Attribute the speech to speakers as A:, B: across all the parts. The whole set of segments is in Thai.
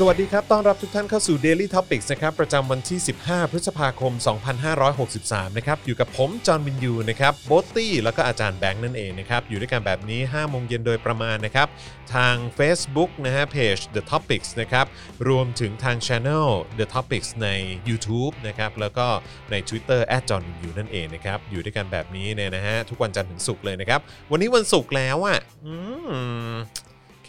A: สวัสดีครับ ต้อนรับทุกท่านเข้าสู่ Daily Topics นะครับ ประจำวันที่ 15 พฤษภาคม 2563 นะครับ อยู่กับผม จอห์นวินยู นะครับ โบทตี้ แล้วก็อาจารย์แบงค์นั่นเองนะครับ อยู่ด้วยกันแบบนี้ 5 โมงเย็นโดยประมาณนะครับ ทาง Facebook นะฮะ เพจ The Topics นะครับ รวมถึงทาง Channel The Topics ใน YouTube นะครับ แล้วก็ใน Twitter แอดจอห์นวินยูนั่นเองนะครับ อยู่ด้วยกันแบบนี้เนี่ยนะฮะ ทุกวันจันทร์ถึงศุกร์เลยนะครับ วันนี้วันศุกร์แล้วอ่ะอืม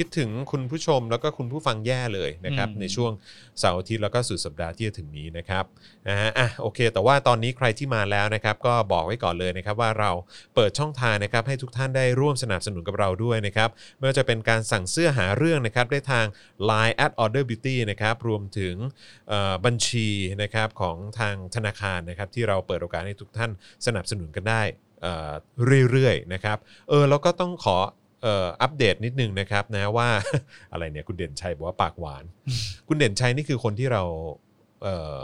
A: คิดถึงคุณผู้ชมแล้วก็คุณผู้ฟังแย่เลยนะครับ
B: อืม
A: ในช่วงเสาร์อาทิตย์แล้วก็สุดสัปดาห์ที่จะถึงนี้นะครับนะฮะอ่ะโอเค แต่ว่าตอนนี้ใครที่มาแล้วนะครับ ก็บอกไว้ก่อนเลยนะครับว่าเราเปิดช่องทางนะครับ ให้ทุกท่านได้ร่วมสนับสนุนกับเราด้วยนะครับ ไม่ว่าจะเป็นการสั่งเสื้อหาเรื่องนะครับ ได้ทาง Line at order beauty นะครับ รวมถึงเอ่อบัญชีนะครับของทางธนาคารนะครับ ที่เราเปิดโอกาสให้ทุกท่านสนับสนุนกันได้เอ่อเรื่อยๆนะครับ เออแล้วก็ต้องขอเอ่ออัปเดตนิดนึงนะครับนะว่า อะไรเนี่ยคุณเด่นชัยบอกว่าปากห วาน คุณเด่นชัยนี่คือคนที่เราเอ่อ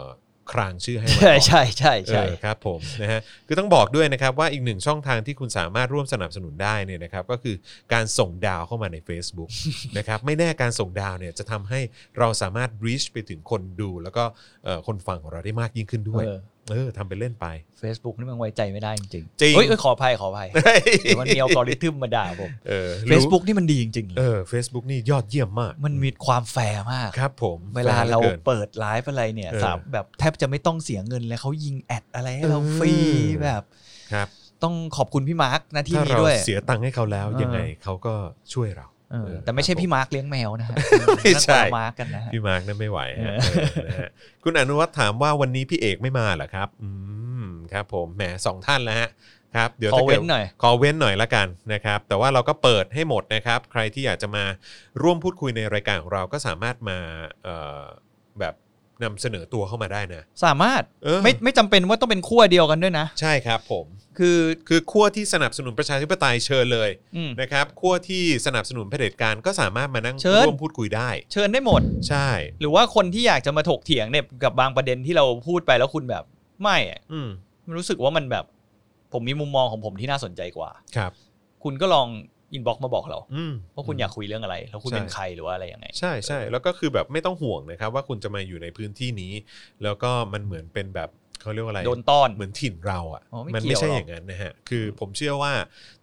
A: ครางชื่อให้มาก่
B: ใช่
A: อน
B: ใช่ใช่ใช่
A: เออครับผมนะฮะคือต้องบอกด้วยนะครับว่าอีกหนึ่งช่องทางที่คุณสามารถร่วมสนับสนุนได้เนี่ยนะครับก็คือการส่งดาวเข้ามาใน Facebook นะครับไม่แน่การส่งดาวเนี่ยจะทำให้เราสามารถ reach ไปถึงคนดู แล้วก็เอ่อคนฟังของเราได้มากยิ่งขึ้นด้วย
B: เออ
A: เออทำไปนเล่นไป
B: Facebook นี่มันไว้ใจไม่ได้จริงๆ
A: จริง
B: เฮ้ยเอ้ยขออภัยขออภัยเดี๋ยวมันมีอัลกอริทึมมาด่าผม
A: เออรู้
B: Facebook นี่มันดีจริงๆเล
A: เอย อ Facebook นี่ยอดเยี่ยมมาก
B: มันมีความแฟร์มาก
A: ครับผม
B: เวลาเรา
A: แฟหอกิน
B: เปิดไลฟ์อะไรเนี่ย
A: เออ
B: สามแบบแทบจะไม่ต้องเสียเงินแล้วเขายิงแอดอะไรให้เรา
A: เออ
B: ฟรีแบบ
A: ครับ
B: ต้องขอบคุณพี่มาร์กนะที่
A: ถ้า
B: นี้
A: เรา
B: ด้วย
A: เสียตังค์ให้เขาแล้ว
B: เออ
A: ยังไงเขาก็ช่วยเรา
B: เออแต่ไม่ใช่พี่มาร์กเลี้ยงแมวนะฮะ
A: ไม่ใช่
B: นั่นคนละมาร์กกันนะฮะ
A: พี่มาร์กนั่นไม่ไหวฮะ
B: เออ
A: เออนะฮะคุณอนุวัฒน์ถามว่าวันนี้พี่เอกไม่มาเหรอครับ อืมครับผมแหมสองท่านแล้วฮะครับเดี๋ยว
B: ขอ
A: ถ้ากิ
B: เว้
A: ด
B: นหน่อย
A: ขอเว้นหน่อยละกันนะครับ แต่ว่าเราก็เปิดให้หมดนะครับ ใครที่อยากจะมาร่วมพูดคุยในรายการของเราก็สามารถมาเอ่อแบบนำเสนอตัวเข้ามาได้นะ
B: สามารถ
A: เออ
B: ไม่ไม่จำเป็นว่าต้องเป็นขั้วเดียวกันด้วยนะ
A: ใช่ครับผม
B: คือ
A: คือขั้วที่สนับสนุนประชาธิปไตยเชิญเลย
B: อืม
A: นะครับขั้วที่สนับสนุนเผด็จการก็สามารถมานั่ง
B: เชิญ
A: ร่วมพูดคุยได้
B: เชิญได้หมด
A: ใช่
B: หรือว่าคนที่อยากจะมาถกเถียงเนี่ยกับบางประเด็นที่เราพูดไปแล้วคุณแบบไม่อะ
A: อืม
B: รู้สึกว่ามันแบบ ผมมีมุมมองของผมที่น่าสนใจกว่า
A: ครับ
B: คุณก็ลองอินบ็อกมาบอกเรา
A: อืม
B: ว่าคุณอยากคุยเรื่องอะไร แล้วคุณ
A: ใช่
B: เป็นใครหรือว่าอะไรยังไง
A: ใช่ใช่แล้วก็คือแบบไม่ต้องห่วงนะครับ ว่าคุณจะมาอยู่ในพื้นที่นี้ แล้วก็มันเหมือนเป็นแบบเขาเรียกว่าอะไร
B: โดนต้อน
A: เหมือนถิ่นเราอ่ะ
B: อ๋อไม่
A: มันไม่
B: เกี่ยว
A: ใช่
B: หรอก
A: อย่างนั้นนะฮะคือผมเชื่อว่า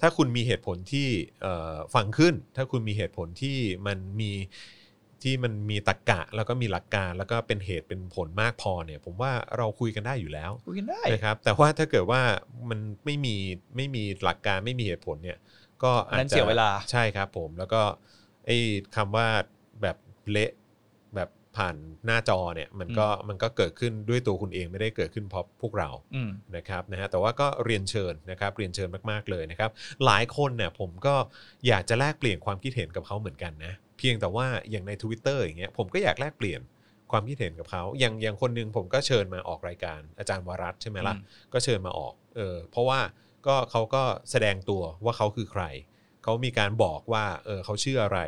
A: ถ้าคุณมีเหตุผลที่เอ่อฟังขึ้น ถ้าคุณมีเหตุผลที่มันมีที่มันมีตรกกะ แล้วก็มีหลักการแล้วก็เป็นเหตุเป็นผลมากพอเนี่ย ผมว่าเราคุยกันได้อยู่แล้ว
B: คุยกันได้
A: นะครับแต่ว่าถ้าเกิดว่ามันไม่มีไม่มีหลักการไม่มีเหตุผลเนี่ย ก็อาจ
B: อันนั้
A: จะ
B: นเสียเวลา
A: ใช่ครับผมแล้วก็ไอ้คำว่าแบบเละแบบผ่านหน้าจอเนี่ยมันก็มันก็เกิดขึ้นด้วยตัวคุณเองไม่ได้เกิดขึ้นเพราะพวกเรา
B: อืม
A: นะครับนะฮะแต่ว่าก็เรียนเชิญนะครับเรียนเชิญมากๆเลยนะครับ หลายคนเนี่ยผมก็อยากจะแลกเปลี่ยนความคิดเห็นกับเขาเหมือนกันนะเพียงแต่ว่าอย่างใน Twitter อย่างเงี้ยผมก็อยากแลกเปลี่ยนความคิดเห็นกับเขาอย่างอย่างคนหนึงผมก็เชิญมาออกรายการอาจารย์วรัตน์ใช่ไหมล่ะ ก็เชิญมาออก เออ เพราะว่าก็เขาก็แสดงตัวว่าเขาคือใคร เขามีการบอกว่า เออเขาชื่ออะไร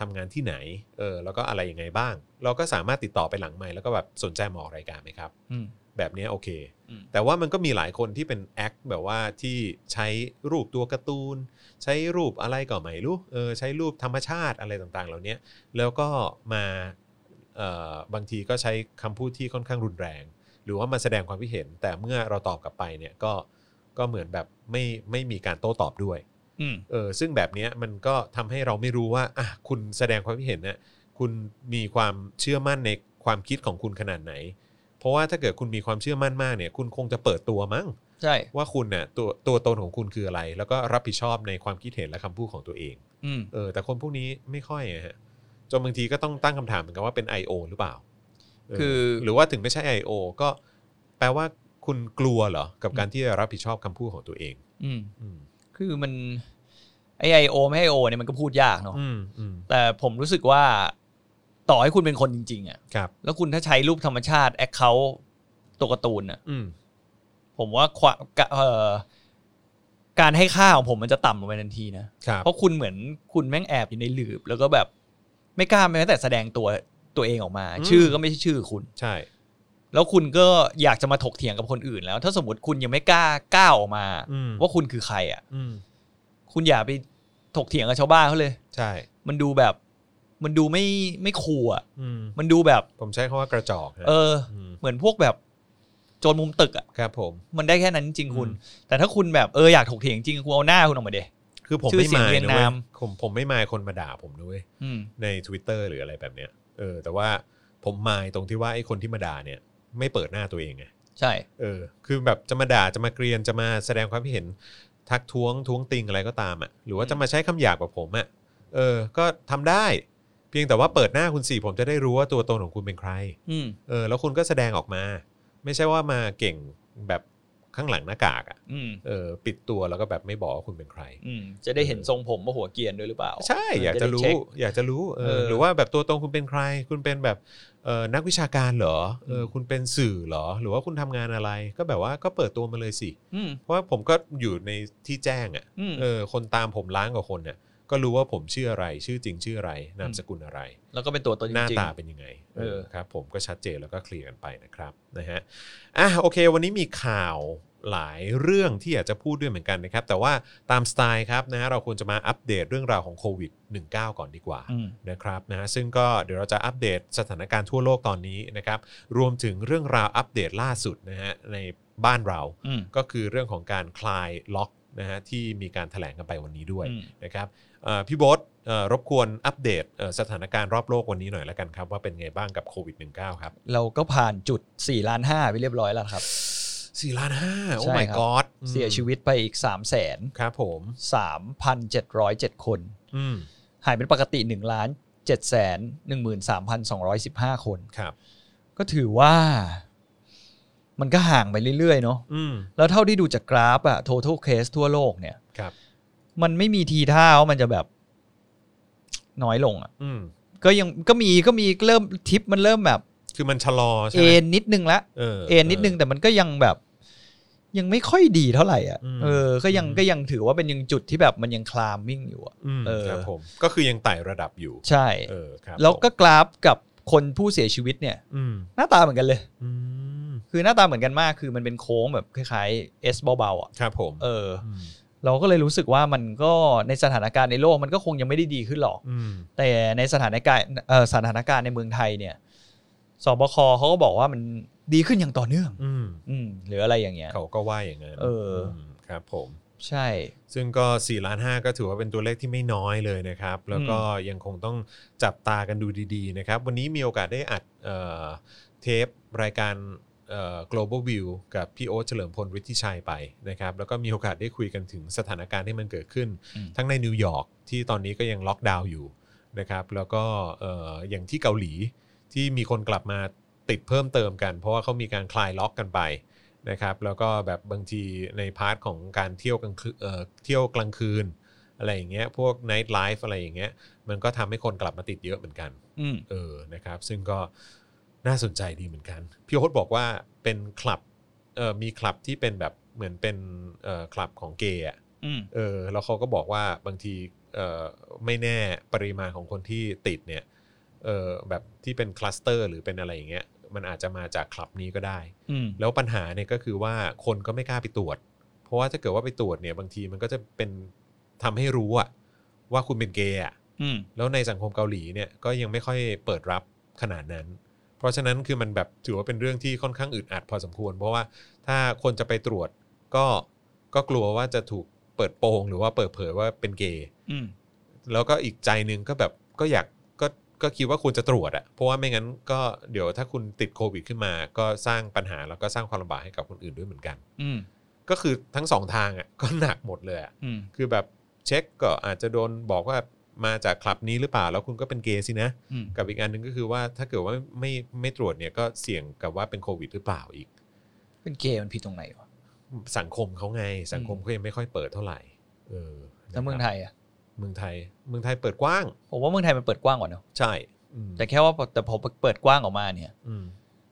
A: ทำงานที่ไหน เออ แล้วก็อะไรยังไงบ้าง เราก็สามารถติดต่อไปหลังไมค์แล้วก็แบบสนใจมาออกรายการไหมครับ
B: อืม
A: แบบเนี้ยโอเค
B: อืม
A: แต่ว่ามันก็มีหลายคนที่เป็นแอคแบบว่าที่ใช้รูปตัวการ์ตูน ใช้รูปอะไรก็ไม่รู้ เออ ใช้รูปธรรมชาติอะไรต่างๆ เหล่าเนี้ย แล้วก็มา เอ่อ บางทีก็ใช้คำพูดที่ค่อนข้างรุนแรง หรือว่ามาแสดงความคิดเห็น แต่เมื่อเราตอบกลับไปเนี่ยก็ ก็เหมือนแบบไม่ไม่มีการโต้ตอบด้วย
B: อืม
A: เออ ซึ่งแบบเนี้ยมันก็ทำให้เราไม่รู้ว่าอ่ะคุณแสดงความคิดเห็นเนี่ยคุณมีความเชื่อมั่นในความคิดของคุณขนาดไหน เพราะว่าถ้าเกิดคุณมีความเชื่อมั่นมากเนี่ย คุณคงจะเปิดตัวมั้ง
B: ใช่
A: ว่าคุณน่ะตัวตัวตนของคุณคืออะไร แล้วก็รับผิดชอบในความคิดเห็นและคำพูดของตัวเอง
B: อืม
A: เออ แต่คนพวกนี้ไม่ค่อยอะฮะจนบางทีก็ต้องตั้งคำถามเหมือนกันว่าเป็น I.O. หรือเปล่าเ
B: คือ
A: หรือว่าถึงไม่ใช่ I.O. ก็แปลว่าคุณกลัวเหรอกับการที่จะรับผิดชอบคำพูดของตัวเอง
B: อืม
A: อืม
B: คือมันไอไอโอไม่ไอโอเนี่ยมันก็พูดยากเนาะ
A: อืมอืม
B: แต่ผมรู้สึกว่าต่อให้คุณเป็นคนจริง ๆอะ
A: ครับ
B: แล้วคุณถ้าใช้รูปธรรมชาติแอคเคาท์ตัวการ์ตูนอะ
A: อืม
B: ผมว่าความกะเอ่อการให้ค่าของผมมันจะต่ำลงไปทันทีนะ
A: ครับ
B: เพราะคุณเหมือนคุณแม่งแอบอยู่ในหลืบ แล้วก็แบบไม่กล้าแม้แต่แสดงตัวตัวเองออกมา
A: อืม
B: ชื่อก็ไม่ใช่ชื่อคุณ
A: ใช่
B: แล้วคุณก็อยากจะมาถกเถียงกับคนอื่นแล้ว ถ้าสมมติคุณยังไม่กล้าก้าวออกมา
A: อืม
B: ว่าคุณคือใครอ่ะ
A: อืม
B: คุณอย่าไป ถกเถียงกับชาวบ้านเขาเลย
A: ใช่
B: มันดูแบบ มันดูไม่ไม่คูลอ่ะ
A: อืม
B: มันดูแบบ
A: ผมใช้คำว่ากระจอกฮะ
B: เออ
A: ม
B: เหมือนพวกแบบโจรมุมตึกอ่ะ
A: ครับผม
B: มันได้แค่นั้นจริงๆคุณ
A: อื
B: แต่ถ้าคุณแบบเอออยากถกเถียงจริงคุณเอาหน้าคุณออกมาเด
A: คือผม
B: ชื่อ
A: ไม่
B: เสียง
A: มาย
B: เรียง
A: นะเว้ย
B: นาม
A: ผมผมไม่มายคนมาด่าผมนะเว้ย
B: อืม
A: ใน Twitter หรืออะไรแบบเนี้ยเออ แต่ว่าผมมายตรงที่ว่าไอ้คนที่มาด่าเนี่ย ไม่เปิดหน้าตัวเองไง
B: ใช่
A: เออ คือแบบจะมาด่า จะมาเกรียน จะมาแสดงความคิดเห็น ทักท้วงท้วงติงอะไรก็ตามอะ่ะ หรือว่าจะมาใช้คำหยาบกับผมอะ่ะ เออ ก็ทำได้ เพียงแต่ว่าเปิดหน้าคุณสี่ผมจะได้รู้ว่าตัวตนของคุณเป็นใคร
B: อืม
A: เออ แล้วคุณก็แสดงออกมา ไม่ใช่ว่ามาเก่งแบบข้างหลังหน้ากากอะ่ะ
B: อืม
A: เออ ปิดตัวแล้วก็แบบไม่บอกว่าคุณเป็นใคร
B: อืม จะได้เห็นทรงผมว่าหัวเกรียนด้วยหรือเปล่า
A: ใช่ อยากจะ
B: ได้
A: รู้
B: เช็ค
A: อยากจะรู้ เอ
B: เอ
A: อ
B: อ
A: หรือว่าแบบตัวตนคุณเป็นใคร คุณเป็นแบบเออนักวิชาการเหรอ เออ
B: อืม
A: คุณเป็นสื่อเหรอ หรือว่าคุณทำงานอะไร ก็แบบว่าก็เปิดตัวมาเลยสิ
B: อืม
A: เพราะว่าผมก็อยู่ในที่แจ้งอ่ะ
B: อืม
A: เออ คนตามผมล้านกว่าคนเนี่ย ก็รู้ว่าผมชื่ออะไร ชื่อจริงชื่ออะไร นามสกุลอะไร
B: แล้วก็เป็นตัวตนจ
A: หน้า
B: ริง
A: ตาเป็นยังไง เอ
B: เอ
A: อ
B: อ
A: ครับ ผมก็ชัดเจนแล้วก็เคลียร์กันไปนะครับ นะฮะ อ่ะ โอเค วันนี้มีข่าวหลายเรื่องที่อยากจะพูดด้วยเหมือนกันนะครับ แต่ว่าตามสไตล์ครับนะฮะ เราควรจะมาอัปเดตเรื่องราวของโควิด -19 ก่อนดีกว่า
B: ๆอืม
A: นะครับนะฮะซึ่งก็เดี๋ยวเราจะอัปเดตสถานการณ์ทั่วโลกตอนนี้นะครับ รวมถึงเรื่องราวอัปเดตล่าสุดนะฮะในบ้านเรา
B: อืม
A: ก็คือเรื่องของการคลายล็อกนะฮะที่มีการแถลงกันไปวันนี้ด้วย
B: อืม
A: นะครับเอ่อพี่โบ๊ทเอ่อรบกวนอัปเดตเอ่อสถานการณ์รอบโลกวันนี้หน่อยละกันครับ ว่าเป็นไงบ้างกับโควิด -19 ครับ
B: เราก็ผ่านจุด4ล้าน5ไปเรียบร้อยแล้วครับ
A: 4ล้านห้าโอ้
B: ใช่
A: my
B: ครับ
A: god
B: เสียชีวิตไปอีก 3 0 0 0 0
A: ครับผม
B: 3,707 คน
A: อืม
B: หายเป็นปกติ1ล้าน7 1 3 2 1 5 คน
A: ครับ
B: ก็ถือว่า มันก็ห่างไปเรื่อยๆ เนาะ
A: อืม
B: แล้วเท่าที่ดูจากกราฟอะ total case ทั่วโลกเนี่ย
A: ครับ
B: มันไม่มีทีท่าว่ามันจะแบบน้อยลงอะ
A: อืม
B: ก็ยังก็มีก็มีเริ่มทิปมันเริ่มแบบ
A: คือมันชะลอใช่
B: เอ็
A: ไหม
B: นนิดนึงละ
A: เออ
B: เอ็นนิดนึงแต่มันก็ยังแบบ ยังไม่ค่อยดีเท่าไหร่อ่ะ
A: อืม
B: เออ ก็ยัง
A: อืม
B: ก็ยังถือว่าเป็นยังจุดที่แบบมันยังคลามวิ่งอยู่อะ
A: อืม
B: เออ
A: ครับผมก็คือยังไต่ระดับอยู่
B: ใช่
A: เออครับ
B: แล้วก็
A: ผม
B: กราฟกับคนผู้เสียชีวิตเนี่ย
A: อืม
B: หน้าตาเหมือนกันเลย
A: อืม
B: คือหน้าตาเหมือนกันมาก คือมันเป็นโค้งแบบคล้ายๆเอสเบาๆอ่ะ
A: ครับผม
B: เออ
A: ม
B: เราก็เลยรู้สึกว่ามันก็ในสถานการณ์ในโลกมันก็คงยังไม่ได้ดีขึ้นหรอก
A: อืม
B: แต่ในสถานการณ์เอ่อสถานการณ์ในเมืองไทยเนี่ยสบคเขาก็บอกว่ามันดีขึ้นอย่างต่อเนื่อง
A: อืม
B: อืมหรืออะไรอย่างเงี้ย
A: เขาก็ว่าอย่างนั้น
B: เอออื
A: มครับผม
B: ใช่
A: ซึ่งก็4ล้าน5ก็ถือว่าเป็นตัวเลขที่ไม่น้อยเลยนะครับ แล้วก็ยังคงต้องจับตากันดูดีๆนะครับ วันนี้มีโอกาสได้อัดเอ่อเทปรายการเอ่อ global view กับพี่โอ๊ตเฉลิมพลวิทิชัยไปนะครับ แล้วก็มีโอกาสได้คุยกันถึงสถานการณ์ที่มันเกิดขึ้น
B: อืม
A: ทั้งในนิวยอร์กที่ตอนนี้ก็ยังล็อกดาวน์อยู่นะครับแล้วก็เอ่ออย่างที่เกาหลีที่มีคนกลับมาติดเพิ่มเติมกัน เพราะว่าเขามีการคลายล็อกกันไป นะครับแล้วก็แบบบางทีในพาร์ทของการเที่ยวกลางคืนเอ่อเที่ยวกลางคืน อะไรอย่างเงี้ยพวกไนท์ไลฟ์อะไรอย่างเงี้ยมันก็ทำให้คนกลับมาติดเยอะเหมือนกัน
B: อืม
A: เออนะครับซึ่งก็น่าสนใจดีเหมือนกัน พี่โฮดบอกว่าเป็นคลับเอ่อมีคลับที่เป็นแบบเหมือนเป็นเอ่อคลับของเกย์อะ
B: อืม
A: เออแล้วเขาก็บอกว่าบางทีเอ่อไม่แน่ปริมาณของคนที่ติดเนี่ยเออแบบที่เป็นคลัสเตอร์หรือเป็นอะไรอย่างเงี้ยมันอาจจะมาจากคลับนี้ก็ได้
B: อืม
A: แล้วปัญหาเนี่ยก็คือว่าคนก็ไม่กล้าไปตรวจ เพราะว่าถ้าเกิดว่าไปตรวจเนี่ยบางทีมันก็จะเป็นทำให้รู้อะว่าคุณเป็นเกย์อะ
B: อืม
A: แล้วในสังคมเกาหลีเนี่ยก็ยังไม่ค่อยเปิดรับขนาดนั้น เพราะฉะนั้นคือมันแบบถือว่าเป็นเรื่องที่ค่อนข้างอึดอัดพอสมควร เพราะว่าถ้าคนจะไปตรวจก็ก็กลัวว่าจะถูกเปิดโปงหรือว่าเปิดเผยว่าเป็นเกย์
B: อืม
A: แล้วก็อีกใจหนึ่งก็แบบก็อยากก็ก็คิดว่าควรจะตรวจอะเพราะว่าไม่งั้นก็เดี๋ยวถ้าคุณติดโควิดขึ้นมา ก็สร้างปัญหาแล้วก็สร้างความลำบากให้กับคนอื่นด้วยเหมือนกัน
B: อืม
A: ก็คือทั้งสองทางอ่ะ ก็หนักหมดเลยอะ
B: อืม
A: คือแบบเช็คก็อาจจะโดนบอกว่ามาจากคลับนี้หรือเปล่า แล้วคุณก็เป็นเกย์สินะ
B: อืม
A: กับอีกอันหนึ่งก็คือว่าถ้าเกิดว่าไม่ไม่ตรวจเนี่ยก็เสี่ยงกับว่าเป็นโควิดหรือเปล่าอีก
B: เป็นเกย์มันผิดตรงไหนวะ
A: สังคมเขาไง สังคมเขายังไม่ค่อยเปิดเท่าไหร่ เออนะครับ
B: แล้วเมืองไทยอ่ะ
A: เมืองไทย เมืองไทยเปิดกว้าง
B: ผมว่าเมืองไทยมันเปิดกว้างกว่าเนอะ
A: ใช่อืม
B: แต่แค่ว่าพอแต่พอเปิดกว้างออกมาเนี่ย
A: อืม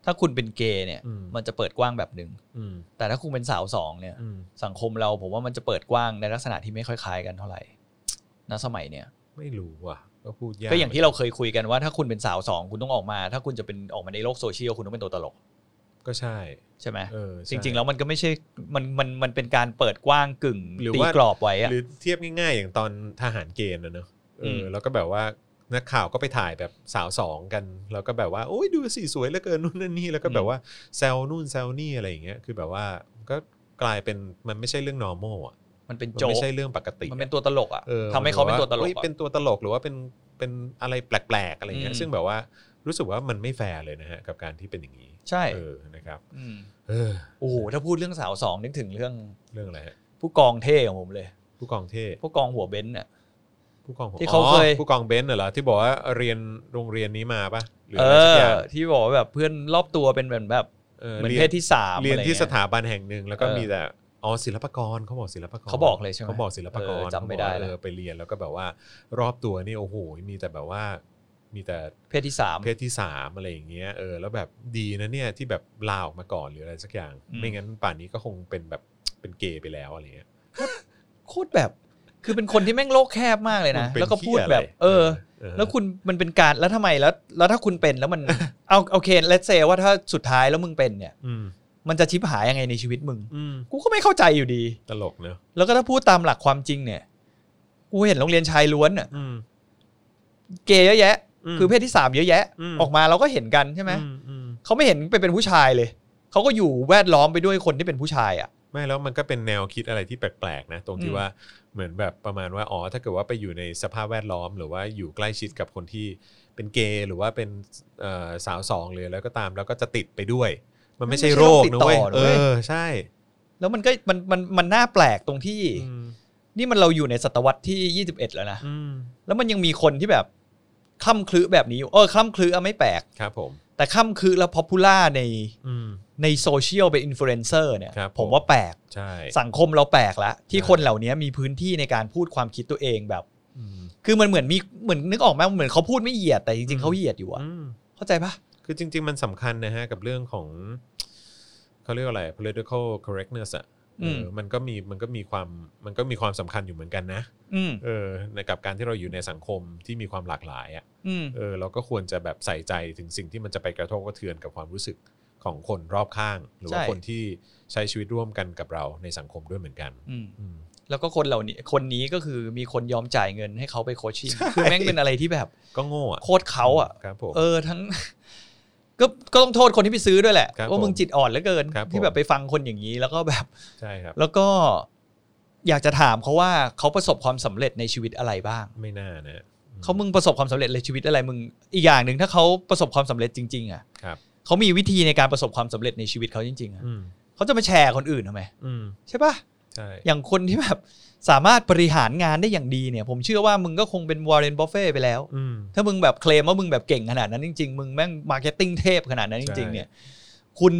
B: ถ้าคุณเป็นเกย์เนี่ย
A: อืม
B: มันจะเปิดกว้างแบบหนึ่ง
A: อืม
B: แต่ถ้าคุณเป็นสาวสองเนี่ย
A: อืม
B: สังคมเราผมว่ามันจะเปิดกว้างในลักษณะที่ไม่ค่อยคล้ายกันเท่าไหร่ณสมัยเนี่ย
A: ไม่รู้ว่ะ ก็พูดยาก
B: ก็อย่างที่เราเคยคุยกันว่าถ้าคุณเป็นสาวสองคุณต้องออกมา ถ้าคุณจะเป็นออกมาในโลกโซเชียลคุณต้องเป็นตัวตลก
A: ก็ใช่
B: ใช่ไหม
A: เออใช่
B: จริง ๆ แล้วมันก็ไม่ใช่มันมันมันเป็นการเปิดกว้างกึ่ง
A: หรือ
B: ตี
A: ว่า
B: กรอบไว้อะ
A: หรือเทียบง่ายๆ อย่างตอนทหารเกณฑ์นะเนอะเออ
B: ม
A: อแล้วก็แบบว่านักข่าวก็ไปถ่ายแบบสาวสองกัน แล้วก็แบบว่าโอ้ยดูสีสวยเหลือเกินนู่นนั่นนี่แล้วก็แบบว่าแซวนู่นแซวนี่อะไรอย่างเงี้ยคือแบบว่าก็กลายเป็นมันไม่ใช่เรื่อง normal อ่ะ
B: มันเป็น
A: มัน
B: โจ๊ก
A: ไม่ใช่เรื่องปกติ
B: มัน
A: อะ
B: เป็นตัวตลกอ่ะ
A: ออ
B: ทำให้เขาเป็นตัวตลก
A: ฮ้ย
B: อะ
A: เป็นตัวตลกหรือว่าเป็นเป็นอะไรแปลกๆอะไรอย่างเงี้ย
B: อืม
A: ซึ่งแบบว่ารู้สึกว่ามันไม่แฟร์เลยนะฮะกับการที่เป็นอย่างนี้
B: ใช่
A: เออนะครับ
B: ม
A: เออ
B: โอ้โหถ้าพูดเรื่องสาวสองนึกถึงเรื่อง
A: เรื่องอะไรฮะ
B: ผู้กองเท่ของผมเลย
A: ผู้กองเท่
B: ผู้กองหัวเบนซ์อ่ะ
A: ผู้กองผม
B: ที่เขาเคย
A: อ๋อผู้กองเบนซ์น่ะเหรอที่บอกว่าเรียนโรงเรียนนี้มาปะหรื
B: เอ
A: ไรสัก
B: อ
A: อย่าง
B: ที่บอกว่าแบบเพื่อนรอบตัวเป็นเหมือนแบบ
A: เออ
B: เหมือน
A: รีย
B: เพศที่สาม
A: เรียน
B: อะไร
A: ที่
B: เงี้ย
A: สถาบันแห่งหนึ่งแล้วก็
B: เออ
A: มีแต่อ๋อศิลปากรเขาบอกศิลปากร
B: เขาบอกเลยใช่ไหม
A: เขาบอกศิลปากร
B: เออจำไม่ได้
A: เขาบอกว่า
B: แล้ว
A: เออไปเรียนแล้วก็แบบว่ารอบตัวนี่โอ้โหมีแต่แบบว่า มีแต่
B: เพศที่สาม
A: เพศที่สามอะไรอย่างเงี้ยเออแล้วแบบดีนะเนี่ยที่แบบลาออกมาก่อนหรืออะไรสักอย่าง
B: อืม
A: ไม่งั้นป่านนี้ก็คงเป็นแบบเป็นเกย์ไปแล้วอะไรเงี้ย
B: โคตรแบบ คือเป็นคนที่แม่งโลกแคบมากเลยนะ
A: มัเป็
B: แล้วก็พูดแบบ
A: เหี้ยะไร
B: เออ
A: เออ
B: แล้วคุณมันเป็นการแล้วทำไมแล้ว แล้วถ้าคุณเป็นแล้วมัน เอาโอเคเลตเซว่าถ้าสุดท้ายแล้วมึงเป็นเนี่ย
A: อืม
B: มันจะชิบหายยังไงในชีวิตมึง
A: อืม
B: กูก็ไม่เข้าใจอยู่ดี
A: ตลกเนอะ
B: แล้วก็ถ้าพูดตามหลักความจริงเนี่ย กูเห็นโรงเรียนชายล้วนอ่ะ
A: อืม
B: เกย์เยอะแยะ
A: อืม
B: คือเพศที่สามเยอะแยะ
A: อืม
B: ออกมาเราก็เห็นกันใช่ไหม
A: อือืม
B: เขาไม่เห็นไปเป็นผู้ชายเลย เขาก็อยู่แวดล้อมไปด้วยคนที่เป็นผู้ชายอ่ะ
A: ไม่แล้วมันก็เป็นแนวคิดอะไรที่แปลกๆนะ ตรงที่
B: อืม
A: ว่าเหมือนแบบประมาณว่าอ๋อถ้าเกิดว่าไปอยู่ในสภาพแวดล้อม หรือว่าอยู่ใกล้ชิดกับคนที่เป็นเกย์หรือว่าเป็นเอ่อสาวสองเลยแล้วก็ตามแล้วก็จะติดไปด้วย มันไม่ใช่
B: มันไม่ใช่
A: โร
B: โร
A: ค
B: ค
A: นะเว้ย
B: ติดต่อนะ
A: เอ
B: เว้ย
A: อใช่
B: แล้วมันก็มันมันมันน่าแปลกตรงที่
A: อืม
B: นี่มันเราอยู่ในศตวรรษที่ 21 แล้วนะ
A: อืม
B: แล้วมันยังมีคนที่แบบคล่ำคลือแบบนี้อยู่เออคล่ำคลืออะไม่แปลก
A: ครับผม
B: แต่คล่ำคลือแล้วพอพูล่าใน
A: อืม
B: ในโซเชียลเป็นอินฟลูเอนเซอร์เนี่ย
A: ครับผม
B: ผมว่าแปลก
A: ใช่
B: สังคมเราแปลกละที่คนเหล่านี้มีพื้นที่ในการพูดความคิดตัวเองแบบ
A: อืม
B: คือมันเหมือนมีเหมือนนึกออกไหมเหมือนเขาพูดไม่เหยียดแต่จริง
A: อืม
B: ๆเขาเหยียดอยู่อะ
A: อืม
B: เข้าใจปะ
A: คือจริง ๆ มันสำคัญนะฮะกับเรื่องของเขาเรียกว่าอะไร political correctness อ่ะเออมันก็มีมันก็มีความมันก็มีความสำคัญอยู่เหมือนกันนะ
B: อืม
A: เออในกับการที่เราอยู่ในสังคมที่มีความหลากหลายอ่ะ
B: อืม
A: เออเราก็ควรจะแบบใส่ใจถึงสิ่งที่มันจะไปกระทบกระเทือนกับความรู้สึกของคนรอบข้าง หรือว่าคนที่ใช้ชีวิตร่วมกันกับเราในสังคมด้วยเหมือนกัน
B: อืม
A: อืม
B: แล้วก็คนเหล่านี้คนนี้ก็คือมีคนยอมจ่ายเงินให้เขาไปโคชชิ่งคือแม่งเป็นอะไรที่แบบ
A: ก็โง่อะ
B: โคตรเขาอะ
A: ครับผม
B: เออทั้ง ก็ก็ต้องโทษคนที่ไปซื้อด้วยแหละ
A: ครับ
B: ว่ามึง
A: ผม
B: จิตอ่อนเหลือเกิน
A: ครับผม
B: ที่แบบไปฟังคนอย่างนี้ แล้วก็แบบ
A: ใช่ครับ
B: แล้วก็อยากจะถามเขาว่าเขาประสบความสำเร็จในชีวิตอะไรบ้าง
A: ไม่น่านะอืม
B: เขามึงประสบความสำเร็จในชีวิตอะไรมึง อีกอย่างหนึ่งถ้าเขาประสบความสำเร็จจริงๆอ่ะ
A: ครับ
B: เขามีวิธีในการประสบความสำเร็จในชีวิตเขาจริงๆอะ
A: อืม
B: เขาจะมาแชร์คนอื่นทำไม
A: อืม
B: ใช่ปะ
A: ใช่
B: อย่างคนที่แบบสามารถบริหารงานได้อย่างดีเนี่ย ผมเชื่อว่ามึงก็คงเป็นวอร์เรนบัฟเฟ่ไปแล้ว
A: อืม
B: ถ้ามึงแบบเคลมว่ามึงแบบเก่งขนาดนั้นจริงๆ มึงแม่งมาร์เก็ตติ้งเทพขนาดนั้นจ
A: ใช่
B: ริง ๆ เนี่ย คุณ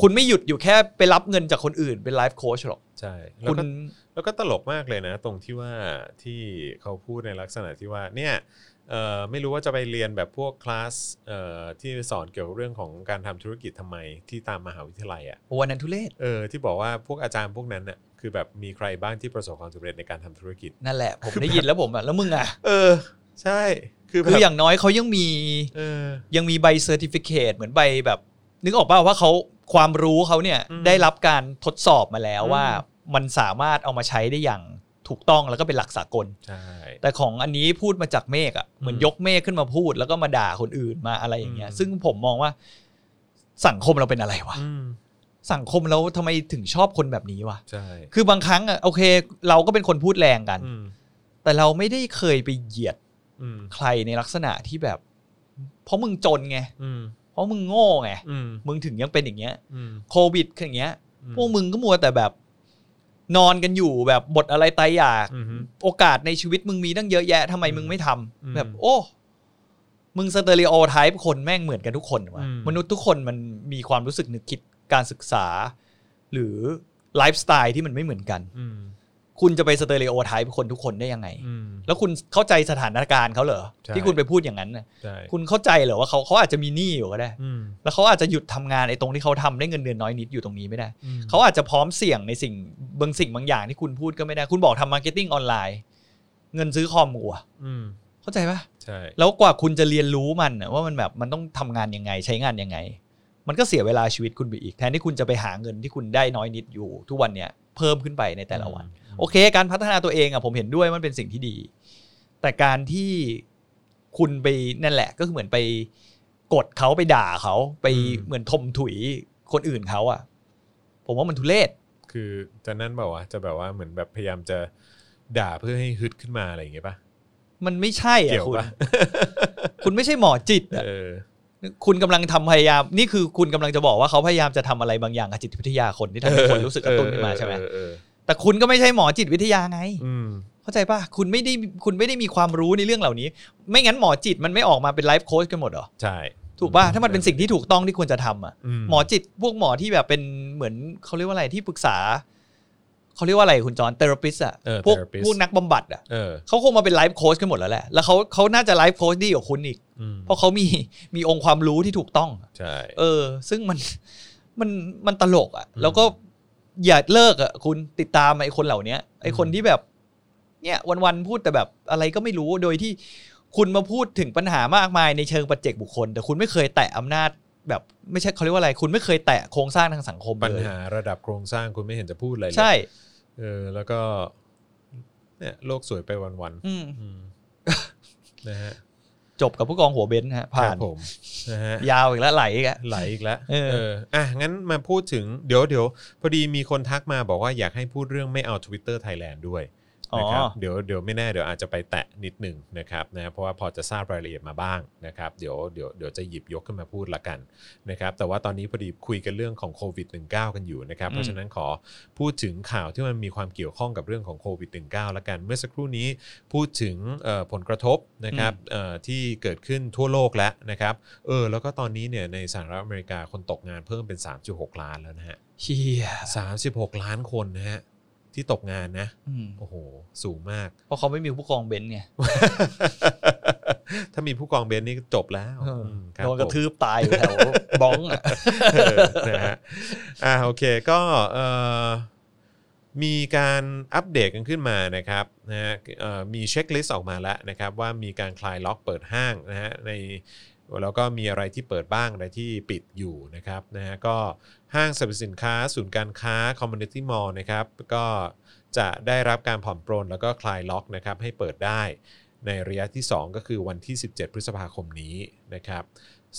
B: คุณไม่หยุดอยู่แค่ไปรับเงินจากคนอื่นเป็นไลฟ์โค้ชหรอก
A: ใช่แล้ว
B: คุ
A: ก็
B: ณ
A: แล้วก็ตลกมากเลยนะ ตรงที่ว่าที่เขาพูดในลักษณะที่ว่าเนี่ยเอ่อไม่รู้ว่าจะไปเรียนแบบพวกคลาสเอ่อที่สอนเกี่ยวกับเรื่องของการทำธุรกิจทำไมที่ตามมหาวิทยาลัยอ่ะ
B: โอ้วันนั้นทุเรศ
A: เออที่บอกว่าพวกอาจารย์พวกนั้นน่ะคือแบบมีใครบ้างที่ประสบความสำเร็จในการทำธุรกิจ
B: นั่นแหละ ผมได้ยินแล้วผมอ่ะ แล้วมึงอ่ะ
A: เออ ใช่คือแบ
B: คือบ อย่างน้อยเขายังมี
A: เออ
B: ยังมีใบเซอร์ติฟิเคเหมือนใบแบบ นึกออกป่าวว่าเขาความรู้เขาเนี่ย
A: อืม
B: ได้รับการทดสอบมาแล้ว
A: อืม
B: ว่ามันสามารถเอามาใช้ได้อย่างถูกต้องแล้วก็เป็นหลักสากล
A: ใช่
B: แต่ของอันนี้พูดมาจากเมฆอ่ะเหมือน
A: อืม
B: ยกเมฆขึ้นมาพูดแล้วก็มาด่าคนอื่นมาอะไรอย่างเงี้ย
A: อืม
B: ซึ่งผมมองว่า สังคมเราเป็นอะไรวะ
A: อืม
B: สังคมเราทำไมถึงชอบคนแบบนี้วะ
A: ใช่
B: คือบางครั้งอ่ะโอเค เราก็เป็นคนพูดแรงกัน
A: อืม
B: แต่เราไม่ได้เคยไปเหยียด
A: อืม
B: ใครในลักษณะที่แบบ เพราะมึงจนไง
A: อืม
B: เพราะมึงโง่ไง
A: อืม
B: มึงถึงยังเป็นอย่างเงี้ย
A: อืม
B: โควิดคืออย่างเงี้ย
A: อื
B: พวกมึงก็มัวแต่แบบ นอนกันอยู่แบบบทอะไรตายอยาก
A: อือฮึ
B: โอกาสในชีวิตมึงมีตั้งเยอะแยะทำไม
A: อืม
B: มึงไม่ทำ
A: อืม
B: แบบ โอ้ มึงสเตอริโอไทป์คนแม่งเหมือนกันทุกคนวะ
A: อืม
B: มนุษย์ทุกคนมันมีความรู้สึกนึกคิดการศึกษา หรือไลฟ์สไตล์ที่มันไม่เหมือนกัน
A: อืม
B: คุณจะไปสเตอริโอไทป์คนทุกคนได้ยังไง
A: อืม
B: แล้วคุณเข้าใจสถานการณ์เขาเหรอ
A: ใช่
B: ที่คุณไปพูดอย่างนั้นน่ะ
A: ใช่
B: คุณเข้าใจเหรอว่าเขาเขาอาจจะมีหนี้อยู่ก็ได้
A: อืม
B: แล้วเขาอาจจะหยุดทำงานไอ้ตรงที่เขาทำได้เงินเดือนน้อยนิดอยู่ตรงนี้ไม่ได้
A: อืม
B: เขาอาจจะพร้อมเสี่ยงในสิ่งบางสิ่งบางอย่างที่คุณพูดก็ไม่ได้ คุณบอกทำมาร์เก็ตติ้งออนไลน์ เงินซื้อคอมกูอะ
A: อืม
B: เข้าใจปะ
A: ใช่
B: แล้วกว่าคุณจะเรียนรู้มันน่ะว่ามันแบบมันต้องทำงานยังไงใช้งานยังไง มันก็เสียเวลาชีวิตคุณไปอีก แทนที่คุณจะไปหาเงินที่คุณได้น้อยนิดอยู่ ทุกวันเนี่ยเพิ่มขึ้นไปในแต่ละวัน โอเค การพัฒนาตัวเองอ่ะผมเห็นด้วยมันเป็นสิ่งที่ดี แต่การที่คุณไปนั่นแหละ ก็คือเหมือนไปกดเขาไปด่าเขาไป
A: อืม
B: เหมือนทมถุยคนอื่นเขาอ่ะ ผมว่ามันทุเลศ
A: คือจะนั่นแบบว่าวะจะแบบว่าเหมือนแบบพยายามจะด่าเพื่อให้ฮึดขึ้นมาอะไรอย่างเงี้ยป่ะ
B: มันไม่ใช่อ่ะ
A: เกี่ยว
B: คุณ
A: ปะ
B: คุณไม่ใช่หมอจิตอะ
A: เออ
B: คุณกำลังทำพยายาม นี่คือคุณกำลังจะบอกว่าเขาพยายามจะทำอะไรบางอย่างกับจิตวิทยาคนที่ทำให้คนรู้สึกกระตุ้นขึ้นมาใช่ไหม
A: เออเออเออ
B: แต่คุณก็ไม่ใช่หมอจิตวิทยาไง
A: อืม
B: เข้าใจป่ะคุณไม่ได้คุณไม่ได้มีความรู้ในเรื่องเหล่านี้ ไม่งั้นหมอจิตมันไม่ออกมาเป็นไลฟ์โค้ชกันหมดเหรอ
A: ใช่
B: ถูกป่ะถ้ามันเป็นสิ่งที่ถูกต้องที่ควรจะทำอ่ะ หมอจิตพวกหมอที่แบบเป็นเหมือนเขาเรียกว่าอะไรที่ปรึกษาเขาเรียกว่าอะไรคุณจอนเทอราปิสอ่ะ
A: เออ
B: พวก
A: therapist
B: พวกนักบำบัดอ่ะ
A: เออ
B: เขาคงมาเป็นไลฟ์โค้ชกันหมดแล้วแหละแล้วเขาเขาน่าจะไลฟ์โค้ชดีกว่าคุณอีก
A: อืม
B: เพราะเขามีมีองค์ความรู้ที่ถูกต้อง
A: ใช่
B: เออ ซึ่งมัน มันมันตลกอะ่ะ แล้วก็อย่าเลิกอะ่ะคุณติดตามไอ้คนเหล่าเนี้ยไอ้คนที่แบบ เนี่ยวันๆพูดแต่แบบอะไรก็ไม่รู้โดยที่คุณมาพูดถึงปัญหามากมายในเชิงปัจเจกบุคคล แต่คุณไม่เคยแตะอำนาจแบบไม่ใช่เขาเรียกว่าอะไร คุณไม่เคยแตะโครงสร้างทางสังคม
A: ปัญ
B: เลย
A: หาระดับโครงสร้างคุณไม่เห็นจะพูดอะไรเลย
B: ใช่
A: เออ แล้วก็ เนี่ยโลกสวยไปวัน
B: อืม
A: ๆอืมนะฮะ
B: จบกับผู้กองหัวเบนซ์ฮะผ่า
A: ครั
B: น
A: บผมนะฮะ
B: ยาวอีกแล้วไหลอีกอะ
A: ไหลอีกแล้ว
B: เออ
A: เอออ่ะ งั้นมาพูดถึงเดี๋ยวเดี๋ยวพอดีมีคนทักมาบอกว่าอยากให้พูดเรื่องไม่เอา Twitter Thailand ด้วย
B: อ๋อ
A: นะครับเดี๋ยวเดี๋ยวไม่แน่เดี๋ยวอาจจะไปแตะนิดหนึ่งนะครับนะเพราะว่าพอจะทราบรายละเอียดมาบ้างนะครับเดี๋ยวเดี๋ยวเดี๋ยวจะหยิบยกขึ้นมาพูดละกันนะครับแต่ว่าตอนนี้พอดีคุยกันเรื่องของโควิด -19 กันอยู่นะครับเพราะฉะนั้นขอพูดถึงข่าวที่มันมีความเกี่ยวข้องกับเรื่องของโควิด -19 ละกันเมื่อสักครู่นี้ พูดถึงเอ่อผลกระทบนะครับเอ่อที่เกิดขึ้นทั่วโลกแล้วนะครับเออแล้วก็ตอนนี้เนี่ยในสหรัฐอเมริกาคนตกงานเพิ่มเป็น 3.6 ล้านแล้วนะฮะ
B: เชีย
A: 36 ล้านคนนะฮะที่ตกงานนะ
B: อืม
A: โอ้โห สูงมาก
B: เพราะเขาไม่มีผู้กองเบนซ์ไง
A: ถ้ามีผู้กองเบนซ์นี่จบแล้วมคบ
B: โดนกระ
A: ผม
B: ทืบตายอยู่แถ วบล็องก์อะ
A: เออนะฮะ อ่าโอเคก็เอ่อมีการอัปเดตกันขึ้นมานะครับนะฮะเอ่อมีเช็คลิสต์ออกมาแล้วนะครับว่ามีการคลายล็อกเปิดห้างนะฮะในแล้วก็มีอะไรที่เปิดบ้างอะไรที่ปิดอยู่นะครับนะฮะก็ห้างสรรพสินค้าศูนย์การค้าคอมมูนิตี้มอลล์นะครับก็จะได้รับการผ่อนปรนแล้วก็คลายล็อกนะครับให้เปิดได้ ในระยะที่ 2 ก็คือวันที่ 17 พฤษภาคมนี้นะครับ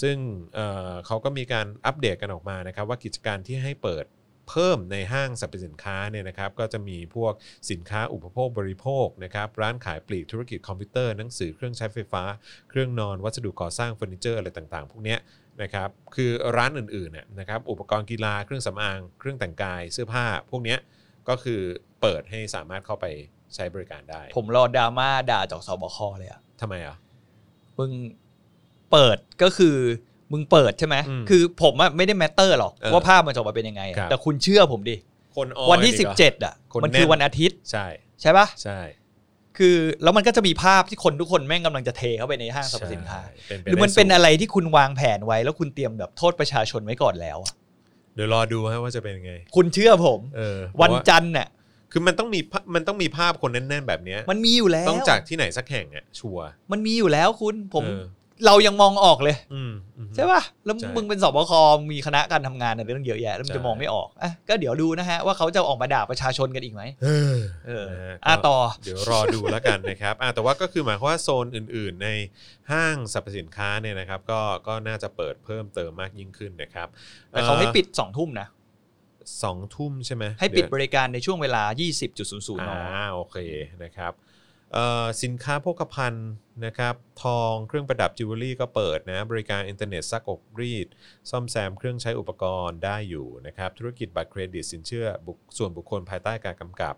A: ซึ่งเอ่อเขาก็มีการอัปเดตกันออกมานะครับ ว่ากิจการที่ให้เปิดเพิ่มในห้างสรรพสินค้าเนี่ยนะครับ ก็จะมีพวกสินค้าอุปโภคบริโภคนะครับร้านขายปลีกธุรกิจคอมพิวเตอร์หนังสือเครื่องใช้ไฟฟ้า เครื่องนอนวัสดุก่อสร้างเฟอร์นิเจอร์อะไรต่างๆ พวกเนี้ยนะครับคือร้านอื่นๆเนี่ยนะครับอุปกรณ์กีฬาเครื่องสำอาง เครื่องแต่งกายเสื้อผ้า พวกเนี้ยก็คือเปิดให้สามารถเข้าไปใช้บริการได้
B: ผมรอดราม่าด่าจากสบคเลยอะ
A: ทำไมอ่ะ
B: มึงเปิดก็คือมึงเปิดใช่ไหม
A: อืม
B: คือผมอะไม่ได้แมตเตอร์หรอก
A: เออ
B: ว่าภาพมันจะออกมาเป็นยังไงอะ
A: ครับ
B: แต่คุณเชื่อผมดิ
A: คนออ
B: วันที่
A: ดีกา
B: 17อ่ะ
A: คน
B: มันคือ
A: แน่น
B: วันอาทิตย์
A: ใช่
B: ใช่ปะ
A: ใช่
B: คือแล้วมันก็จะมีภาพที่คนทุกคนแม่งกำลังจะเทเข้าไปในห้างสรรพสินค้า
A: ใช่ไห
B: รือมัน
A: ได้สูง
B: เป็นอะไรที่คุณวางแผนไว้ แล้วคุณเตรียมแบบโทษประชาชนไว้ก่อนแล้วอะ
A: เดี๋ยวรอดูฮะว่าจะเป็นยังไง
B: คุณเชื่อผม
A: เออ
B: วัน
A: จัน
B: จันทร์น่ะ
A: คือมันต้องมีภามันต้องมีภาพคนแน่นๆแบบเนี้ย
B: มันมีอยู่แล้ว
A: ต้องจากที่ไหนสักแห่งอ่ะ ชัวร์
B: มันมีอยู่แล้วคุณผม
A: เออ
B: เรายังมองออกเลย
A: อืมอืม
B: ใช่ป่ะ แล้ว
A: ใช่
B: มึงเป็นสบค มีคณะการทำงานอะไรตั้งเยอะแยะ แล้วมัน
A: ใช่
B: จะมองไม่ออกอ่ะก็เดี๋ยวดูนะฮะ ว่าเขาจะออกมาด่าประชาชนกันอีกไหม
A: เออ
B: เออ
A: นะฮะ
B: อ่ะ
A: ก็
B: ต่อ
A: เดี๋ยวรอดูแล้วกันนะครับอ่ะแต่ว่าก็คือหมายความว่าโซนอื่น ๆ ในห้างสรรพสินค้าเนี่ยนะครับ ก็ก็น่าจะเปิดเพิ่มเติมมากยิ่งขึ้นนะครับ
B: แต่เขาให้
A: อ่อ
B: ปิด2องทุ่มนะ
A: สองทุ่มใช่ไหม
B: ให้ปิด
A: เยว
B: บริการในช่วงเวลา 20.00น
A: อ่าโอเคนะครับเอ่อสินค้าโภคภัณฑ์นะครับ ทองเครื่องประดับจิวเวลรี่ก็เปิดนะบริการอินเทอร์เน็ตซักอบรีด ซ่อมแซมเครื่องใช้อุปกรณ์ได้อยู่นะครับ ธุรกิจบัตรเครดิตสินเชื่อบุคส่วนบุคคลภายใต้การกำกับ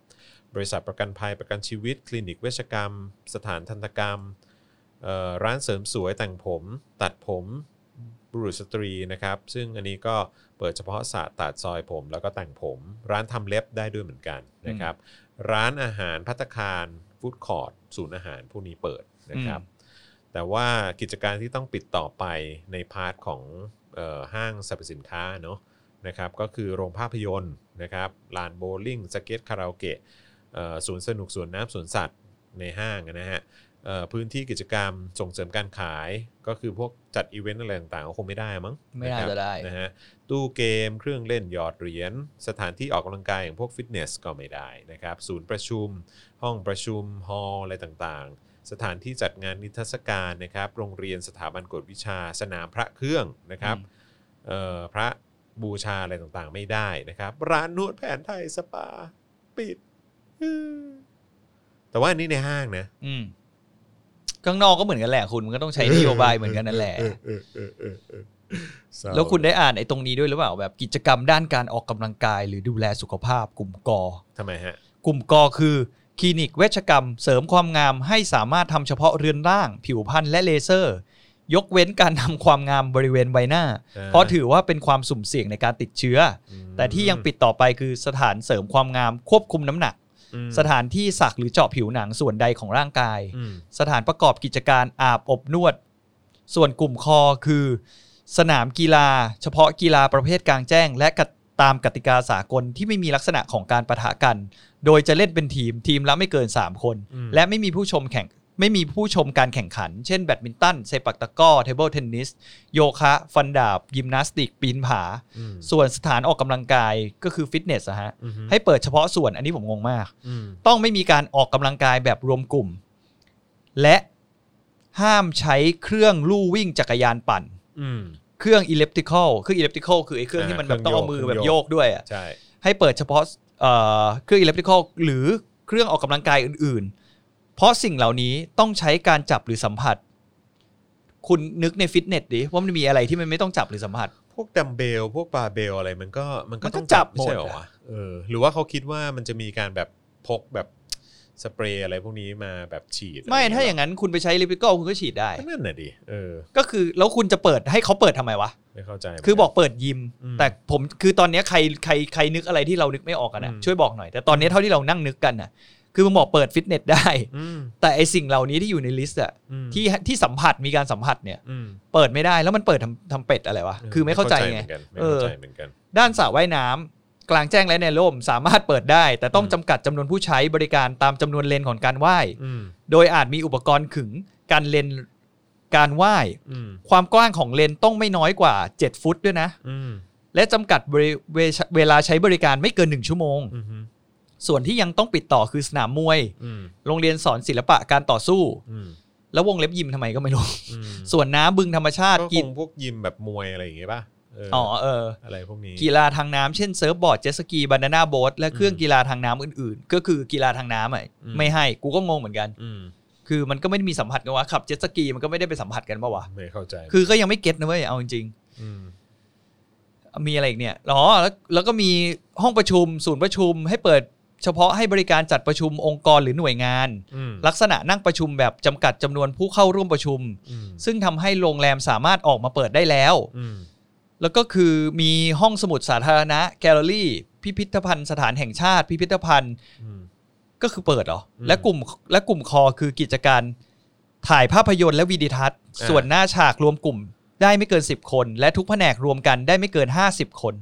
A: บริษัทประกันภัยประกันชีวิต คลินิกเวชกรรม สถานทันตกรรมเอ่อร้านเสริมสวยแต่งผม ตัดผมบุรุษสตรีนะครับ ซึ่งอันนี้ก็เปิดเฉพาะสระตัดซอยผม แล้วก็แต่งผม ร้านทำเล็บได้ด้วยเหมือนกันนะครับ ร้านอาหารพัตตาคารฟู้ดคอร์ดศูนย์อาหารพวกนี้เปิดนะครับ แต่ว่ากิจการที่ต้องปิดต่อไปในพาร์ทของเออห้างสรรพสินค้าเนาะนะครับก็คือโรงภาพยนตร์นะครับลานโบว์ลิ่งสเก็ตคาราโอเกะเอ่อสวนสนุกสวนน้ำสวนสัตว์ในห้างนะฮะ เอ่อพื้นที่กิจกรรมส่งเสริมการขาย ก็คือพวกจัดอีเวนต์อะไรต่างๆก็คงไม่ได้มั้ง
B: ไม่น่าจะได้
A: นครับนะฮะตู้เกมเครื่องเล่นหยอดเหรียญสถานที่ออกกำลังกายอย่างพวกฟิตเนสก็ไม่ได้นะครับ ศูนย์ประชุม ห้องประชุมฮอลล์อะไรต่างๆ สถานที่จัดงานนิทรรศการนะครับ โรงเรียนสถาบันกวดวิชาสนามพระเครื่องนะครับเอ่อพระบูชาอะไรต่างๆ ไม่ได้นะครับ ร้านนวดแผนไทยสปาปิดอืมแต่ว่าอันนี่ในห้างนะ
B: อืมข้างนอกก็เหมือนกันแหละคุณมันก็ต้องใช้นโยบายเหมือนกันนั่นแหละ
A: เออเออเออเออเออเศร้า
B: แล้วคุณได้อ่านไอ้ตรงนี้ด้วยหรือเปล่าแบบกิจกรรมด้านการออกกำลังกาย หรือดูแลสุขภาพกลุ่มกอ
A: ทำไมฮะ
B: กลุ่มกอคือ คลินิกเวชกรรม เสริมความงามให้สามารถทำเฉพาะเรือนร่าง ผิวพรรณและเลเซอร์ ยกเว้นการทำความงามบริเวณใบหน้า
A: อ่า
B: เพราะถือว่าเป็นความสุ่มเสี่ยงในการติดเชื้ออ
A: อืม
B: แต่ที่ยังปิดต่อไปคือสถานเสริมความงามควบคุมน้ำหนัก
A: อืม
B: สถานที่สักหรือเจาะผิวหนังส่วนใดของร่างกาย
A: อืม
B: สถานประกอบกิจการอาบอบนวด ส่วนกลุ่มคอคือ สนามกีฬา เฉพาะกีฬาประเภทกลางแจ้ง และกติตามกติกาสากลที่ไม่มีลักษณะของการประทะกัน โดยจะเล่นเป็นทีมทีมละไม่เกิน 3 คน
A: อืม
B: และไม่มีผู้ชมแข่งไม่มีผู้ชมการแข่งขัน เช่นแบดมินตันเซปักตะกร้อเทเบิลเทนนิส โยคะ ฟันดาบ ยิมนาสติก ปีนผา
A: อืม
B: ส่วนสถานออกกำลังกายก็คือฟิตเนสอะฮะ
A: อืม
B: ให้เปิดเฉพาะส่วนอันนี้ผมงงมาก
A: อืม
B: ต้องไม่มีการออกกำลังกายแบบรวมกลุ่ม และห้ามใช้เครื่องลู่วิ่งจักรยานปั่น
A: อืม
B: เครื่องอิเล็กทริคอลเครื่องอิเล็กทริคอลคือไอ้เครื่อง
A: อ่า
B: ที่มันแบบ
A: เครื่
B: ต้อ
A: อง งโยก
B: เอามือแบบ
A: เครื่อง
B: โย
A: โย
B: ก
A: ก
B: ด้วยอะ
A: ใช่
B: ให้เปิดเฉพาะเอ่อเครื่องอิเล็กทริคอลหรือเครื่องออกกำลังกายอื่นๆ เพราะสิ่งเหล่านี้ต้องใช้การจับหรือสัมผัส คุณนึกในฟิตเนสดิว่ามันมีอะไรที่มันไม่ต้องจับหรือสัมผัส
A: พวกดัมเบลพวกบาร์เบลอะไรมันก็มันก็
B: มันก็
A: ต้อง
B: จับ
A: ไม่ใช่
B: หม
A: เห
B: ด
A: รอ
B: อะ
A: วะเออหรือว่าเขาคิดว่ามันจะมีการแบบพกแบบสเปรย์อะไรพวกนี้มาแบบฉีด
B: ไม่
A: ะร
B: ถ้าอย่างนั้นคุณไปใช้อิเล็กทริคอลคุณก็ฉีดได้
A: ก็นั่นน่ะดิเออ
B: ก็คือแล้วคุณจะเปิดให้เขาเปิดทำไมวะ
A: ไม่เข้าใจ
B: คือบอกเปิดยิม
A: อืม
B: แต่ผมคือตอนเนี้ยใครใครใครนึกอะไรที่เรานึกไม่ออกกันนะ
A: อืม
B: ช่วยบอกหน่อย แต่ตอนเนี้ยเท่าที่เรานั่งนึกกันนะคือมึงบอกเปิดฟิตเนสได้
A: อืม
B: แต่ไอสิ่งเหล่านี้ที่อยู่ในลิสต์อะ
A: อืม
B: ที่ที่สัมผัสมีการสัมผัสเนี่ย
A: อืม
B: เปิดไม่ได้แล้วมันเปิดทำทำเป็ดอะไรวะคือไม่เข้าใจไง
A: ม่เข้าใจเหมือนกันไม่เข้าใจเหมือนกัน
B: ด้านสระว่ายน้ำกลางแจ้งและในร่มสามารถเปิดได้ แต่ต้อง
A: อืม
B: จำกัดจำนวนผู้ใช้บริการตามจำนวนเลนของการว่าย
A: อืม
B: โดยอาจมีอุปกรณ์ขึงการเลนการว่าย
A: อืม
B: ความกว้างของเลนต้องไม่น้อยกว่า 7 ฟุตด้วยนะ
A: อืม
B: และจำกัดบริเวชเวลาใช้บริการไม่เกิน 1 ชั่วโมง
A: อืม
B: ส่วนที่ยังต้องปิดต่อคือสนามมวย
A: อืม
B: โรงเรียนสอนศิลปะการต่อสู้
A: อืม
B: แล้ววงเล็บยิมทำไมก็ไม่รู้
A: อืม
B: ส่วนน้ำบึงธรรมชาติ
A: ก็ค
B: กิน
A: งพวกยิมแบบมวยอะไรอย่างเงี้ยป่ะเออ
B: อ๋อเออ
A: อะไรพวกนี้
B: กีฬาทางน้ำเช่นเซิร์ฟบอร์ดเจ็ตสกีบานาน่าโบ๊ทและเครื่อง
A: อืม
B: กีฬาทางน้ำอื่นๆ ก็คือกีฬาทางน้ำอ่ะ
A: อืม
B: ไม่ให้กูก็งงเหมือนกัน
A: อืม
B: คือมันก็ไม่ได้มีสัมผัสกันวะขับเจ็ตสกีมันก็ไม่ได้ไปสัมผัสกันปะวะ
A: ไม่เข้าใจ
B: คือก็ยังไม่เก็ตนะเว้ยเอาจริงๆ
A: ม
B: มีอะไรอีกเนี่ยอ๋อแล้วแล้วก็มีห้องประชุม ศูนย์ประชุม ให้เปิดเฉพาะให้บริการจัดประชุมองค์กรหรือหน่วยงาน
A: อืม
B: ลักษณะนั่งประชุมแบบจำกัดจำนวนผู้เข้าร่วมประชุม
A: อืม
B: ซึ่งทำให้โรงแรมสามารถออกมาเปิดได้แล้ว
A: อืม
B: แล้วก็คือมีห้องสมุดสาธารณะ แกลเลอรี่ พิพิธภัณฑ์สถานแห่งชาติ พิพิธภัณฑ์
A: อืม
B: ก็คือเปิดเหรอ
A: อืม
B: และกลุ่มและกลุ่มคอคือกิจการถ่ายภาพยนตร์และวิดีทัศน์
A: อ่า
B: ส่วนหน้าฉากรวมกลุ่ม ได้ไม่เกิน 10 คน และทุกแผนกรวมกันได้ไม่เกิน 50 คน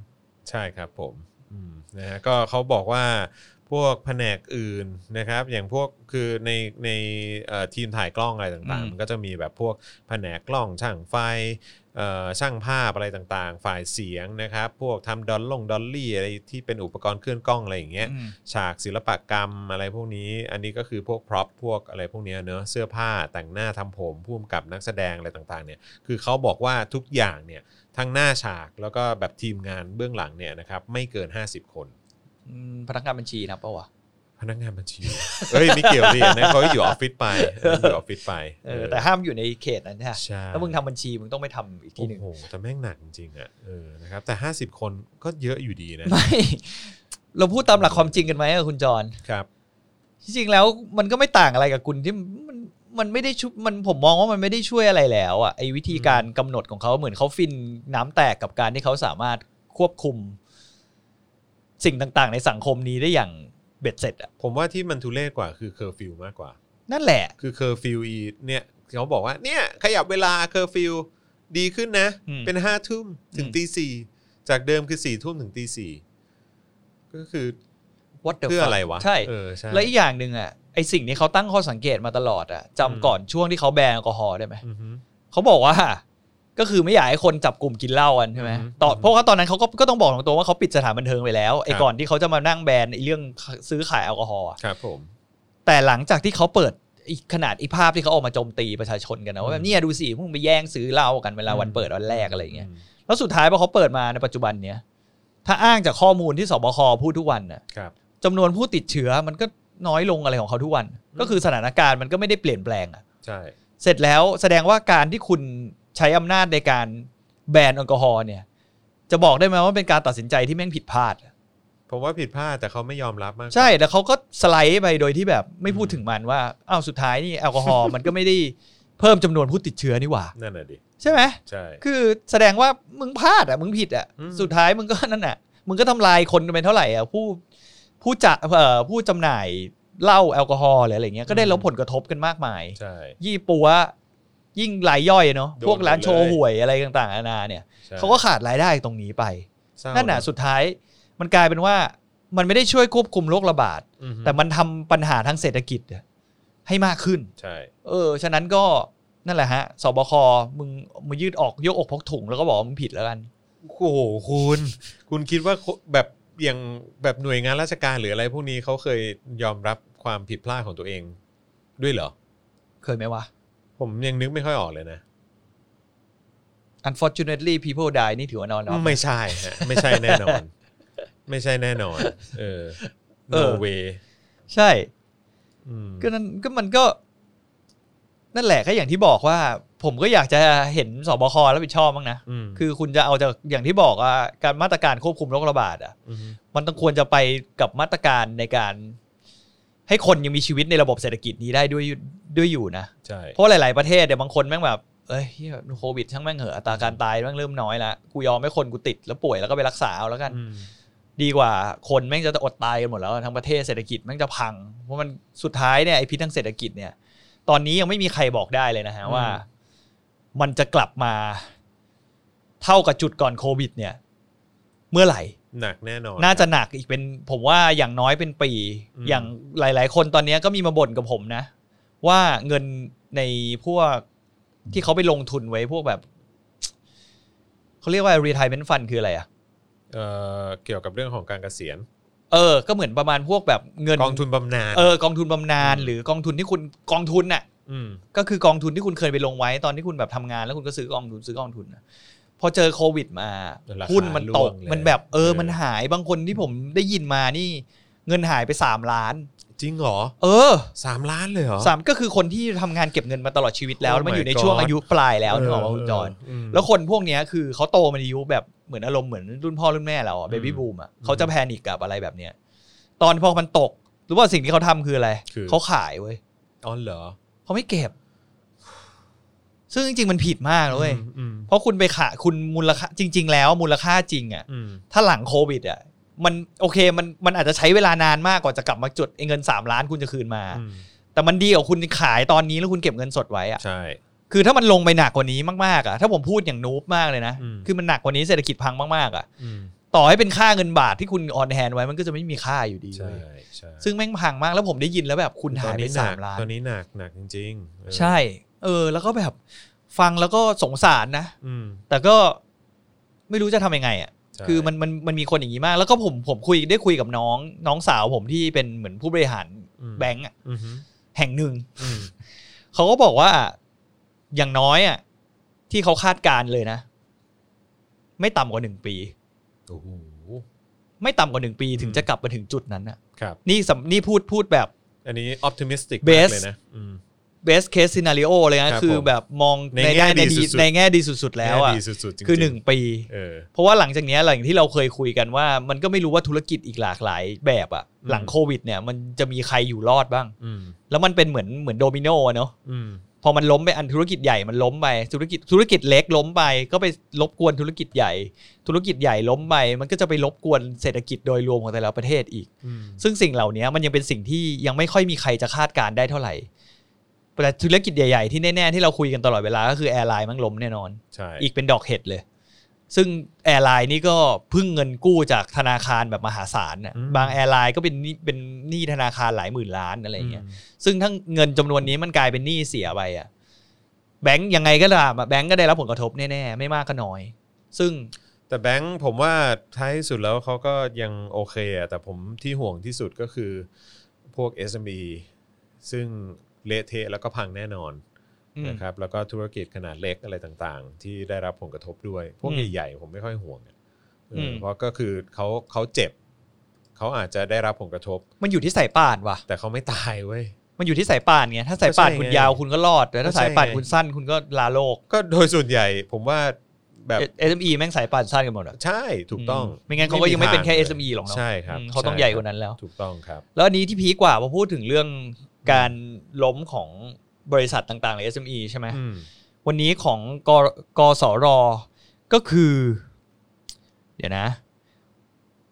A: ใช่ครับผมอืมนะฮะก็เขาบอกว่าพวกแผนกอื่นนะครับ อย่างพวกคือในในเอ่อทีมถ่ายกล้องอะไรต่าง
B: อื
A: ๆ
B: ม
A: มันก็จะมีแบบพวกแผนกกล้องช่างไฟเอ่อช่างภาพอะไรต่างๆ ฝ่ายเสียงนะครับ พวกทำดอลลงดอลลี่อะไรที่เป็นอุปกรณ์เคลื่อนกล้องอะไรอย่างเงี้ย
B: อืม
A: ฉากศิลปกรรมอะไรพวกนี้ อันนี้ก็คือพวกพร็อพพวกอะไรพวกเนี้ยเนอะเสื้อผ้าแต่งหน้าทำผมพ่วมกับนักแสดงอะไรต่างๆเนี่ยคือเขาบอกว่าทุกอย่างเนี่ยทั้งหน้าฉากแล้วก็แบบทีมงานเบื้องหลังเนี่ยนะครับไม่เกิน 50 คน
B: อืมพนักงานบัญชีนะปะวะ
A: พนักงานบัญชี เฮ้ยไม่เกี่ยวดิอันนะเขาอยู่ออฟฟิศไปอันนั้นอยู่ออฟฟิศไป
B: เออแต่ห้ามอยู่ในเขตนั้นใช่ไหม
A: ใช่
B: ถ้ามึงทำบัญชีมึงต้องไปทำอีกที
A: โอ้
B: หนึ่ง
A: โหแต่แม่งหนักจริงๆอ่ะเออนะครับแต่ 50 คนก็เยอะอยู่ดีนะ
B: ไม่ เราพูดตามหลักความจริงกันไหมอะคุณจร
A: ครับ
B: จริงๆแล้วมันก็ไม่ต่างอะไรกับคุณที่มันมันไม่ได้ชุบมันผมมองว่ามันไม่ได้ช่วยอะไรแล้วอ่ะไอ้วิธีการกำหนดของเขาเหมือนเขาฟินน้ำแตกกับการที่เขาสามารถควบคุม สิ่งต่างๆ ในสังคมนี้ได้อย่างเบ็ดเสร็จอ่ะ
A: ผมว่าที่มันทุเรศกว่าคือเคอร์ฟิวมากกว่า
B: นั่นแหละ
A: คือเคอร์ฟิวอีเนี่ยเขาบอกว่าเนี่ยขยับเวลาเคอร์ฟิวดีขึ้นนะ
B: อืม
A: เป็นห้าทุ่มถึง
B: อืม
A: ตีสี่จากเดิมคือสี่ทุ่มถึงตีสี่ก็คือ
B: what the
A: เพื่อ
B: fuck
A: อะไรวะ
B: ใช่
A: เออใช่
B: และอีกอย่างหนึ่งอ่ะไอสิ่งที่เขาตั้งข้อสังเกตมาตลอดอ่ะจำ
A: อืม
B: ก่อนช่วงที่เขาแบนแอลกอฮอล์ได้ไหม
A: อือฮึ
B: เขาบอกว่า ก็คือไม่อยากให้คนจับกลุ่มกินเหล้ากันใช่ไหม
A: อืม
B: ตอนเพราะว่าตอนนั้นเขาก็ก็ต้องบอกตรงๆว่าเขาปิดสถานบันเทิงไปแล้ว
A: ค
B: ไอ้
A: รับ
B: ก่อนที่เขาจะมานั่งแบนไอ้เรื่องซื้อขายแอลกอฮอล์อะ
A: ครับผม
B: แต่หลังจากที่เขาเปิดอีกขนาดอีกภาพที่เขาออกมาโจมตีประชาชนกันนะว่าแบบเนี่ยดูสิพวกมึงไปแย่งซื้อเหล้ากันเวลาวันเปิดวันแรกอะไรอย่างเงี้ย
A: ม
B: แล้วสุดท้ายพอเขาเปิดมาในปัจจุบันเนี้ยถ้าอ้างจากข้อมูลที่สบคพูดทุกวันน่ะ
A: ครับ
B: จำนวนผู้ติดเชื้อมันก็น้อยลงอะไรของเขาทุกวัน ก็คือสถานการณ์มันก็ไม่ได้เปลี่ยนแปลงอะ
A: ใช่
B: เสร็จแล้วแสดงว่าการที่คุณใช้อำนาจในการแบนแอลกอฮอล์เนี่ย จะบอกได้ไหมว่าเป็นการตัดสินใจที่แม่งผิดพลาด
A: ผมว่าผิดพลาดแต่เขาไม่ยอมรับมากกว่า
B: ใช่ แล้วเขาก็สไลด์ไปโดยที่แบบไม่พูด
A: อืม
B: ถึงมันว่าอ้าวสุดท้ายนี่แอลกอฮอล์ มันก็ไม่ได้เพิ่มจำนวนผู้ติดเชื้อนี่หว่า
A: นั่นน่ะดิ
B: ใช่ไหม
A: ใช่
B: คือแสดงว่ามึงพลาดอ่ะมึงผิดอ่ะ
A: อืม
B: สุดท้ายมึงก็ นั่นอ่ะมึงก็ทำลายคนไปเท่าไหร่อ่ะผู้ผู้จะเอ่อผู้จำหน่ายเหล้าแอลกอฮอล์หรืออะไรเงี้ยก็ได้รับผลกระทบกันมากมาย
A: ใช่
B: ยี่ปัวยิ่งรายย่อยเนาะ
A: โดน
B: พวกร้าน
A: หมดเลย
B: โชว์หวยอะไรต่างๆนานาเนี่ย
A: ใช่
B: เขาก็ขาดรายได้ตรงนี้ไป
A: เศร้า
B: นั่นน่ะสุดท้ายมันกลายเป็นว่ามันไม่ได้ช่วยควบคุมโรคระบาด
A: อือฮึ
B: แต่มันทำปัญหาทางเศรษฐกิจให้มากขึ้น
A: ใช่
B: เออ ฉะนั้นก็นั่นแหละฮะสบคมึงมึงยืดออกยกอกพกถุงแล้วก็บอกว่ามึงผิดแล้วกัน
A: โอ้โหคุณ คุณคิดว่าแบบอย่างแบบหน่วยงานราชการหรืออะไรพวกนี้เขาเคยยอมรับความผิดพลาดของตัวเอง ด้วยเหรอ
B: เคยไหมวะ
A: ผมยังนึกไม่ค่อยออกเลยนะ
B: unfortunately people die นี่ถือว่านอน
A: ไม่ใช่ฮะไม่ใช่แน่นอน ไม่ใช่แน่นอน เออ no way
B: ใช่
A: อืม
B: ก็นั่นก็มันก็ นั่นแหละก็อย่างที่บอกว่า ผมก็อยากจะเห็นสบครับผิดชอบบ้างนะ
A: ม
B: คือคุณจะเอาจากอย่างที่บอกว่าการมาตรการควบคุมโรคระบาดอ่ะ
A: ม
B: มันต้องควรจะไปกับมาตรการในการ ให้คนยังมีชีวิตในระบบเศรษฐกิจนี้ได้ด้วยด้วยอยู่นะ
A: ใช่
B: เพราะหลาย ๆประเทศเนี่ยบางคนแม่งแบบเอ้ยเหี้ยโควิดช่างแม่งเหอะอัตราการตายแม่งเริ่มน้อยละกูยอมให้คนกูติดแล้วป่วยแล้วก็ไปรักษาเอาแล้วกัน
A: อืม
B: ดีกว่าคนแม่งจะอดตายกันหมดแล้วทั้งประเทศเศรษฐกิจแม่งจะพัง เพราะมันสุดท้ายเนี่ยไอพิษทางเศรษฐกิจเนี่ย ตอนนี้ยังไม่มีใครบอกได้เลยนะฮะว่า มันจะกลับมา เท่ากับจุดก่อนโควิด เนี่ย เมื่อไหร่
A: หนักแน่นอน
B: น่าจะหนักอีกเป็น ผมว่าอย่างน้อยเป็นปี
A: อืม
B: อย่างหลาย ๆ คนตอนนี้ก็มีมาบ่นกับผมนะ ว่าเงินในพวกที่เขาไปลงทุนไว้พวกแบบ เขาเรียกว่า retirement fund คืออะไรอะ
A: เอ่อเกี่ยวกับเรื่องของการเกษียณ
B: เออ ก็เหมือนประมาณพวกแบบเงิน
A: กองทุนบำนาญ
B: เออกองทุนบำนาญ
A: อืม
B: หรือกองทุนที่คุณกองทุนน่ะ
A: ม
B: ก็คือกองทุนที่คุณเคยไปลงไว้ตอนที่คุณแบบทำงานแล้วคุณก็ซื้อกองทุนซื้อกองทุนน่ะพอเจอโควิดมา
A: ราคา
B: หุ้นมันต
A: ร่ว
B: ก
A: งเลย
B: มันแบบเออมันหายบางคนที่ผมได้ยินมานี่ เงินหายไปสามล้าน
A: จริงเหรอ
B: เออ
A: สามล้านเลยเหรอ
B: สามก็คือคนที่ทำงานเก็บเงินมาตลอดชีวิตแล้ว
A: Oh my
B: มันอยู่ในช่วง
A: God
B: อายุปลายแล้วนึกออกป่ะ
A: เ
B: คุณจอน
A: ม
B: แล้วคนพวกเนี้ยคือเขาโตมาในอายุแบบเหมือนอารมณ์เหมือนรุ่นพ่อรุ่นแม่เราอะเบบี้
A: อืม
B: บูมอะ
A: อืม
B: เขาจะแพนิคกับอะไรแบบเนี้ยตอนพอมันตกหรือว่าสิ่งที่เขาทำคืออะไร
A: คือ
B: เขาขายเว้ย
A: อ๋อเหรอ
B: เขาไม่เก็บ ซึ่งจริงๆมันผิดมากนะเลย
A: อืมอืม
B: เพราะคุณไปขายคุณมูลค่าจริง ๆ แล้วมูลค่าจริงอะ
A: อืม
B: ถ้าหลังโควิดอ่ะมันโอเคมันมันอาจจะใช้เวลานานมากกว่าจะกลับมาจุดไอ้เงิน 3 ล้านคุณจะคืนมา
A: อืม
B: แต่มันดีกว่าคุณขายตอนนี้แล้วคุณเก็บเงินสดไว้อ่ะ
A: ใช่
B: คือถ้ามันลงไปหนักกว่านี้มากๆอ่ะถ้าผมพูดอย่างนูบมากเลยนะ
A: อืม
B: คือมันหนักกว่านี้เศรษฐกิจพังมากๆอ่ะ
A: อืม
B: ต่อให้เป็นค่าเงินบาทที่คุณออนแฮนไว้มันก็จะไม่มีค่าอยู่ดี
A: ใช่
B: เว้ย
A: ใช่
B: ซึ่งแม่งพังมากแล้วผมได้ยินแล้วแบบคุณหายไป
A: ตอ
B: สามล้าน
A: ตอนนี้หนักหนักจริงๆเออ
B: ใช่ เออ แล้วก็แบบฟังแล้วก็สงสารนะ
A: อืม
B: แต่ก็ไม่รู้จะทำยังไงอ่ะ
A: ใช่
B: คือมันมันมันมีคนอย่างนี้มาก แล้วก็ผมผมคุยได้คุยกับน้องน้องสาวผมที่เป็นเหมือนผู้บริหาร
A: อืม
B: แบงก์อะ
A: อือฮึ
B: แห่งหนึ่ง
A: อืม
B: เขาก็บอกว่าอย่างน้อยอ่ะที่เขาคาดการณ์เลยนะ ไม่ต่ำกว่าหนึ่งปี
A: โอ้โห
B: ไม่ต่ำกว่าหนึ่งปี ถึง
A: อืม
B: จะกลับมาถึงจุดนั้นนะครับ นี่สำนี่พูดพูดแบบ
A: อันนี้ optimistic มาก
B: Best
A: เลยนะอืม
B: best case scenario เลย
A: ครั
B: นะ
A: บ
B: คือ
A: ผม
B: แบบมอง
A: ในแง่
B: ใน
A: ดี
B: ดี
A: สุดๆ
B: ในแง่ดีสุดๆ แล้วอ่ะ
A: น่ดีสุดๆจริงๆ
B: คือหนึ่งปี
A: เออ
B: เพราะว่าหลังจากเนี้ยหลังที่เราเคยคุยกันว่า มันก็ไม่รู้ว่าธุรกิจอีกหลากหลายแบบอะ
A: อืม
B: หลังโควิดเนี่ยมันจะมีใครอยู่รอดบ้าง
A: อืม
B: แล้วมันเป็นเหมือนเหมือนโดมิโนอะเนาะ
A: อืม
B: พอมันล้มไปอันธุรกิจใหญ่มันล้มไปธุรกิจธุรกิจเล็กล้มไป ก็ไปรบกวนธุรกิจใหญ่ ธุรกิจใหญ่ล้มไปมันก็จะไปรบกวนเศรษฐกิจโดยรวมของแต่ละประเทศอีก
A: อืม
B: ซึ่งสิ่งเหล่านี้มันยังเป็นสิ่งที่ยังไม่ค่อยมีใครจะคาดการณ์ได้เท่าไหร่แต่ธุรกิจใหญ่ๆที่แน่ๆที่เราคุยกันตลอดเวลาก็คือแอร์ไลน์มันล้มแน่นอน
A: ใช่
B: อีกเป็นดอกเห็ดเลย ซึ่งแอร์ไลน์นี่ก็พึ่งเงินกู้จากธนาคารแบบมหาศาลน่ะ
A: อืม
B: บางแอร์ไลน์ก็เป็นหนี้เป็นหนี้ธนาคารหลายหมื่นล้านอะไรอย่างเงี้ย ซึ่งถ้าเงินจำนวนนี้มันกลายเป็นหนี้เสียไปอะแบงก์ยังไงก็ตามอะแบงก์ก็ได้รับผลกระทบแน่ๆ ไม่มากก็น้อย ซึ่ง
A: แต่แบงค์ผมว่าท้ายสุดแล้วเขาก็ยังโอเคอะแต่ผมที่ห่วงที่สุดก็คือพวก SME ซึ่งเละเทะแล้วก็พังแน่นอน
B: อืม
A: นะครับแล้วก็ธุรกิจขนาดเล็กอะไรต่างๆ ที่ได้รับผลกระทบด้วย พวก
B: อืม
A: ใหญ่ๆผมไม่ค่อยห่วงอะเอออ
B: ม
A: เพราะก็คือเขาเขาเจ็บ เขาอาจจะได้รับผลกระทบ
B: มันอยู่ที่สายป่านว่ะ
A: แต่เขาไม่ตายเว้ย
B: มันอยู่ที่สายป่านไงถ้าสายป่าน
A: ก็ใช่ไง
B: คุณยาวคุณก็รอดแต่ถ้า
A: ก็ใช่
B: สายป่าน
A: ไง
B: คุณสั้นคุณก็ลาโลก
A: ก็โดยส่วนใหญ่ผมว่าแบบ
B: เอสเอ็มอีแม่งสายป่านสั้นกันหมดอะ
A: ใช่ถูกต้อง
B: มไม่งั้นเขาก็ยังไม่เป็นแค่ SME หรอกเนาะ
A: ใช่ครับ
B: อืมเขาต้อง
A: ช่
B: ใหญ่กว่านั้นแล้ว
A: ถูกต้องครับ
B: แล้วอันนี้ที่พีคกว่าพอพูดถึงเรื่องการล้มของบริษัทต่างๆหรือ SME ใช่ไหม
A: อืม
B: วันนี้ของกกสรก็คือ เดี๋ยวนะ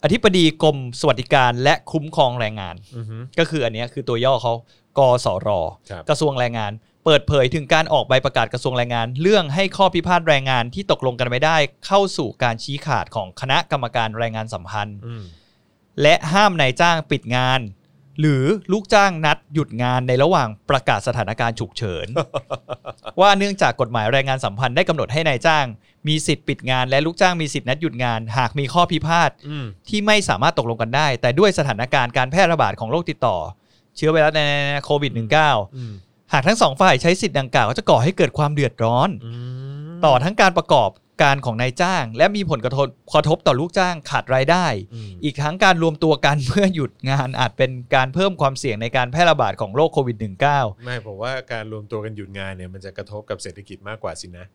B: อธิบดีกรมสวัสดิการและคุ้มครองแรงงาน
A: อือฮึ
B: ก็คืออันเนี้ยคือตัวย่อเขากสร
A: ครับ
B: กระทรวงแรงงาน เปิดเผยถึงการออกใบประกาศกระทรวงแรงงาน เรื่องให้ข้อพิพาทแรงงานที่ตกลงกันไม่ได้ เข้าสู่การชี้ขาดของคณะกรรมการแรงงานสัมพันธ์
A: อืม
B: และห้ามนายจ้างปิดงาน หรือลูกจ้างนัดหยุดงานในระหว่างประกาศสถานการณ์ฉุกเฉิน ว่าเนื่องจากกฎหมายแรงงานสัมพันธ์ได้กำหนดให้นายจ้าง มีสิทธิ์ปิดงาน และลูกจ้างมีสิทธิ์นัดหยุดงาน หากมีข้อพิพาท
A: อืม
B: ที่ไม่สามารถตกลงกันได้ แต่ด้วยสถานการณ์การแพร่ระบาดของโรคติดต่อ เชื้อไวรัสในโควิด
A: อืม
B: -19 หากทั้งสองฝ่ายใช้สิทธิ์ดังกล่าวก็จะก่อให้เกิดความเดือดร้อน
A: อืม
B: ต่อทั้งการประกอบการของนายจ้าง และมีผลกระทบกระทบต่อลูกจ้างขาดรายได้
A: ม
B: อีกทั้งการรวมตัวกัน เพื่อหยุดงานอาจเป็นการเพิ่มความเสี่ยงในการแพร่ระบาดของโรคโควิด -19
A: ไม่ผมว่าการรวมตัวกันหยุดงานเนี่ยมันจะกระทบกับเศรษฐกิจมากกว่าสินะ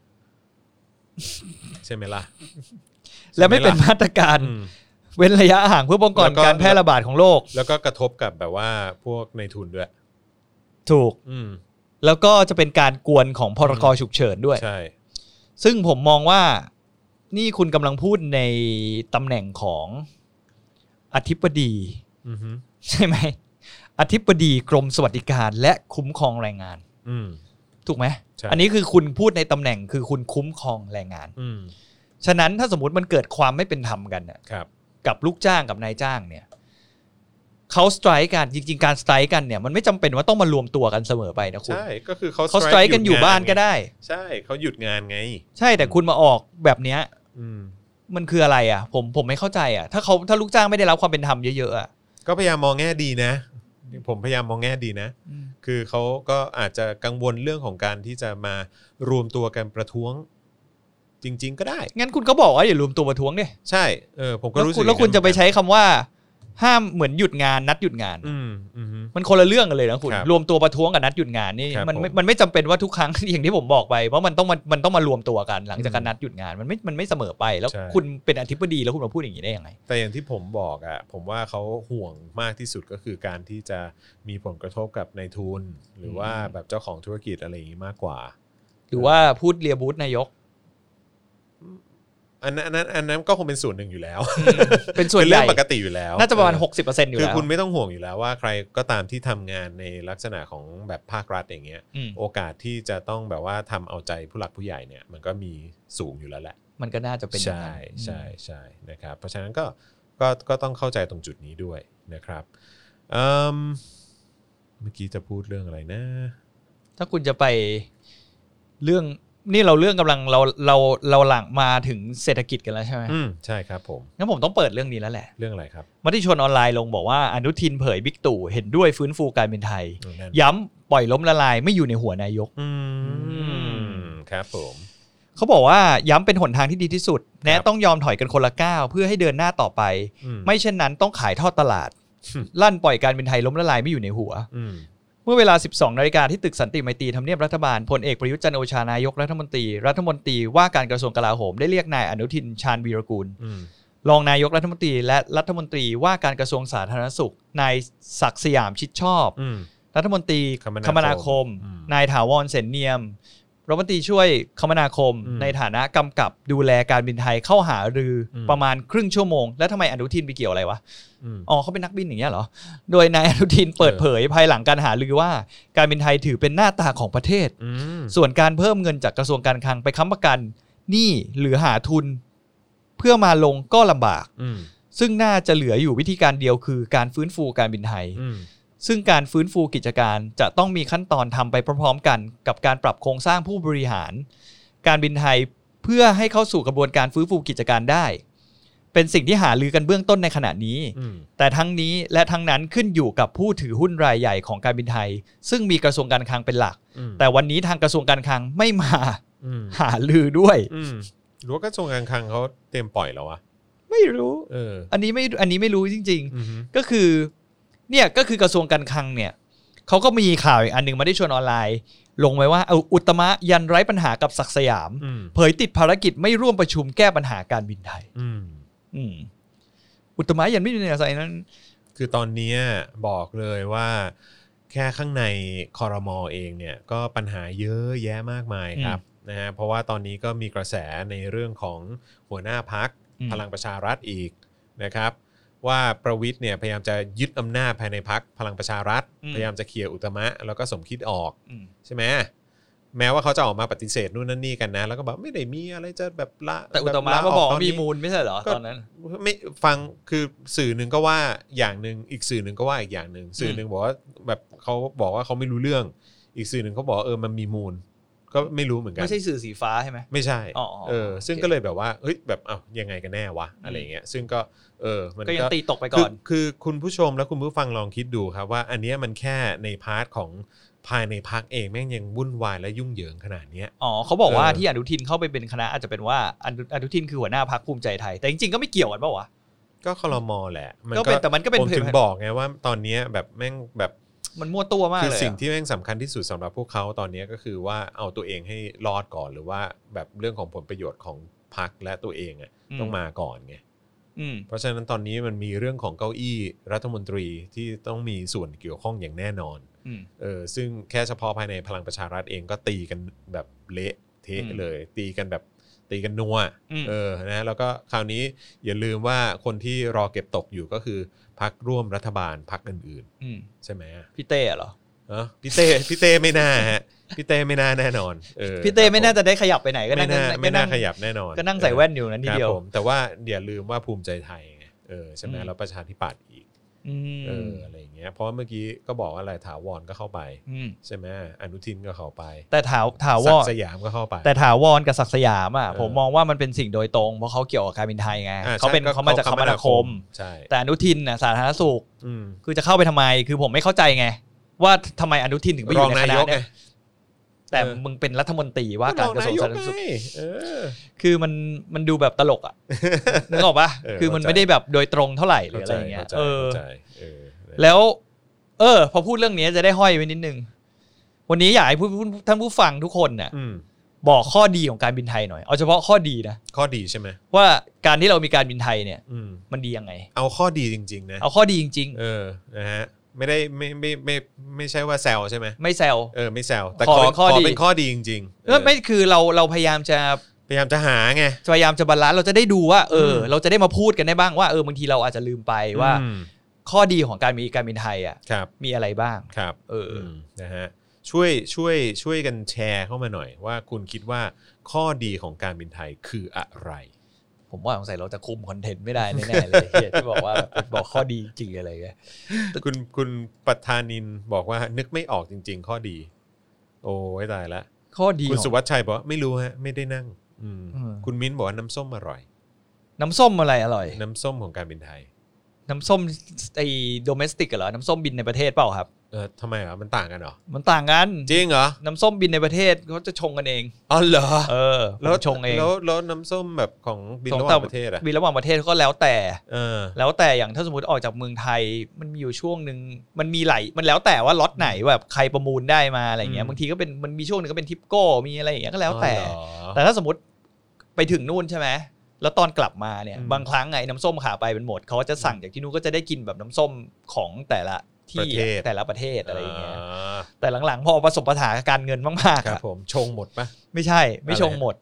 A: ใช่ไหมล่ะ
B: และไม่เป็น
A: ใช่หล่
B: มาตรการ
A: อืม
B: เว้นระยะห่างเพื่อป้องกัน
A: แล้วก็
B: การแพร่ระบาดของโรค
A: แล้วก็กระทบกับแบบว่าพวกในทุนด้วย
B: ถูก
A: อืม
B: แล้วก็จะเป็นการกวนของพรกฉุกเฉินด้วย
A: ใช่
B: ซึ่งผมมองว่านี่คุณกำลังพูดในตำแหน่งของอธิบดี
A: อืม
B: ใช่ไหมอธิบดีกรมสวัสดิการและคุ้มครองแรงงาน
A: อืม
B: ถูกไหม
A: ใช่
B: อันนี้คือคุณพูดในตำแหน่งคือคุณคุ้มครองแรงงาน
A: อืม
B: ฉะนั้นถ้าสมมติมันเกิดความไม่เป็นธรรมกันน่ะ
A: ครับ
B: กับลูกจ้างกับนายจ้างเนี่ยเขาสไตรกันจริง ๆ การสไตรกันเนี่ยมันไม่จำเป็นว่าต้องมารวมตัวกันเสมอไปนะคุณ
A: ใช่ก็คือเขา
B: เขาสไตรค์กันอยู่บ้านก็ได้
A: ใช่เขาหยุดงานไง
B: ใช่แต่คุณมาออกแบบเนี้ย
A: อืม
B: มันคืออะไรอ่ะ ผมผมไม่เข้าใจอ่ะ ถ้าเขาถ้าลูกจ้างไม่ได้รับความเป็นธรรมเยอะๆอ่ะ
A: ก็พยายามมองแง่ดีนะ ผมพยายามมองแง่ดีนะ คือเขาก็อาจจะกังวลเรื่องของการที่จะมารวมตัวกันประท้วง จริง ๆ ก็ได้
B: งั้นคุณก็บอกว่าอย่ารวมตัวประท้วงดิ
A: ใช่เออผมก็
B: แล้ว
A: รู้สึ
B: คุ
A: ก
B: ณแล้วคุณ
A: อย่า
B: จะ
A: งนั้น
B: ไปใช้คำว่า ห้ามเหมือนหยุดงานนัดหยุดงาน
A: อืมอืมฮึ
B: มันคนละเรื่องกันเลยนะคุณ
A: ครับ
B: รวมตัวประท้วงกับนัดหยุดงานนี่
A: ครับ
B: มันไม่
A: ผม
B: มันไม่จำเป็นว่าทุกครั้ง อย่างที่ผมบอกไปว่ามันต้องมันมันต้องมารวมตัวกันหลังจากการนัดหยุดงานมันไม่มันไม่เสมอไปแล้ว
A: ใช่
B: คุณเป็นอธิบดีแล้วคุณมาพูดอย่างนี้ได้ยังไง
A: แต่อย่างที่ผมบอกอะ่ะ ผมว่าเขาห่วงมากที่สุดก็คือการที่จะมีผลกระทบกับในายทุน หรือว่า
B: อืม
A: แบบเจ้าของธุรกิจอะไรอย่างนี้มากกว่า
B: หรือว่าพูดเลียบูธนายก
A: อันนั้นอันนั้นอันนั้นก็คงเป็นส่วนหนึ่งอยู่แล้ว
B: เป็นส่วน
A: เป็น
B: ให
A: เรื่อ
B: ญ่
A: งปกติอยู่แล้ว
B: น่าจะประมาณ
A: เออ
B: หกสิบเปอร์เซ็นต์อยู่
A: คือ
B: แล้ว
A: คุณไม่ต้องห่วงอยู่แล้วว่าใครก็ตามที่ทำงานในลักษณะของแบบภาครัฐอย่างเงี้ย
B: อืม
A: โอกาสที่จะต้องแบบว่าทำเอาใจผู้หลักผู้ใหญ่เนี่ย มันก็มีสูงอยู่แล้วแหละ
B: มันก็น่าจะเป็นอย่าง
A: ใช่
B: นั้น
A: ใช่ใช่นะครับ เพราะฉะนั้นก็ก็ก็ต้องเข้าใจตรงจุดนี้ด้วยนะครับเอิ่มเมื่อกี้จะพูดเรื่องอะไรนะ
B: ถ้าคุณจะไปเรื่องนี่เราเรื่องกำลังเราเราเราหลังมาถึงเศรษฐกิจกันแล้วใช่ไหม
A: อืมใช่ครับผม
B: งั้นผมต้องเปิดเรื่องนี้แล้วแหละ
A: เรื่องอะไรครับ
B: มติชนออนไลน์ลงบอกว่าอนุทินเผยบิ๊กตู่เห็นด้วยฟื้นฟูการเป็นไทย
A: อืมนั่น
B: ย้ำปล่อยล้มละลายไม่อยู่ในหัวนายก
A: อืมครับผม
B: เขาบอกว่าย้ำเป็นหนทางที่ดีที่สุดแนะต้องยอมถอยกันคนละก้าวเพื่อให้เดินหน้าต่อไป
A: อืม
B: ไม่เช่นนั้นต้องขายทอดต ลาด
A: ฮึ
B: ลั่นปล่อยการเป็นไทยล้มละลายไม่อยู่ในหัว
A: อืม
B: เมื่อเวลา 12 นาฬิกาที่ตึกสันติไมตรีทำเนียบรัฐบาลพลเอกประยุทธ์จันทร์โอชานายกรัฐมนตรี รัฐมนตรีว่าการกระทรวงกลาโหมได้เรียกนายอนุทินชาญวีรกูล
A: อืม
B: รองนายกรัฐมนตรี และรัฐมนตรีว่าการกระทรวงสาธารณสุขนายศักดิ์สยามชิดชอบ
A: อืม
B: รัฐมนตรี
A: คมนาคม
B: คมนาคม
A: อืม
B: นายถาวรเสนเนียม รัฐมนตรีช่วยคมนาคม
A: อืม
B: ในฐานะกำกับดูแลการบินไทยเข้าหารืออ
A: ม
B: ประมาณครึ่งชั่วโมง แล้วทำไมอนุทินไปเกี่ยวอะไรวะ
A: อืม
B: อ๋อเขาเป็นนักบินอย่างเงี้ยเหรอ โดยนายอนุทินเปิดเผยภายหลังการหารือว่า การบินไทยถือเป็นหน้าตาของประเทศ
A: อืม
B: ส่วนการเพิ่มเงินจากกระทรวงการคลังไปค้ำประกันหนี้หรือหาทุน เพื่อมาลงก็ลำบาก
A: อืม
B: ซึ่งน่าจะเหลืออยู่วิธีการเดียวคือการฟื้นฟูการบินไทย
A: อืม
B: ซึ่งการฟื้นฟูกิจการจะต้องมีขั้นตอนทำไปพร้อมๆกัน กับการปรับโครงสร้างผู้บริหาร การบินไทยเพื่อให้เข้าสู่กระบวนการฟื้นฟูกิจการได้ เป็นสิ่งที่หาลือกันเบื้องต้นในขณะนี้
A: อืม
B: แต่ทั้งนี้และทั้งนั้นขึ้นอยู่กับผู้ถือหุ้นรายใหญ่ของการบินไทย ซึ่งมีกระทรวงการคลังเป็นหลัก
A: อืม
B: แต่วันนี้ทางกระทรวงการคลังไม่มา
A: อืม
B: หาลือด้วย
A: อืมหรือว่ากระทรวงการคลังเขาเต็มปล่อยแล้ววะ
B: ไม่รู้
A: เออ
B: อันนี้ไม่อันนี้ไม่รู้จริง ๆ
A: อืม
B: ก็คือเนี่ยก็คือกระทรวงการคลังเนี่ยเขาก็มีข่าวอีกอันหนึ่งมาได้ชวนออนไลน์ ลงไว้ว่าเอาอุตมะยันไร้ปัญหากับศักดิ์สยาม
A: อืม
B: เผยติดภารกิจไม่ร่วมประชุมแก้ปัญหาการบินไทย
A: อืม
B: อืมอุตมะยันไม่ได้ในสายนั้น
A: คือตอนเนี้ยบอกเลยว่าแค่ข้างในคอรมอเองเนี่ยก็ปัญหาเยอะแยะมากมายครับนะฮะเพราะว่าตอนนี้ก็มีกระแสในเรื่องของหัวหน้าพัก
B: อืม
A: พลังประชารัฐอีกนะครับ ว่าประวิทย์เนี่ยพยายามจะยึดอำนาจภายในพักพลังประชารัฐ พยายามจะเคลียร์อุตมะแล้วก็สมคิดออก
B: อืม
A: ใช่ไหมแม้ว่าเขาจะออกมาปฏิเสธนู่นนั่นนี่กันนะ แล้วก็บอกไม่ได้มีอะไรจะแบบละ
B: แต่อุตมะ
A: ล
B: มาบอก
A: ต
B: ว่ามี
A: นี้
B: มูลไม่ใช่เหรอ
A: ก็
B: ตอนนั้น
A: ไม่ฟังคือสื่อหนึ่งก็ว่าอย่างหนึ่งอีกสื่อหนึ่งก็ว่าอีกอย่างหนึ่งสื่อหนึ่งบอกว่าแบบเขาบอกว่าเขาไม่รู้เรื่อง อีกสื่อหนึ่งเขาบอกว่าเออมันมีมูล ก็ไม่รู้เหมือนกัน
B: ไม่ใช่สื่อสีฟ้าใช่ไหม
A: ไม่ใช่
B: อ๋ออ๋อ
A: เออ
B: โอเค
A: ซึ่งก็เลยแบบว่าเฮ้ยแบบเอ้ายังไงกันแน่วะอะไรเงี้ยซึ่งก็เออมัน
B: ก็ยัง
A: ก็
B: ตีตกไปก่อ
A: คือ
B: น
A: คือคุณผู้ชมและคุณผู้ฟังลองคิดดูครับว่าอันเนี้ยมันแค่ในพาร์ทของภายในพักเองแม่งยังวุ่นวายและยุ่งเหยิงขนาดเนี้ย
B: อ๋อเขาบอกว่า
A: เออ
B: ที่อนุทินเข้าไปเป็นคณะอาจจะเป็นว่าอนุอนุทินคือหัวหน้าพักภูมิใจไทย แต่จริงๆก็ไม่เกี่ยวกันเปล่าวะ
A: ก็คลมอแหละมัน
B: ก็เป็นแต่มันก็เป็น
A: ผมถึงบอกไงว่าตอนเนี้ยแบบแม่งแบบ
B: มันมั่วตัวมาก
A: คื
B: เล
A: อย
B: อะ
A: สิ่งที่แม่งสำคัญที่สุดสำหรับพวกเขาตอนเนี้ยก็คือว่าเอาตัวเองให้รอดก่อนหรือว่าแบบเรื่องของผลประโยชน์ของพักและตัวเองอะ
B: อืม
A: ต้องมาก่อนไง
B: อืม
A: เพราะฉะนั้นตอนนี้มันมีเรื่องของเก้าอี้รัฐมนตรีที่ต้องมีส่วนเกี่ยวข้องอย่างแน่นอน
B: อืม
A: เออซึ่งแค่เฉพาะภายในพลังประชารัฐเองก็ตีกันแบบเละเทะ
B: อืม
A: เลย ตีกันแบบตีกันนัว
B: อืม
A: เออนะแล้วก็คราวนี้อย่าลืมว่าคนที่รอเก็บตกอยู่ก็คือพักร่วมรัฐบาลพักอื่น
B: อืม
A: ๆ ใช่ไหม
B: พี่เต้เหรอ
A: เออพี่เต้พี่เต้ไม่น่าฮะพี่เต้ไม่น่าแน่นอนออ
B: พี่เต้ไม่น่า
A: ครับ
B: จะได้ขยับไปไหน
A: ผ
B: ก็
A: ม
B: นั่
A: ไม่
B: ง
A: น่า
B: ก็ง
A: ไม่น่าขยับแน่นอน
B: ก็นั่งใส่แว่นอยู่นั้นที
A: ครับ
B: เดียว
A: ผมแต่ว่าอย่าลืมว่าภูมิใจไทยไงเออใช่ไหม
B: อืม
A: แล้วประชาธิปัตย์อีก
B: อืม
A: เอออะไรอย่างเงี้ยเพราะว่าเมื่อกี้ก็บอกว่าอะไรถาวรก็เข้าไป
B: ม
A: ใช่ไหมอนุทินก็เข้าไป
B: แต่ถาวถาว
A: ศัก
B: ร
A: ดิ์สยามก็เข้าไป
B: แต่ถาวรกับศักดิ์สยามอ่ะ
A: เออ
B: ผมมองว่ามันเป็นสิ่งโดยตรง เพราะเขาเกี่ยวกับการบินไทยไง
A: อ่ะ
B: เขาเป็น
A: ใช่
B: เขามาจากคมนาคม
A: ใช่
B: แต่อนุทินน่ะสาธารณสุข
A: อืม
B: คือจะเข้าไปทำไม คือผมไม่เข้าใจไง ว่าทำไมอนุทินถึงไปอ
A: รอยู่ ง
B: ใน
A: นา
B: คณะ
A: ยกไง
B: เนี่ยแต่มึงเป็นรัฐมนตรีว่าการกระทรวงสาธารณสุข
A: ไเออ
B: คือมันมันดูแบบตลกอ่ะ นึกออกปะ
A: เออ
B: คือมัน
A: เข้าใจ
B: ไม่ได้แบบโดยตรงเท่าไหร่หรือ
A: เข้าใจ
B: อะไรอย่างเงี้ย
A: เข้าใจ
B: เออ
A: เข้าใจเออ
B: แล้ว เออ พอพูดเรื่องนี้จะได้ห้อยไว้นิดนึง วันนี้อยากให้ผู้ผู้ท่านผู้ฟังทุกคนเนี่ย
A: อืม
B: บอกข้อดีของการบินไทยหน่อย เอาเฉพาะข้อดีนะ
A: ข้อดีใช่ไหม
B: ว่าการที่เรามีการบินไทยเนี่ย
A: อืม
B: มันดียังไง
A: เอาข้อดีจริง ๆ นะ
B: เอาข้อดีจริง
A: เออนะฮะไม่ได้ไม่ไม่ไม่ไม่ไม่ใช่ว่าแซวใช่ไหม
B: ๆ ไม่แซว
A: เออไม่แซวแต่
B: ข
A: ข
B: อ
A: อ
B: เป็น
A: ข
B: ข้อ
A: อ
B: ดี
A: เป็นข้อดีจริงๆเอ
B: เออ
A: อ
B: ไม่คือเราเราพยายามจะ
A: พยายามจะหาไง
B: พยายามจะบาลานซ์เราจะได้ดูว่าเอออ
A: ม
B: เราจะได้มาพูดกันได้บ้างว่าเออบางทีเราอาจจะลืมไปว่า
A: อืม
B: ข้อดีของการมีการบินไทยอ่ะ
A: ครับ
B: มีอะไรบ้าง
A: ครับ
B: เอออ
A: มนะฮะช่วยช่วยช่วยกันแชร์เข้ามาหน่อยว่าคุณคิดว่าข้อดีของการบินไทยคืออะไร
B: ผมว่าสงสัยเราจะคุมคอนเทนต์ไม่ได้แน่ๆเลยเหี้ยที่บอกว่าแบบบอกข้อดีจริงอะไรเงี้ย
A: คุณคุณปัทานินบอกว่านึกไม่ออกจริง ๆ ข้อดี โอ้ยตายละ
B: ข้อดี
A: คุณ
B: ของ
A: สุวัสด์ชัยบอกว่าไม่รู้ฮะ ไม่ได้นั่ง อืม
B: อืม
A: คุณมิ้นบอกว่าน้ำส้มอร่อย
B: น้ำส้มอะไรอร่อย
A: น้ำส้มของการบินไทย
B: น้ำส้มไอ้โดเมสติกเหรอ น้ำส้มบินในประเทศเปล่าครับ
A: เออทำไมอ่ะมันต่างกันเหรอ
B: มันต่างกัน
A: จริงเหรอ
B: น้ำส้มบินในประเทศเขาจะชงกันเอง
A: อ๋อเหรอ
B: เออ
A: แล้ว
B: ผมชงเอง
A: แล้วแล้วน้ำส้มแบบของบิน
B: ส่
A: ระห
B: ต่
A: ว่างประเทศอ่ะ
B: บินระหว่างประเทศก็แล้วแต่
A: เออ
B: แล้วแต่อย่างถ้าสมมติออกจากเมืองไทยมันมีอยู่ช่วงหนึ่งมันมีไหลายมันแล้วแต่ว่าล็อตไหนแบบใครประมูลได้มาอะไรเงี้
A: อื
B: ย
A: ม
B: บางทีก็เป็นมันมีช่วงหนึ่งก็เป็นทิปโก้มีอะไรอย่างเงี้ยก็แล้วแต่
A: อ๋อเหรอ
B: แต่ถ้าสมมติไปถึงนู่นใช่ไหม แล้วตอนกลับมาเนี่ย
A: อืม
B: บางครั้งไงน้ำส้มขาไปเป็นหมด เขาจะสั่งจากที่นู่นก็จะได้กินแบบน้ำส้มของแต่ละที่
A: ประเทศ
B: แต่ละประเทศอะไรอย่างเงี้ย
A: า
B: แต่หลังๆ พอผสมผสานกับการเงินมาก
A: ค
B: ๆ
A: รับ
B: อะ
A: ผมชงหมดปะ
B: ไม่ใช่ ไม่ชง
A: อะไร
B: หมด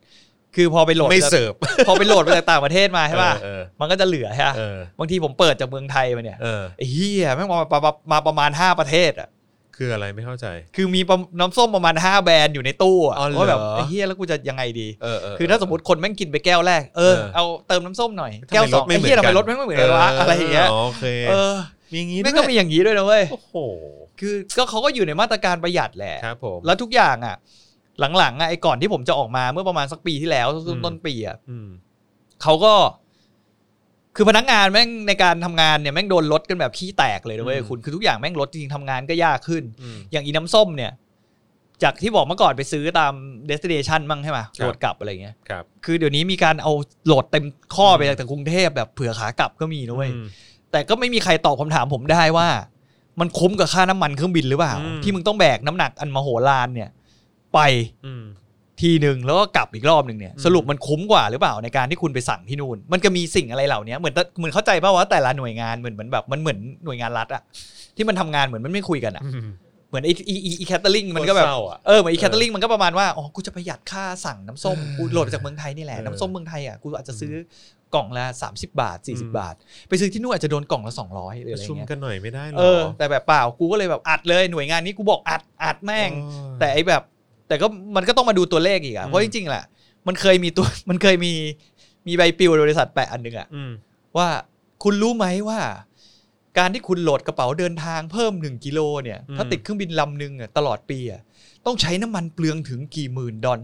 B: คือพอไปโหลด
A: ไม่
B: จาก
A: เสิร์ฟ
B: พอไปโหลดมาจากต่างประเทศมาใช่ป่ะ
A: เออ
B: มันก็จะเหลือใช่ปะ
A: เออ
B: บางทีผมเปิดจากเมืองไทยมาเนี่ย
A: เออ
B: ไอ้เฮียแม่งมามามาประมาณ 5 ประเทศอ่ะ
A: คืออะไรไม่เข้าใจ
B: คือมีประน้ำส้มประมาณ 5 แบรนด์อยู่ในตู้อะ
A: อ๋อเหรอ
B: ว่าแบบไอ้เฮียแล้วกูจะยังไงดี
A: เออเ
B: คือถ้าสมมติคนแม่งกินไปแก้วแรกเออ
A: เออ
B: เอาเติมน้ำส้มหน่อย
A: ทำไม
B: แก้วสอ
A: ร
B: ง
A: ส
B: ไอ้เฮียทำไมรสแม่งไม่เหมือนกันวะอะไรอย่างเงี้ย
A: โอเค
B: เออ
A: มีอย่างงี้
B: แม่งก็
A: ด้วย
B: มีอย่างนี้ด้วยนะเว้ย
A: โอ้โห
B: คือก็เขาก็อยู่ในมาตรการประหยัดแหละ
A: ครับผม
B: แล้วทุกอย่างอ่ะ หลังๆอ่ะไอ้ก่อนที่ผมจะออกมาเมื่อประมาณสักปีที่แล้ว
A: อื
B: ต้น
A: ม
B: ต้นปีอ่ะ
A: อืม
B: เขาก็ คือพนักงานแม่งในการทำงานเนี่ยแม่งโดนลดกันแบบขี้แตกเลยนะเว้ยคุณคือทุกอย่างแม่งลดจริงๆทำงานก็ยากขึ้น
A: อืม
B: อย่างอีน้ำส้มเนี่ย จากที่บอกเมื่อก่อนไปซื้อตามเดสติเ t ชันมั่งใช่ไหม
A: ครับ
B: โหลดกลับอะไรเงี้ย
A: ครับ
B: คือเดี๋ยวนี้มีการเอาโหลดเต็มข้อไปจากกรุงเทพแบบเผื่อขากลับก็มีนะเว้ย
A: อืม
B: แต่ก็ไม่มีใครตอบคำถามผมได้ว่า มันคุ้มกับค่าน้ำมันเครื่องบินหรือเปล่า
A: อืม
B: ที่มึงต้องแบกน้ำหนักอันมโหฬารเนี่ย ไป
A: อืม
B: ทีหนึ่งแล้วก็กลับอีกรอบหนึ่งเนี่ย
A: อืม
B: สรุปมันคุ้มกว่าหรือเปล่าในการที่คุณไปสั่งที่นู่น มันก็มีสิ่งอะไรเหล่านี้เหมือนแต่เหมือนเข้าใจป่าวว่าแต่ละหน่วยงานเหมือนเหมือนแบบมันเหมือนหน่วยงานรัฐอะที่มันทำงานเหมือนมันไม่คุยกันอะ
A: อืม
B: เหมือนไออีอีอีแคตเตอร์ลิงมันก็แบบ
A: โคตรเศร้าอะ
B: เออเหมือนอีแคตเตอร์ลิงมันก็ประมาณว่าอ๋อกูจะประหยัดค่าสั่งน้ำส้มกูโหลดมาจากเมืองไทยนี่แหละ
A: เออ
B: น้ำส้มเมืองไทยอ่ะกูอาจจะซื้อกล่องละ 30 บาท
A: อื
B: 40
A: ม
B: บาท ไปซื้อที่นู่นอาจจะโดนกล่องละ 200หรือ
A: ประ
B: อะไร
A: ชุม
B: เงี้ย
A: กันหน่อยไม่ได้หร
B: เออแต่แบบเปล่ากูก็เลยแบบอัดเลยหน่วยงานนี้กูบอกอัดอัดแม่ง
A: โอ้ย
B: แต่ไอแบบ แต่ก็มันก็ต้องมาดูตัวเลขอีกอ่ะ
A: อืม
B: เพราะจริงๆแหละมันเคยมีตัว มันเคยมีมีใบปลิวบริษัทแปะอันหนึงอ่ะ
A: อืม
B: ว่าคุณรู้ไหมว่า การที่คุณโหลดกระเป๋าเดินทางเพิ่ม 1 กิโลเนี่ย
A: อืม
B: ถ้าติดเครื่องบินลำหนึ่งอะตลอดปีอะต้องใช้น้ำมันเปลืองถึงกี่หมื่นดอล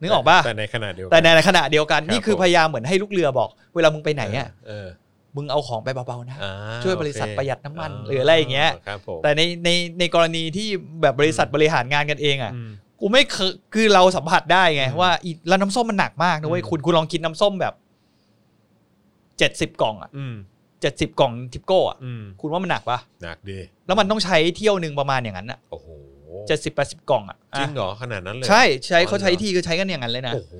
B: นึกออกป่ะ
A: แต่ในขณะเดียวกั
B: แต่
A: น
B: ในขณะเดียวกัน
A: ครับ
B: นี่คือ
A: ผม
B: พยายามเหมือนให้ลูกเรือบอก เวลามึงไปไหนอ่ะ
A: เออ
B: มึงเอาของไปเบาๆนะ
A: อ่า
B: ช่วยบริษัท
A: โอเค
B: ประหยัดน้ำมัน
A: า
B: หรืออะไรอย่างเงี้ย
A: ครับผม
B: แต่ในในในกรณีที่แบบบริษัทบริหารงานกันเองอ่ะ
A: อืม
B: กูไม่เคยคือเราสัมผัสได้ไง
A: อืม
B: ว่าอีแล้วน้ำส้มมันหนักมากนะเว้ย
A: อืม
B: คุณคุณลองกินน้ำส้มแบบเจ็ดสิบกล่องอ่ะ
A: อืม
B: เจ็ดสิบกล่องทิปโก้อ่ะ
A: อืม
B: คุณว่ามันหนักปะ
A: หนักดี
B: แล้วมันต้องใช้เที่ยวหนึ่งประมาณอย่างนั้นอ่ะ
A: โอ้โห
B: เจ็ดสิบแปดสิบกล่องอ่ะ
A: จริงเหรอขนาดนั้นเลย
B: ใช่ใช้เขาใช้ที่คือใช้กันอย่างนั้นเลยนะ
A: โอ้โห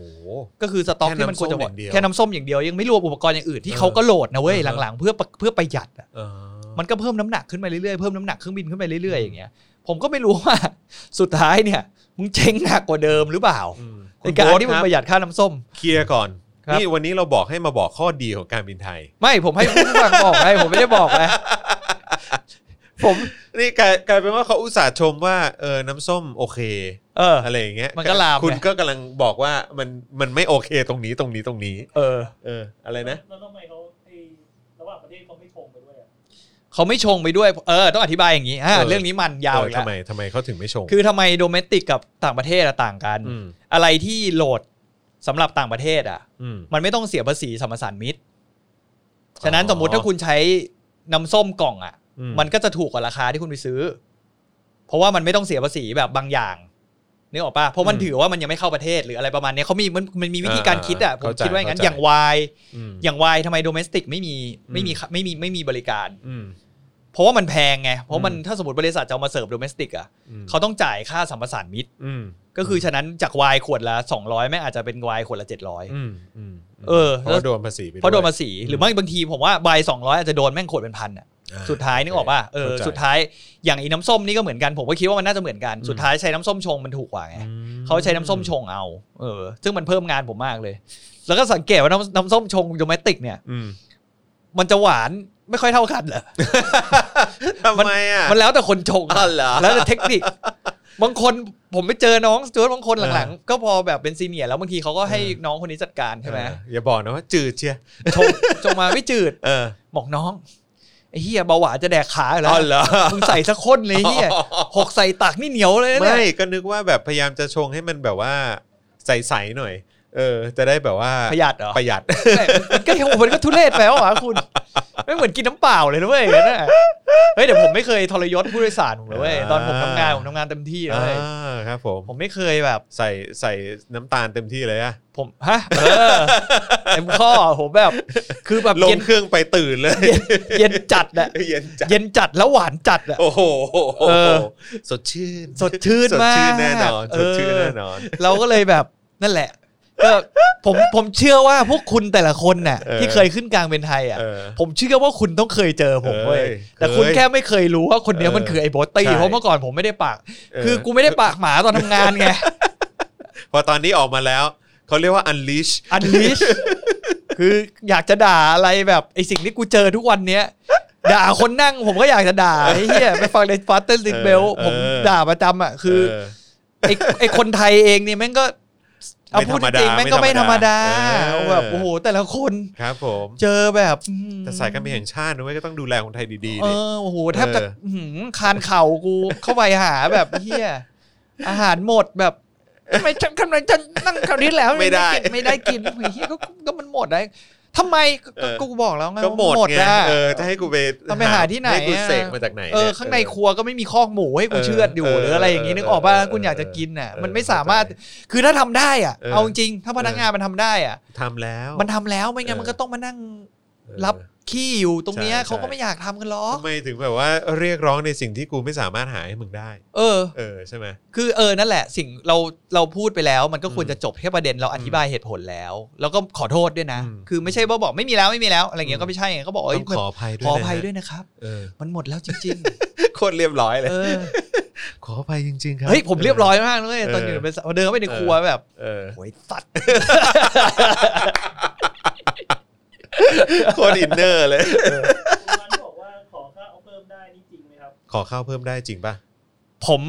B: ก็คือสต็อกที่มันควรจะหมดแค่น้ำส้มอย่างเดียวยังไม่รวมอุปกรณ์อย่างอื่นที่เขาก็โหลดนะเว้ย
A: เออ
B: หลังๆเพื่อเพื่อประหยัดอ่ะ
A: เออ
B: มันก็เพิ่มน้ำหนักขึ้นไปเรื่อยๆเพิ่มน้ำหนักเครื่องบินขึ้นไปเรื่อยๆอย่างเงี้ยผมก็ไม่รู้ว่า สุดท้ายเนี่ยมึงเจ๊งหนักกว่าเดิมหรือเปล่า
A: อืม
B: ในการ
A: โบ๊ท
B: ที่มึ
A: ค
B: ง
A: บ
B: ประหยัดค่าน้ำส้ม
A: เคลียร์ก่อน
B: ครับ
A: นี่วันนี้เราบอกให้มาบอกข้อดีของการบินไทย
B: ไม่ผมให้ผู้ฟังบอกไงผมไม่ได้บอกนะผม
A: นี่กลายกลายเป็นว่าเขาอุตส่าห์ชมว่าเออน้ำส้มโอเค
B: เออ
A: อะไรอย่างเงี้ย
B: มันก็ลามไง
A: คุณก็กำลังบอกว่ามันมันไม่โอเคตรงนี้ตรงนี้ตรงนี้
B: เออ
A: เออ อะไรนะ
C: แล้วทำไมเขาไอ้ระหว่างประเทศเขาไม่ชงไปด้วยอ่ะ
B: เขาไม่ชงไปด้วย เออ ต้องอธิบายอย่างนี้อ่ะ
A: เออ
B: เรื่องนี้มันยาว
A: เอ
B: อี
A: อก
B: แล้
A: ทำ
B: ว
A: ไมทำไมเขาถึงไม่ชง
B: คือทำไมโดเมนติกกับต่างประเทศอะต่างกัน
A: ม
B: อะไรที่โหลดสำหรับต่างประเทศอ่ะ
A: อืม
B: มันไม่ต้องเสียภาษีสรรพสานมิตร
A: อ
B: ฉะนั้นสมมุติถ้าคุณใช้น้ำส้มกล่องอ่ะ
A: อืม
B: มันก็จะถูกกว่าราคาที่คุณไปซื้อ เพราะว่ามันไม่ต้องเสียภาษีแบบบางอย่างนึกออกปะเพราะมัน
A: อืม
B: ถือว่ามันยังไม่เข้าประเทศหรืออะไรประมาณเนี้ยเขามีมันมันมีวิธีการคิดอ่ะ
A: อ่า
B: ผม
A: เข้าใจ
B: คิดว่าอย่างนั้น
A: เข้าใจ
B: อย่างวาย
A: อืม
B: อย่างวายทำไมโดเมสติกไม่มีไม่มี
A: อืม
B: ไม่มีไม่มีบริการ
A: อืม
B: เพราะว่ามันแพงไง เพราะมัน
A: อืม
B: ถ้าสมมติบริษัทจะเอามาเสิร์ฟโดเมสติกอ่ะ
A: อืม
B: เขาต้องจ่ายค่าสัมปทานมิตร
A: อืม
B: ก็คือฉะนั้นจากวายขวดละ 200แม่งอาจจะเป็นวายขวดละ 700
A: อืมอืม
B: เออ
A: เพ
B: แล้ว
A: ราะโดนภาษีไปวย
B: เพราะโดนภาษีหรือไม่บางทีผมว่าวาย200 อาจจะโดนแม่งขวดเป็นพันอ่ะ
A: อ่
B: สุดท้ายนึกออกป่ะเออ
A: ข้ใจ
B: สุดท้ายอย่างอีน้ำส้มนี่ก็เหมือนกันผมก็คิดว่ามันน่าจะเหมือนกัน
A: อืม
B: สุดท้ายใช้น้ำส้มชงมันถูกกว่าไง
A: อืม
B: เขาใช้น้ำส้มชงเอาเออซึ่งมันเพิ่มงานผมมากเลย แล้วก็สังเกตว่าน้ำน้ำส้มชงโดเมสติกเนี่ย
A: อืม
B: มันจะหวานไม่ค่อยเท่ากันเหรอ
A: ทำไมอ่ะ
B: มันแล้วแต่คนชงอะ
A: อ๋อเหรอ
B: แล้วแต่เทคนิค บางคนผมไปเจอน้องสจวตบางคน
A: เออ
B: หลังๆ ก็พอแบบเป็นซีเนียร์แล้วบางทีเขาก็ให้
A: เออ
B: น้องคนนี้จัดการใช่ไหม
A: เอออย่าบอกนะว่าจืดเชีย
B: ชงชงมาไม่จืด
A: เออ
B: บอกน้องไอ้เฮียเบาหวานจะแดกขาอยู่แล้
A: อ๋
B: ว
A: อเหรอ
B: มึงใส่สักคนเลยเฮียหกใส่ตักนี่เหนียวเลยนะเนี่
A: ไม่
B: ย
A: ก็นึกว่าแบบพยายามจะชงให้มันแบบว่าใสๆหน่อย เออ จะได้แบบว่า
B: ประหยัดเหรอ
A: ประหยัด
B: แต่มันก็เฮมันก็ทุเรศไปแล้วหวะคุณไม่เหมือนกินน้ำเปล่าเลยนะเว้ยอย่างนั้นน่ะเฮ้ยเดี๋ยวผมไม่เคยทรยศผู้โดยสารผมเลยเว้ยตอนผมทำงานผมทำงานเต็มที่เลย
A: อ่าครับผม
B: ผมไม่เคยแบบ
A: ใส่ใส่น้ำตาลเต็มที่เลยอะ
B: ผมฮะเออเต็มข้อผมแบบ คือแบบ
A: ลง
B: เย็น
A: เครื่องไปตื่นเลย
B: เย็นจัดอะ
A: เย็นจัด
B: เย็นจัดแล้วหวานจัดอะ
A: โอ้โห
B: เออ
A: สดชื่น
B: สดชื่น
A: สด
B: มาก
A: ชื่นแน่นอน
B: เ
A: สดชื่นแน่นอน
B: เราก็เลยแบบนั่นแหละก็ผมผมเชื่อว่าพวกคุณแต่ละคนน่ะ
A: เออ
B: ที่เคยขึ้นกลางเป็นไทยอ่ะ
A: เออ
B: ผมเชื่อว่าคุณต้องเคยเจอผมเว้ย
A: เอ้ย
B: แต่คุณ
A: เคย
B: แค่ไม่เคยรู้ว่าคนเนี้ย
A: เออ
B: มันคือไอ้โบอตตี้
A: ใช่
B: เพราะเมื่อก่อนผมไม่ได้ปาก
A: เออ
B: คือกูไม่ได้ปากหมาตอนทำงาน ไง
A: พอตอนนี้ออกมาแล้ว เขาเรียกว่า unleash
B: อันลิชคืออยากจะด่าอะไรแบบไอ้สิ่งที่กูเจอทุกวันเนี้ย ด่าคนนั่งผมก็อยากจะด่าไอ้เหี้ยไปฟังในฟาสเตอร์ซิกเบล
A: เออ
B: ผม
A: เออ
B: ด่าประจำอ่ะคือ
A: เออ
B: ไอ้ไอ้คนไทยเองเนี่ยแม่งก็เอาพูดจริงๆ
A: ไม่
B: แม่ง
A: ธรรมดา
B: ก็ไม่ธรรมดา
A: เออ
B: แบบโอ้โหแต่ละคน
A: ครับผม
B: เจอแบบ
A: แต่สายการบินแห่งชาตินะเว้ยก็ต้องดูแลคนไทยดีๆ
B: เอ
A: ดิ
B: อโอ้โหแทบจะ
A: เออ
B: อื้อหือคานเข่ากูเข้าไปหาแบบเหี้ยอาหารหมดแบบทำไมฉันทำไมฉันนั่งคราวนี้แล้ว
A: ไม่ได้
B: กินไม่ได้กินเฮียก็ก็มันหมดได้ทำไมก็
A: เออ
B: ก็กูบอกแล้วไง
A: ก็หมดไง
B: อ่ะ
A: เออจะให้กูไป
B: ต้องไปหาที่ไหนอะ
A: ให้กูเสกมาจากไหน
B: เออ
A: เนี่ย
B: ข้างในครัวก็ไม่มีคอกหมูให้คุณ
A: เออ
B: เชือดอยู่
A: เออ
B: หรืออะไรอย่างนี้นึกออกป่ะคุณอยากจะกินน่ะ
A: เออ
B: มันไม่สามารถคือถ้าทำได้อ่ะ
A: เออ
B: เอาจริงถ้าพนักงานมันทำได้อ่ะ
A: ทำแล้ว
B: มันทำแล้วไม่งั้น
A: เออ
B: มันก็ต้องมานั่ง
A: เออ
B: รับขี้อยู่ตรงเนี้ย
A: ใช่ใช่
B: เขาก็ไม่อยากทำกันหรอก
A: ทำไมถึงแบบว่าเรียกร้องในสิ่งที่กูไม่สามารถหาให้มึงได้
B: เออ
A: เออใช่ไหม
B: คือเออนั่นแหละ สิ่งเราเราพูดไปแล้ว มันก็ควร
A: อืม
B: จะจบแค่ประเด็นเราอธิบายเหตุผลแล้ว แล้วก็ขอโทษด้วยนะ
A: อืม
B: คือไม่ใช่ว่าบอกไม่มีแล้วไม่มีแล้วอะไรเงี้ย
A: อืม
B: ก็ไม่ใช่ไงก็บอก
A: ต้
B: เอ้ย
A: องขออภัยด้วย
B: ขอ
A: นะ
B: อภัยด้วยนะครับ
A: เออ
B: มันหมดแล้วจริง
A: โคตรเรียบร้อย
B: ๆ
A: เลย
B: เออ
A: ขออภัยจริงๆครับ
B: เฮ้ยผมเรียบร้อยมากเลยตอนอยู่ในบริษัทเดินเข้าไปในครัวแบบ
A: เออ
B: โอ้ยสัตว์
A: โคตรอินเนอร์เลย
C: ร้านบอกว่าขอค่าเอาเพิ่มได้นี่จริงไหมครับ
A: ขอข้าวเพิ่มได้จริงป่ะ
B: ผม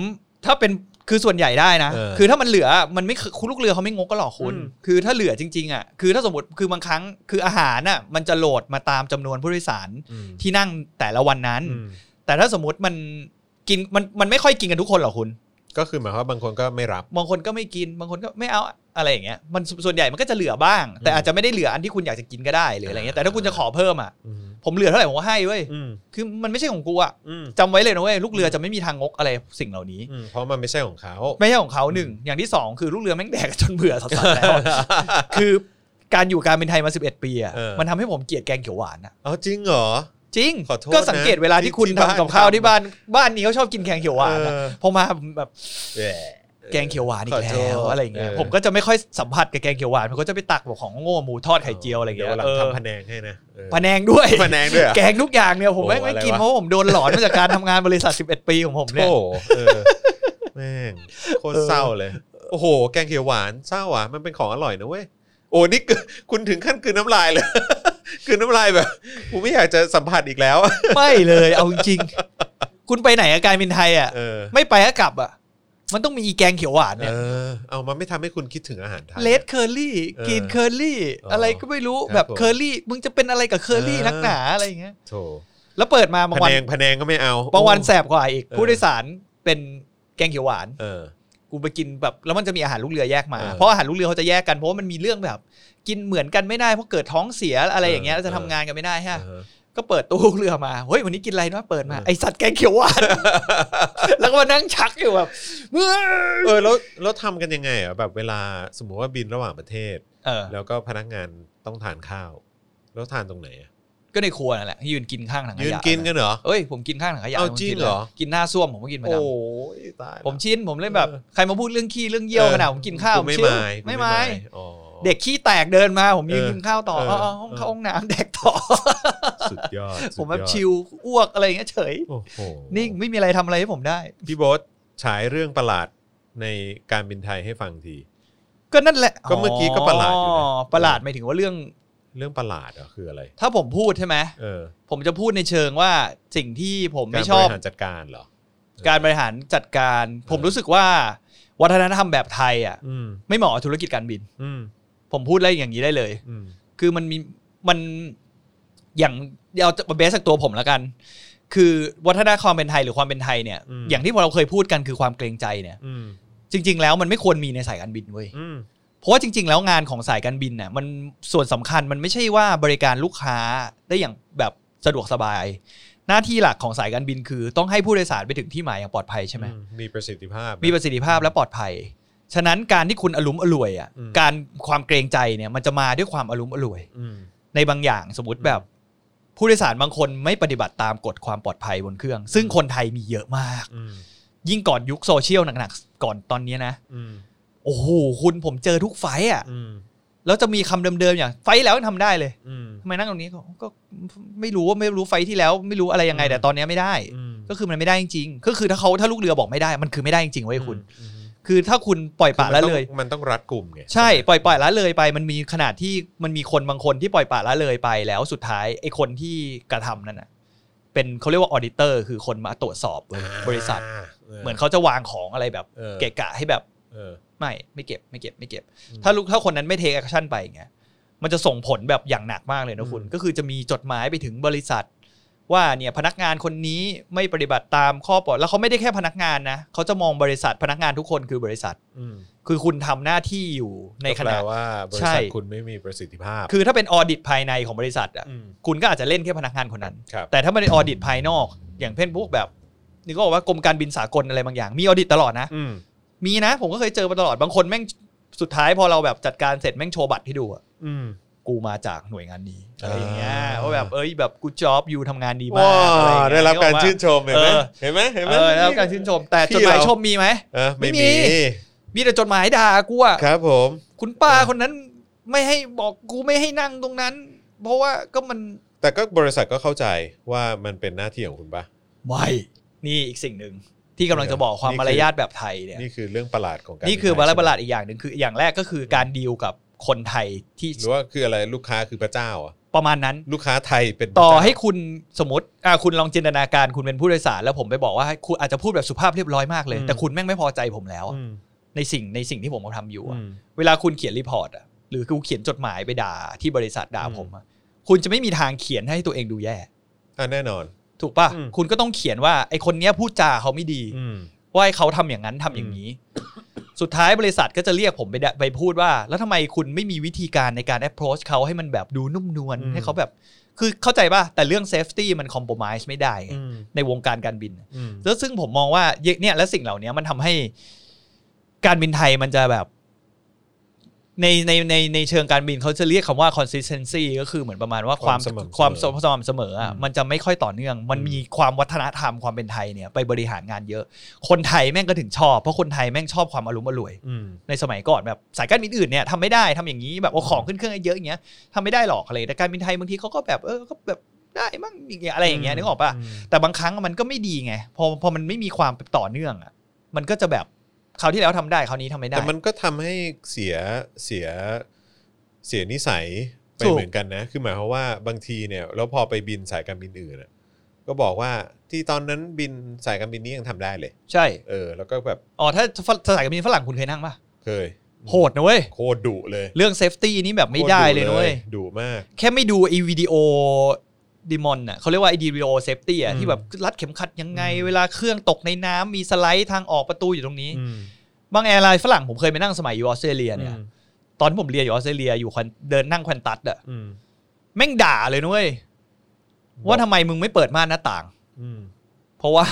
B: ถ้าเป็นคือส่วนใหญ่ได้นะ
A: เออ
B: คือถ้ามันเหลือมันไม่คือลูกเรือเขาไม่งกก็หรอกคุณ
A: อืม
B: คือถ้าเหลือจริงๆอ่ะคือถ้าสมมติคือบางครั้งคืออาหารอ่ะมันจะโหลดมาตามจำนวนผู้โดยสาร
A: อืม
B: ที่นั่งแต่ละวันนั้น
A: อืม
B: แต่ถ้าสมมติมันกินมันมันไม่ค่อยกินกันทุกคนหรอกคุณ
A: ก็คือหมายความว่าบางคนก็ไม่รับ
B: บางคนก็ไม่กินบางคนก็ไม่เอาอะไรอย่างเงี้ยมันส่วนใหญ่มันก็จะเหลือบ้าง แต่
A: อืม
B: อาจจะไม่ได้เหลืออันที่คุณอยากจะกินก็ได้หรืออะไรเงี้ยแต่ถ้าคุณ
A: อ่า
B: จะขอเพิ่มอ่ะ
A: อืม
B: ผมเหลือเท่าไหร่ผมก็ให้เว้ย
A: อืม
B: คือมันไม่ใช่ของกูอ่ะ
A: อืม
B: จำไว้เลยนะเว้ยลูกเรือจะไม่มีทางงกอะไรสิ่งเหล่านี้
A: อืมเพราะมันไม่ใช่ของเขา
B: ไม่ใช่ของเขาหนึ่งอย่างที่สองคือลูกเรือแม่งแดกจนเบื่อสัส ๆแล้ว คือการอยู่การเป็นไทยมา 11 ปีอ่ะ
A: เออ
B: มันทำให้ผมเกลียดแกงเขียวหวานอ่ะ
A: เอาจริงเหรอ
B: จริง
A: ขอโทษนะ
B: ก็สังเกตเวลาที่คุณ
A: ที่บ้าน
B: ทำกับข้าวที่บ้านบ้านนี้เขาชอบกินแกงเขียวหวานอะ
A: เออ
B: พอมาแบบ
A: แหม่
B: แกงเขียวหวานอีก
A: ขอโท
B: แล้ว
A: ษ
B: อะไรอย่างเงี้ย
A: เออ
B: ผมก็จะไม่ค่อยสัมผัสกับแกงเขียวหวานผมก็จะไปตักแบบของโง่หมูทอดไข่เจียวอะไรอย่าง
A: ดี๋วย
B: เงี้
A: วันหลั
B: เอง อ
A: ทำพะแนงให้นะเออ
B: พะแนงด้วย
A: พะแนงด้วยเหรอ
B: แกงทุกอย่างเนี่ยผมไม่
A: โอ้โห
B: ไม่กิน
A: อะไรวะ
B: เพราะผมโดนหลอนมาจากการทำงานบริษัท 11 ปีของผมเนี่ย
A: โอ้โหเออแม่งโคตรเศร้าเลย โอ้โห แกงเขียวหวานเศร้าอ่ะ มันเป็นของอร่อยนะเว้ย โอ้นี่ คือคุณถึงขั้นกลืนน้ำลายเลย กลืนน้ำลายแบบกูไม่อยากจะสัมผัสอีกแล้ว อะ
B: ไม่เลยเอาจริงๆคุณไปไหนอาการเป็นไทยอ่ะ
A: เออ
B: ไม่ไปก็กลับอ่ะ มันต้องมีอีแกงเขียวหวานเนี่ย
A: เออ เอามันไม่ทำให้คุณคิดถึงอาหารไทย
B: เลดเคอร์รี่
A: เออก
B: รีนเคอร์รี่
A: อ๋ออ
B: อะไรก็ไม่รู้
A: ครับ
B: แบบ
A: ผม
B: เคอร์รี่มึงจะเป็นอะไรกับเคอร์รี่
A: เออ
B: นักหนาอะไรอย่างเงี้ย
A: โถ
B: แล้วเปิดมาบาง
A: พะ
B: วัน
A: แนงพะแนงก็ไม่เอา
B: บางวัน
A: โอ้
B: แสบกว่าอีก
A: เออ
B: ผู้โดยสารเป็นแกงเขียวหวาน
A: เออ
B: กูไปกินแบบแล้วมันจะมีอาหารลูกเรือแยกมา
A: เออ
B: เพราะอาหารลูกเรือเขาจะแยกกันเพราะว่ามันมีเรื่องแบบ กินเหมือนกันไม่ได้เพราะเกิดท้องเสียอะไรอย่างเงี้ย
A: เออ
B: แล้วจะทำงานกันไม่ได้ฮะ
A: เออ
B: ก็เปิดตู้ลูกเรือมาเฮ้ยวันนี้กินอะไรนะเปิดมา
A: เออ
B: ไอสัตว์แกงเขียวหวาน แล้วก็มานั่งชักอยู่แบบเมื่อ
A: เออแล้วแล้วทำกันยังไงอ่ะแบบเวลาสมมติว่าบินระหว่างประเทศ
B: เออ
A: แล้วก็พนักงานต้องทานข้าว แล้วทานตรงไหนอะ
B: ก็ในครัวนั่นแหละยืนกินข้างถังข
A: ยืน
B: ยะ
A: กินกันเหรอ
B: เอ้ยผมกินข้างถังขยะ
A: เอา
B: ผม
A: จริ
B: กิ
A: ง
B: น
A: เหรอ
B: ลยกินหน้าส้วมผมก็กินประ
A: โอ้
B: จ
A: ยตายละ
B: ำผมชินผมเลยแบบ
A: เออ
B: ใครมาพูดเรื่องขี้เรื่องเยี่ยวขนาดผมกินข้าว
A: กูไม่
B: ผชิล
A: มายกู
B: ไม่ไม่
A: อ๋อ
B: เด็กขี้แตกเดินมา ผมยืน
A: เออ
B: กินข้าวต่อ
A: เออ
B: เอาเอาห้อง
A: เออ
B: เข้าห้องน้ำแดกต่อ
A: สุดยอดสุดยอด
B: ผมแบบชิลอ้วกอะไรอย่างเงี้ยเฉย
A: โอ้โห
B: นิ่งไม่มีอะไรทำอะไรให้ผมได้
A: พี่โบ๊ทฉายเรื่องประหลาดในการบินไทยให้ฟังที
B: ก็นั่นแหละ
A: ก็เมื่อกี้ก็ประหลาดอยู่นะ
B: ประหลาดหมายถึงว่าเรื่อง
A: เรื่องประหลาดเหรอคืออะไร
B: ถ้าผมพูดใช่ไหม
A: เออ
B: ผมจะพูดในเชิงว่าสิ่งที่ผม
A: กา
B: ไม่
A: ร
B: ช
A: บ
B: อบ
A: ริหารจัดการเหรอ
B: การบริหารจัดการ ผมรู้สึกว่าวัฒนธรรมแบบไทยอ่ะ
A: อืม
B: ไม่เหมาะกับธุรกิจการบิน
A: อืม
B: ผมพูดได้อย่างนี้ได้เลย
A: อืม
B: คือมันมีมันอย่างเอาเบสจากตัวผมแล้วกัน คือวัฒนธรรมความเป็นไทยหรือความเป็นไทยเนี่ย อย่างที่เราเคยพูดกันคือความเกรงใจเนี่ย
A: อืม
B: จริง ๆ แล้วมันไม่ควรมีในสายการบินเว้ย
A: อืม
B: เพราะว่าจริง ๆ แล้วงานของสายการบินน่ะมันส่วนสำคัญมันไม่ใช่ว่าบริการลูกค้าได้อย่างแบบสะดวกสบาย หน้าที่หลักของสายการบินคือ ต้องให้ผู้โดยสารไปถึงที่หมายอย่างปลอดภัยใช่ไหม
A: อืมีประสิทธิภาพนะ
B: มีประสิทธิภาพและปลอดภัย ฉะนั้นการที่คุณอลุมอร่วยอ่ะ
A: อืม
B: การความเกรงใจเนี่ยมันจะมาด้วยความอลุมอร่วย
A: อืม
B: ในบางอย่างสมมติ
A: อืม
B: แบบ ผู้โดยสารบางคนไม่ปฏิบัติตามกฎความปลอดภัยบนเครื่อง ซึ่งคนไทยมีเยอะมาก
A: อืม
B: ยิ่งก่อนยุคโซเชียลหนักๆ ก่อนตอนเนี้ยนะ
A: อืม
B: โอ้โหคุณผมเจอทุกไฟท์อ่ะ
A: อืม
B: แล้วจะมีคำเดิมๆอย่าง ไฟท์แล้วยังทำได้เลย
A: อืม
B: ทำไมนั่งตรงนี้ก็ก็ไม่รู้ว่าไม่รู้ไฟท์ที่แล้วไม่รู้อะไรยังไง
A: อืม
B: แต่ตอนเนี้ยไม่ได้
A: อืม
B: ก็คือมันไม่ได้จริงๆก็คือถ้าเขาถ้าลูกเรือบอกไม่ได้มันคือไม่ได้จริงๆเว้ยคุณ
A: อืม
B: คือถ้าคุณปล่อยปละละเลย
A: มันต้องรัดกลุ่มไง
B: ใช่ปล่อยปล่อยละเลยไปมันมีขนาดที่มันมีคนบางคนที่ปล่อยปละละเลยไปแล้วสุดท้ายไอ้คนที่กระทำนั่นน่ะ เป็นเขาเรียกว่าออดิเตอร์คือคนมาตรวจสอบเว้ยบริษัท เหมือนเขาจะวางของอะไรแบบ
A: เออ
B: เกะกะให้แบบ
A: เออ
B: ไม่ไม่เก็บไม่เก็บไม่เก็บ
A: อืม
B: ถ้าลูกถ้าคนนั้นไม่เทคแอคชั่นไปอย่างเงี้ยมันจะส่งผลแบบอย่างหนักมากเลยนะคุณ
A: อืม
B: ก็คือจะมีจดหมายไปถึงบริษัท ว่าเนี่ยพนักงานคนนี้ไม่ปฏิบัติตามข้อปลอดแล้วเขาไม่ได้แค่พนักงานนะเขาจะมองบริษัทพนักงานทุกคนคือบริษัท
A: อืม
B: คือคุณทำหน้าที่อยู่ในข
A: ก็แป
B: ณะ
A: ลว่าบริ
B: ใช่
A: ษัทคุณไม่มีประสิทธิภาพ
B: คือถ้าเป็นออดิตภายในของบริษัทอ่ะ
A: ม
B: คุณก็อาจจะเล่นแค่พนักงานคนนั้น
A: ครับ
B: แต่ถ้ามันเป็นออดิตภายนอก อย่างเช่นพวกแบบนี่ก็บอกว่ากรมการบินสากลอะไรบางอย่างมีออดิตตลอดนะ
A: อืม
B: มีนะ ผมก็เคยเจอมาตลอดบางคนแม่งสุดท้ายพอเราแบบจัดการเสร็จแม่งโชว์บัตรให้ดูอะ
A: อืม
B: กูมาจากหน่วยงานนี้
A: อ่า
B: อะไรอย่างเงี้ยว่าแบบเอ้ยแบบกูจ็อบอยู่ทำงานดีมา
A: ว้าก
B: อะไรอย่างเงี้ย
A: ได้รับการ
B: ว่า
A: ชื่นชมเห็นไหม
B: เออ
A: เห็นไหมเห็นไหม
B: เออได้รับการชื่นชม แต่จดหมาย
A: พี่เรา
B: ชมมีไหม
A: เออไม่
B: ไม่มี
A: มี
B: มีแต่จดหมายด่ากูอะ
A: ครับผม
B: คุณป้าคนนั้นไม่ให้บอกกูไม่ให้นั่งตรงนั้น เพราะว่าก็มัน
A: แต่ก็บริษัทก็เข้าใจว่ามันเป็นหน้าที่ของคุณปะ
B: ไม่นี่อีกสิ่งหนึ่งที่กำลังจะบอกความ
A: นี่คือ
B: มารยาทแบบไทยเนี่ย
A: นี่คือเรื่องประหลาดของการ
B: นี่คือวาระประหลาด
A: ใช่ไ
B: อีกอย่างหนึ่งคืออย่างแรกก็คือการดีลกับคนไทยที่
A: หมหรือว่าคืออะไรลูกค้าคือพระเจ้าเหรอ่ะ
B: ประมาณนั้น
A: ลูกค้าไทยเป็น
B: ต่อ
A: พระเจ้า
B: ให้คุณสมมติอ่ะคุณลองจินตนาการคุณเป็นผู้โดยสารแล้วผมไปบอกว่าให้คุณอาจจะพูดแบบสุภาพเรียบร้อยมากเลย แต่คุณแม่งไม่พอใจผมแล้วอะ
A: อืม
B: ในสิ่งในสิ่งที่ผมกำลังทำอยู่อะ
A: อืม
B: เวลาคุณเขียนรีพอร์ตอะหรือคุณเขียนจดหมายไปด่าที่บริษัทด่า
A: อืม
B: ผมอะคุณจะไม่มีทางเขียนให้ตัวเองดูแย่
A: อ่ะแน่นอน
B: ถูกป่ะ
A: อืม
B: คุณก็ต้องเขียนว่าไอคนเนี้ยพูดจาเขาไม่ดี
A: อืม
B: ว่าให้เขาทำอย่างนั้นทำอย่างนี้ สุดท้ายบริษัทก็จะเรียกผมไปดะไปพูดว่า แล้วทำไมคุณไม่มีวิธีการในการ approach เขาให้มันแบบดูนุ่มนวล
A: อืม
B: ให้เขาแบบ คือเข้าใจป่ะ แต่เรื่อง safety มัน compromise ไม่ได้ไง
A: อืม
B: ในวงการการบิน
A: อืม
B: แล้วซึ่งผมมองว่าเนี่ยและสิ่งเหล่านี้มันทำให้การบินไทยมันจะแบบ ในในในในเชิงการบินเขาจะเรียกคำว่า consistency ก็คือเหมือนประมาณว่าความความสม่ำเสมออะมันจะไม่ค่อยต่อเนื่อง มันมีความวัฒนธรรมความเป็นไทยเนี่ย ไปบริหารงานเยอะ คนไทยแม่งก็ถึงชอบ เพราะคนไทยแม่งชอบความอารมณ์อร่วย
A: อืม
B: ในสมัยก่อนแบบสายการบินอื่นเนี่ยทำไม่ได้ทำอย่างนี้แบบเอาของขึ้นเครื่องเยอะอย่างเงี้ยทำไม่ได้หรอกอะไรแต่การบินไทยบางทีเขาก็แบบเออก็แบบได้มั่งอย่างเงี้ยอะไรอย่างเงี้ยนึกออกปะ
A: ม
B: แต่บางครั้งมันก็ไม่ดีไง พอพอมันไม่มีความต่อเนื่องอ่ะ มันก็จะแบบคราวที่แล้วทำได้คราวนี้ทำไม่ได้
A: แต่มันก็ทำให้เสียเสียเสียนิสัยไป
B: ถูก
A: เหมือนกันนะ คือหมายความว่าบางทีเนี่ยแล้วพอไปบินสายการบินอื่นน่ะก็บอกว่าที่ตอนนั้นบินสายการบินนี้ยังทำได้เลย
B: ใช่
A: เออ แล้วก็แบบ
B: อ๋อถ้าฝรสายการบินฝรั่งคุณเคยนั่งปะ
A: เคย
B: โหดนะเว้ย
A: โคตรดุเลย
B: เรื่องเซฟตี้นี่แบบไม่ได้เลยนะเว้ย
A: โคตรดุดุมาก
B: แค่ไม่ดูไอวิดีโอดิมอนน่ะเขาเรียกว่าไอดีวีโอเซฟตี้อ่ะ
A: อืม
B: ที่แบบรัดเข็มขัดยังไง
A: อืม
B: เวลาเครื่องตกในน้ำมีสไลด์ทางออกประตูอยู่ตรงนี้
A: อืม
B: บางแอร์ไลน์ฝรั่งผมเคยไปนั่งสมัยอยู่ออสเตรเลียเนี่ย
A: อืม
B: ตอนที่ผมเรียนอยู่ออสเตรเลียอยู่ควันเดินนั่งควันตัดอ่ะ
A: อืม
B: แม่งด่าเลยนะเว้ยว่าทำไมมึงไม่เปิดม่านหน้าต่าง
A: อืม
B: เพราะว่า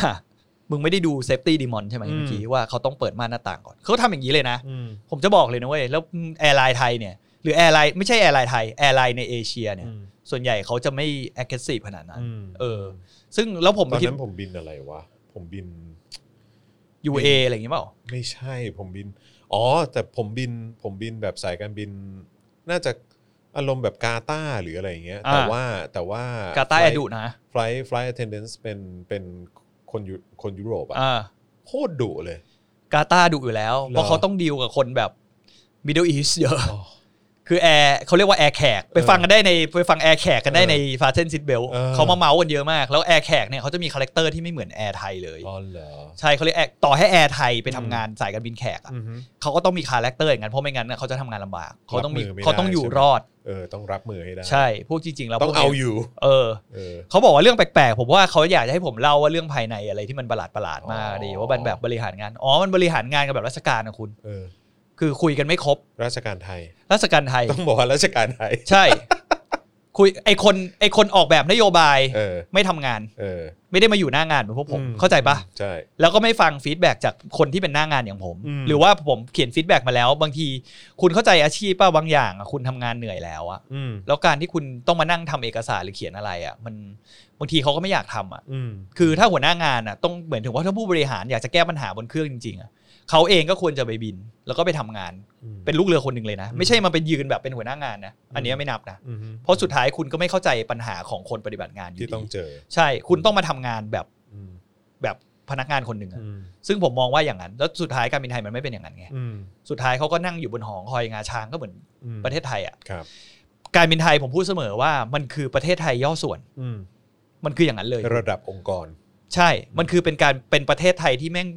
B: มึงไม่ได้ดูเซฟตี้ดีมอนใช่ไหม
A: อืม
B: เมื่อกี้ว่าเขาต้องเปิดม่านหน้าต่างก่อนเขาทำอย่างนี้เลยนะ
A: อืม
B: ผมจะบอกเลยนะเว้ย แล้วแอร์ไลน์ไทยเนี่ย หรือแอร์ไลน์ไม่ใช่แอร์ไลน์ไทย แอร์ไลน์ในเอเชียเนี่ย
A: อืม
B: ส่วนใหญ่เขาจะไม่ aggressive ขนาดนั้น
A: อืม
B: เออ ซึ่งแล้วผม
A: ต
B: ไป
A: อน
B: คิด
A: นั้นผมบินอะไรวะผมบิน
B: UA อะไรอย่างเงี้ยเปล่า
A: ไม่ใช่ผมบิน อ๋อ แต่ผมบินผมบินแบบสายการบิน น่าจะอารมณ์แบบกาตาร์หรืออะไรอย่างเงี้ย
B: อ่า
A: แต่ว่าแต่ว่าก
B: าตาร์แอร์ดุนะ
A: ไฟล์ไฟล์ attendance เป็นเป็นคนยุคนยุโรปอะ
B: อ่า
A: โคตรดุเลย
B: กาตาร์ดุอยู่แล้ว
A: เหรอ
B: เพราะเขาต้องดีลกับคนแบบ Middle East เยอะ
A: อ๋อ
B: คือแอร์เขาเรียกว่าแอร์แขกไป
A: เออ
B: ฟังกันได้ในไปฟังแอร์แขกกันได้
A: เออ
B: ในฟาเทนซิตเบล
A: เออ
B: เขามาเมาส์กันเยอะมากแล้วแอร์แขกเนี่ยเขาจะมีคาแรคเตอร์ที่ไม่เหมือนแอร์ไทยเลย
A: อ๋อเหรอ
B: ใช่เขาเรียกแอร์ต่อให้แอร์ไทยไป
A: อืม
B: ทำงานสายการบินแขกอะ
A: อือฮึ
B: เขาก็ต้องมีคาแรคเตอร์อย่างนั้นเพราะไม่งั้นน่ะเขาจะทำงานลำบากเขาต้องมี
A: รับมือไม่ได้
B: เขาต้องอยู่
A: ใช่ไหม
B: รอด
A: เออ ต้องรับมือให้ได้
B: ใช่พวกจริงๆแล้ว
A: ต้อง
B: พวก
A: เอา
B: นี้
A: อยู่
B: เออ
A: เออ
B: เขาบอกว่าเรื่องแปลกๆ ผมว่าเขาอยากจะให้ผมเล่าว่าเรื่องภายในอะไรที่มันประหลาดประหลาดๆมาก
A: อ๋อ
B: ดีว่ามันแบบบริหารงานอ๋อมันบริหารงานกันแบบราชการนะคุณ
A: เออ
B: คือคุยกันไม่ครบ
A: ราชการไทย
B: ราชการ ไทย
A: ต้องบอกว่าราชการไทย
B: ใช่ คุยไอคนไอคนออกแบบนโยบาย
A: เออ
B: ไม่ทำงาน
A: เออ
B: ไม่ได้มาอยู่หน้างานเหมือนพวกผม
A: อื
B: เข้าใจปะ
A: ใช่
B: แล้วก็ไม่ฟังฟีดแบ็กจากคนที่เป็นหน้างานอย่างผม
A: อืม
B: หรือว่าผมเขียนฟีดแบ็กมาแล้ว บางทีคุณเข้าใจอาชีพป่ะบางอย่างอะคุณทำงานเหนื่อยแล้วอะ
A: อืม
B: แล้วการที่คุณต้องมานั่งทำเอกสารหรือเขียนอะไรอะมันบางทีเขาก็ไม่อยากทำอะ
A: อืม
B: คือถ้าหัวหน้างานอะต้องเหมือนถึงว่าถ้าผู้บริหารอยากจะแก้ปัญหาบนเครื่องจริงๆอะเขาเองก็ควรจะไปบิน แล้วก็ไปทำงาน
A: อืม
B: เป็นลูกเรือคนหนึ่งเลยนะ
A: อืม
B: ไม่ใช่มาเป็นยืนแบบเป็นหัวหน้างานนะอันเนี้ย
A: อืม
B: ไม่นับนะ
A: อือฮึ
B: เพราะสุดท้ายคุณก็ไม่เข้าใจปัญหาของคนปฏิบัติงานอยู่
A: ที่ต้อง
B: ดี
A: เจอ
B: ใช่คุณต้องมาทำงานแบบ
A: อืม
B: แบบพนักงานคนหนึ่งอะ
A: อืม
B: ซึ่งผมมองว่าอย่างนั้น แล้วสุดท้ายการบินไทยมันไม่เป็นอย่างนั้นไง
A: อืม
B: สุดท้ายเขาก็นั่งอยู่บนหอคอยงาช้างก็เหมือน
A: อืม
B: ประเทศไทยอ่ะ
A: ครับ
B: การบินไทยผมพูดเสมอว่ามันคือประเทศไทยย่อส่วน
A: อืม
B: มันคืออย่างนั้นเลย
A: ระดับองค์กร
B: ใช่ มันคือเป็นการเป็นประเทศไทยที่แม่ง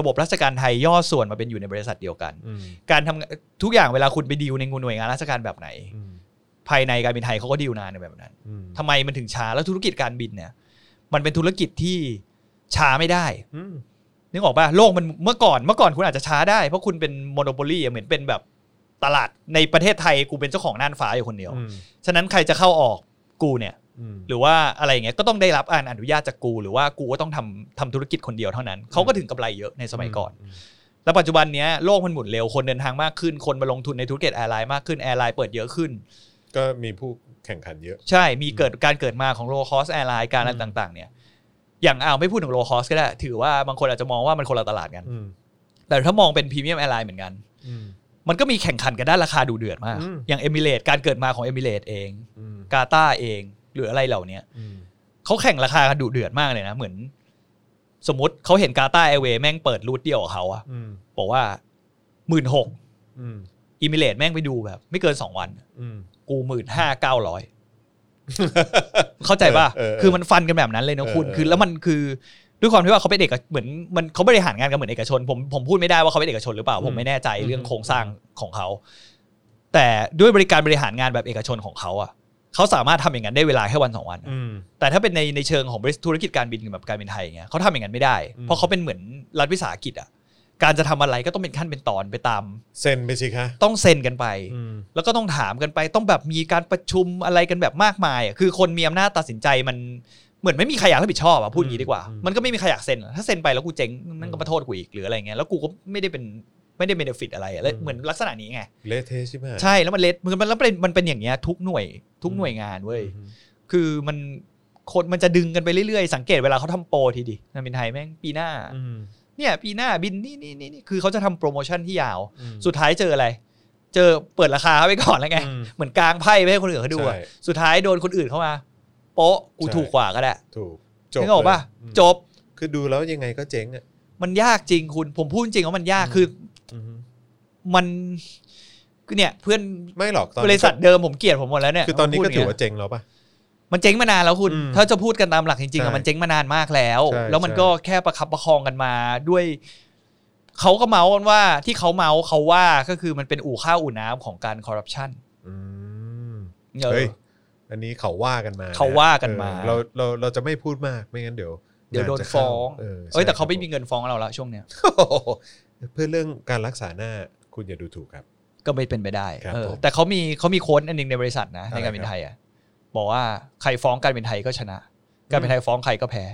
B: ระบบราชการไทยย่อส่วนมาเป็นอยู่ในบริษัทเดียวกัน
A: อืม
B: การทำงานทุกอย่างเวลาคุณไปดีลในหน่วยงานราชการแบบไหน
A: อืม
B: ภายในการบินไทยเขาก็ดีลนานในแบบนั้น
A: อืม
B: ทำไมมันถึงช้าแล้วธุรกิจการบินเนี่ย มันเป็นธุรกิจที่ช้าไม่ได้
A: อืม
B: นึกออกป่ะโลกมันเมื่อก่อนเมื่อก่อนคุณอาจจะช้าได้เพราะคุณเป็นโมโนโปลีเหมือนเป็นแบบตลาดในประเทศไทยกูเป็นเจ้าของน่านฟ้าอยู่คนเดียว
A: อืม
B: ฉะนั้นใครจะเข้าออกกูเนี่ย
A: อืม
B: หรือว่าอะไรอย่างเงี้ยก็ต้องได้รับอนุญาตจากกู หรือว่ากูก็ต้องทำทำธุรกิจคนเดียวเท่านั้นเขาก็ถึงกำไรเยอะในสมัยก่อน แล้วปัจจุบันเนี้ยโลกมันหมุนเร็วคนเดินทางมากขึ้นคนมาลงทุนในธุรกิจแอร์ไลน์มากขึ้นแอร์ไลน์เปิดเยอะขึ้น
A: ก็มีผู้แข่งขันเยอะ
B: ใช่มีเกิดการเกิดมาของโลคอสแอร์ไลน์การอะไร
A: อืม
B: ต่าง ๆ เนี่ย อย่างอ้าวไม่พูดถึงโลคอสก็ได้ ถือว่าบางคนอาจจะมองว่ามันคนละตลาดกัน
A: อืม
B: แต่ถ้ามองเป็นพรีเมียมแอร์ไลน์เหมือนกัน
A: อืม
B: มันก็มีแข่งขันกันด้านราคาดูเดือดมาก
A: อืม
B: อย่างเอมิเรตการเกิดมาของเอมิเรตเอง
A: อืม
B: กาตาร์เองหรืออะไรเหล่าเนี้ย
A: อืม
B: เขาแข่งราคากันดุเดือดมากเลยนะ เหมือน สมมติเขาเห็นกาตา a อ r w เวย์แม่งเปิดรูทเดียวกับเขาอะ
A: อืม
B: บอกว่าหมื่นหก
A: อืม
B: อิมิเลตแม่งไปดูแบบ ไม่เกินสองวัน
A: อืม
B: กูหมื่นห้าเก้า ร้อยเข้าใจป่ะ
A: เออเออ
B: คือมันฟันกันแบบนั้นเลยนะคุณ
A: เออเออ
B: คือแล้วมันคือด้วยความที่ว่าเขาเป็นเอกเหมือนมันเขาบริหารงานกันเหมือนเอกชน ผมผมพูดไม่ได้ว่าเขาเป็นเอกชนหรือเปล่า ผมไม่แน่ใจเรื่องโครงสร้างของเขา แต่ด้วยบริการบริหารงานแบบเอกชนของเขาอะเขาสามารถทำอย่างนั้นได้เวลาแค่วันสองวัน
A: อืม
B: แต่ถ้าเป็นในในเชิงของบริษัทธุรกิจการบินแบบการบินไทยอย่างเงี้ยเขาทำอย่างนั้นไม่ได้
A: อืม
B: เพราะเขาเป็นเหมือนรัฐวิสาหกิจอ่ะการจะทำอะไรก็ต้องเป็นขั้นเป็นตอนไปตาม
A: เซ็นไปสิคะ
B: ต้องเซ็นกันไป
A: อืม
B: แล้วก็ต้องถามกันไปต้องแบบมีการประชุมอะไรกันแบบมากมายอ่ะคือคนมีอำนาจตัดสินใจมันเหมือนไม่มีใครอยากรับผิดชอบอ่ะพูดอย่างนี้ดีกว่า มันก็ไม่มีใครอยากเซ็นอะถ้าเซ็นไปแล้วกูเจ๊งนั่นก็มาโทษกูอีกหรืออะไรเงี้ยแล้วกูก็ไม่ได้เป็นไม่ได้เบนฟิตอะไรอะแล้วเหมือนลักษณะนี้ไง
A: เละเทะใช่ไหม
B: ใช่แล้วมันเละมันแล้วเป็นมันเป็นอย่างเงี้ยทุกหน่วย ทุกหน่วยงานเว้ย
A: อืม
B: คือมันคนมันจะดึงกันไปเรื่อยๆ สังเกตเวลาเขาทำโปรทีดินามินไทยแม่งปีหน้า
A: อืม
B: เนี่ย ปีหน้าบินนี่นี่นี่นี่คือเขาจะทำโปรโมชั่นที่ยาว
A: อืม
B: สุดท้ายเจออะไร เจอเปิดราคาเขาไปก่อนแล้วไง
A: อืม
B: เหมือนกลางไพ่ไปให้คนอื่นเขาดูอะ
A: ใช่
B: สุดท้ายโดนคนอื่นเข้ามา โป๊ะกู
A: ใช่
B: ถูกกว่าก็ได้
A: ถูก
B: นึกออกป่ะ
A: เลยอืม
B: จบ
A: คือดูแล้วยังไงก็เจ๊งอ่ะ
B: มันยากจริงคุณ ผมพูดจริงว่ามันยาก
A: อืม
B: คือ
A: อืม
B: มันคือเนี่ย เพื่อน
A: ไม่หรอกตอน
B: บริษัทเดิมผมเกลียดผมหมดแล้วเนี่ย
A: คือตอนนี้
B: พู
A: ก็
B: ด
A: ถื
B: ย่
A: อง
B: เงี้ย
A: ว่าเจ๊งแล้วป่ะ
B: มันเจ๊งมานานแล้วคุณ
A: อืม
B: ถ้าจะพูดกันตามหลักจริงๆ
A: ใช่
B: อะมันเจ๊งมานานมากแล้ว
A: ใช่
B: แล้วมัน
A: ใช่
B: ก็แค่ประคับประคองกันมาด้วย เขาก็เมาส์กันว่าที่เขาเมาส์เขาว่าก็คือมันเป็นอู่ข้าวอู่น้ำของการคอร์รัปชัน
A: อืม
B: เออ
A: เฮ้ยอันนี้เขาว่ากันมา
B: เขาว่ากันมา
A: เออเราเราเราจะไม่พูดมากไม่งั้นเดี๋ยว
B: เดี๋ยวโดน
A: งาจะเข้า
B: ฟ้อง
A: เออ
B: เอ้ยแต่
A: ใช่
B: เขาไม่มี
A: ครับ
B: เงินฟ้องเราละช่วงเนี้ย
A: ผมเพื่อเรื่องการรักษาหน้าคุณอย่าดูถูกครับ
B: ก็ไม่เป็นไปได้
A: ครับ
B: เออ
A: ผม
B: แต่เขามีเขามีโค้ดอันหนึงในบริษัทนะ
A: อะไร
B: ในการบิ
A: ครั
B: น
A: บ
B: ไทยอ่ะบอกว่าใครฟ้องการบินไทยก็ชนะ การบินไทยฟ้องใครก็แพ้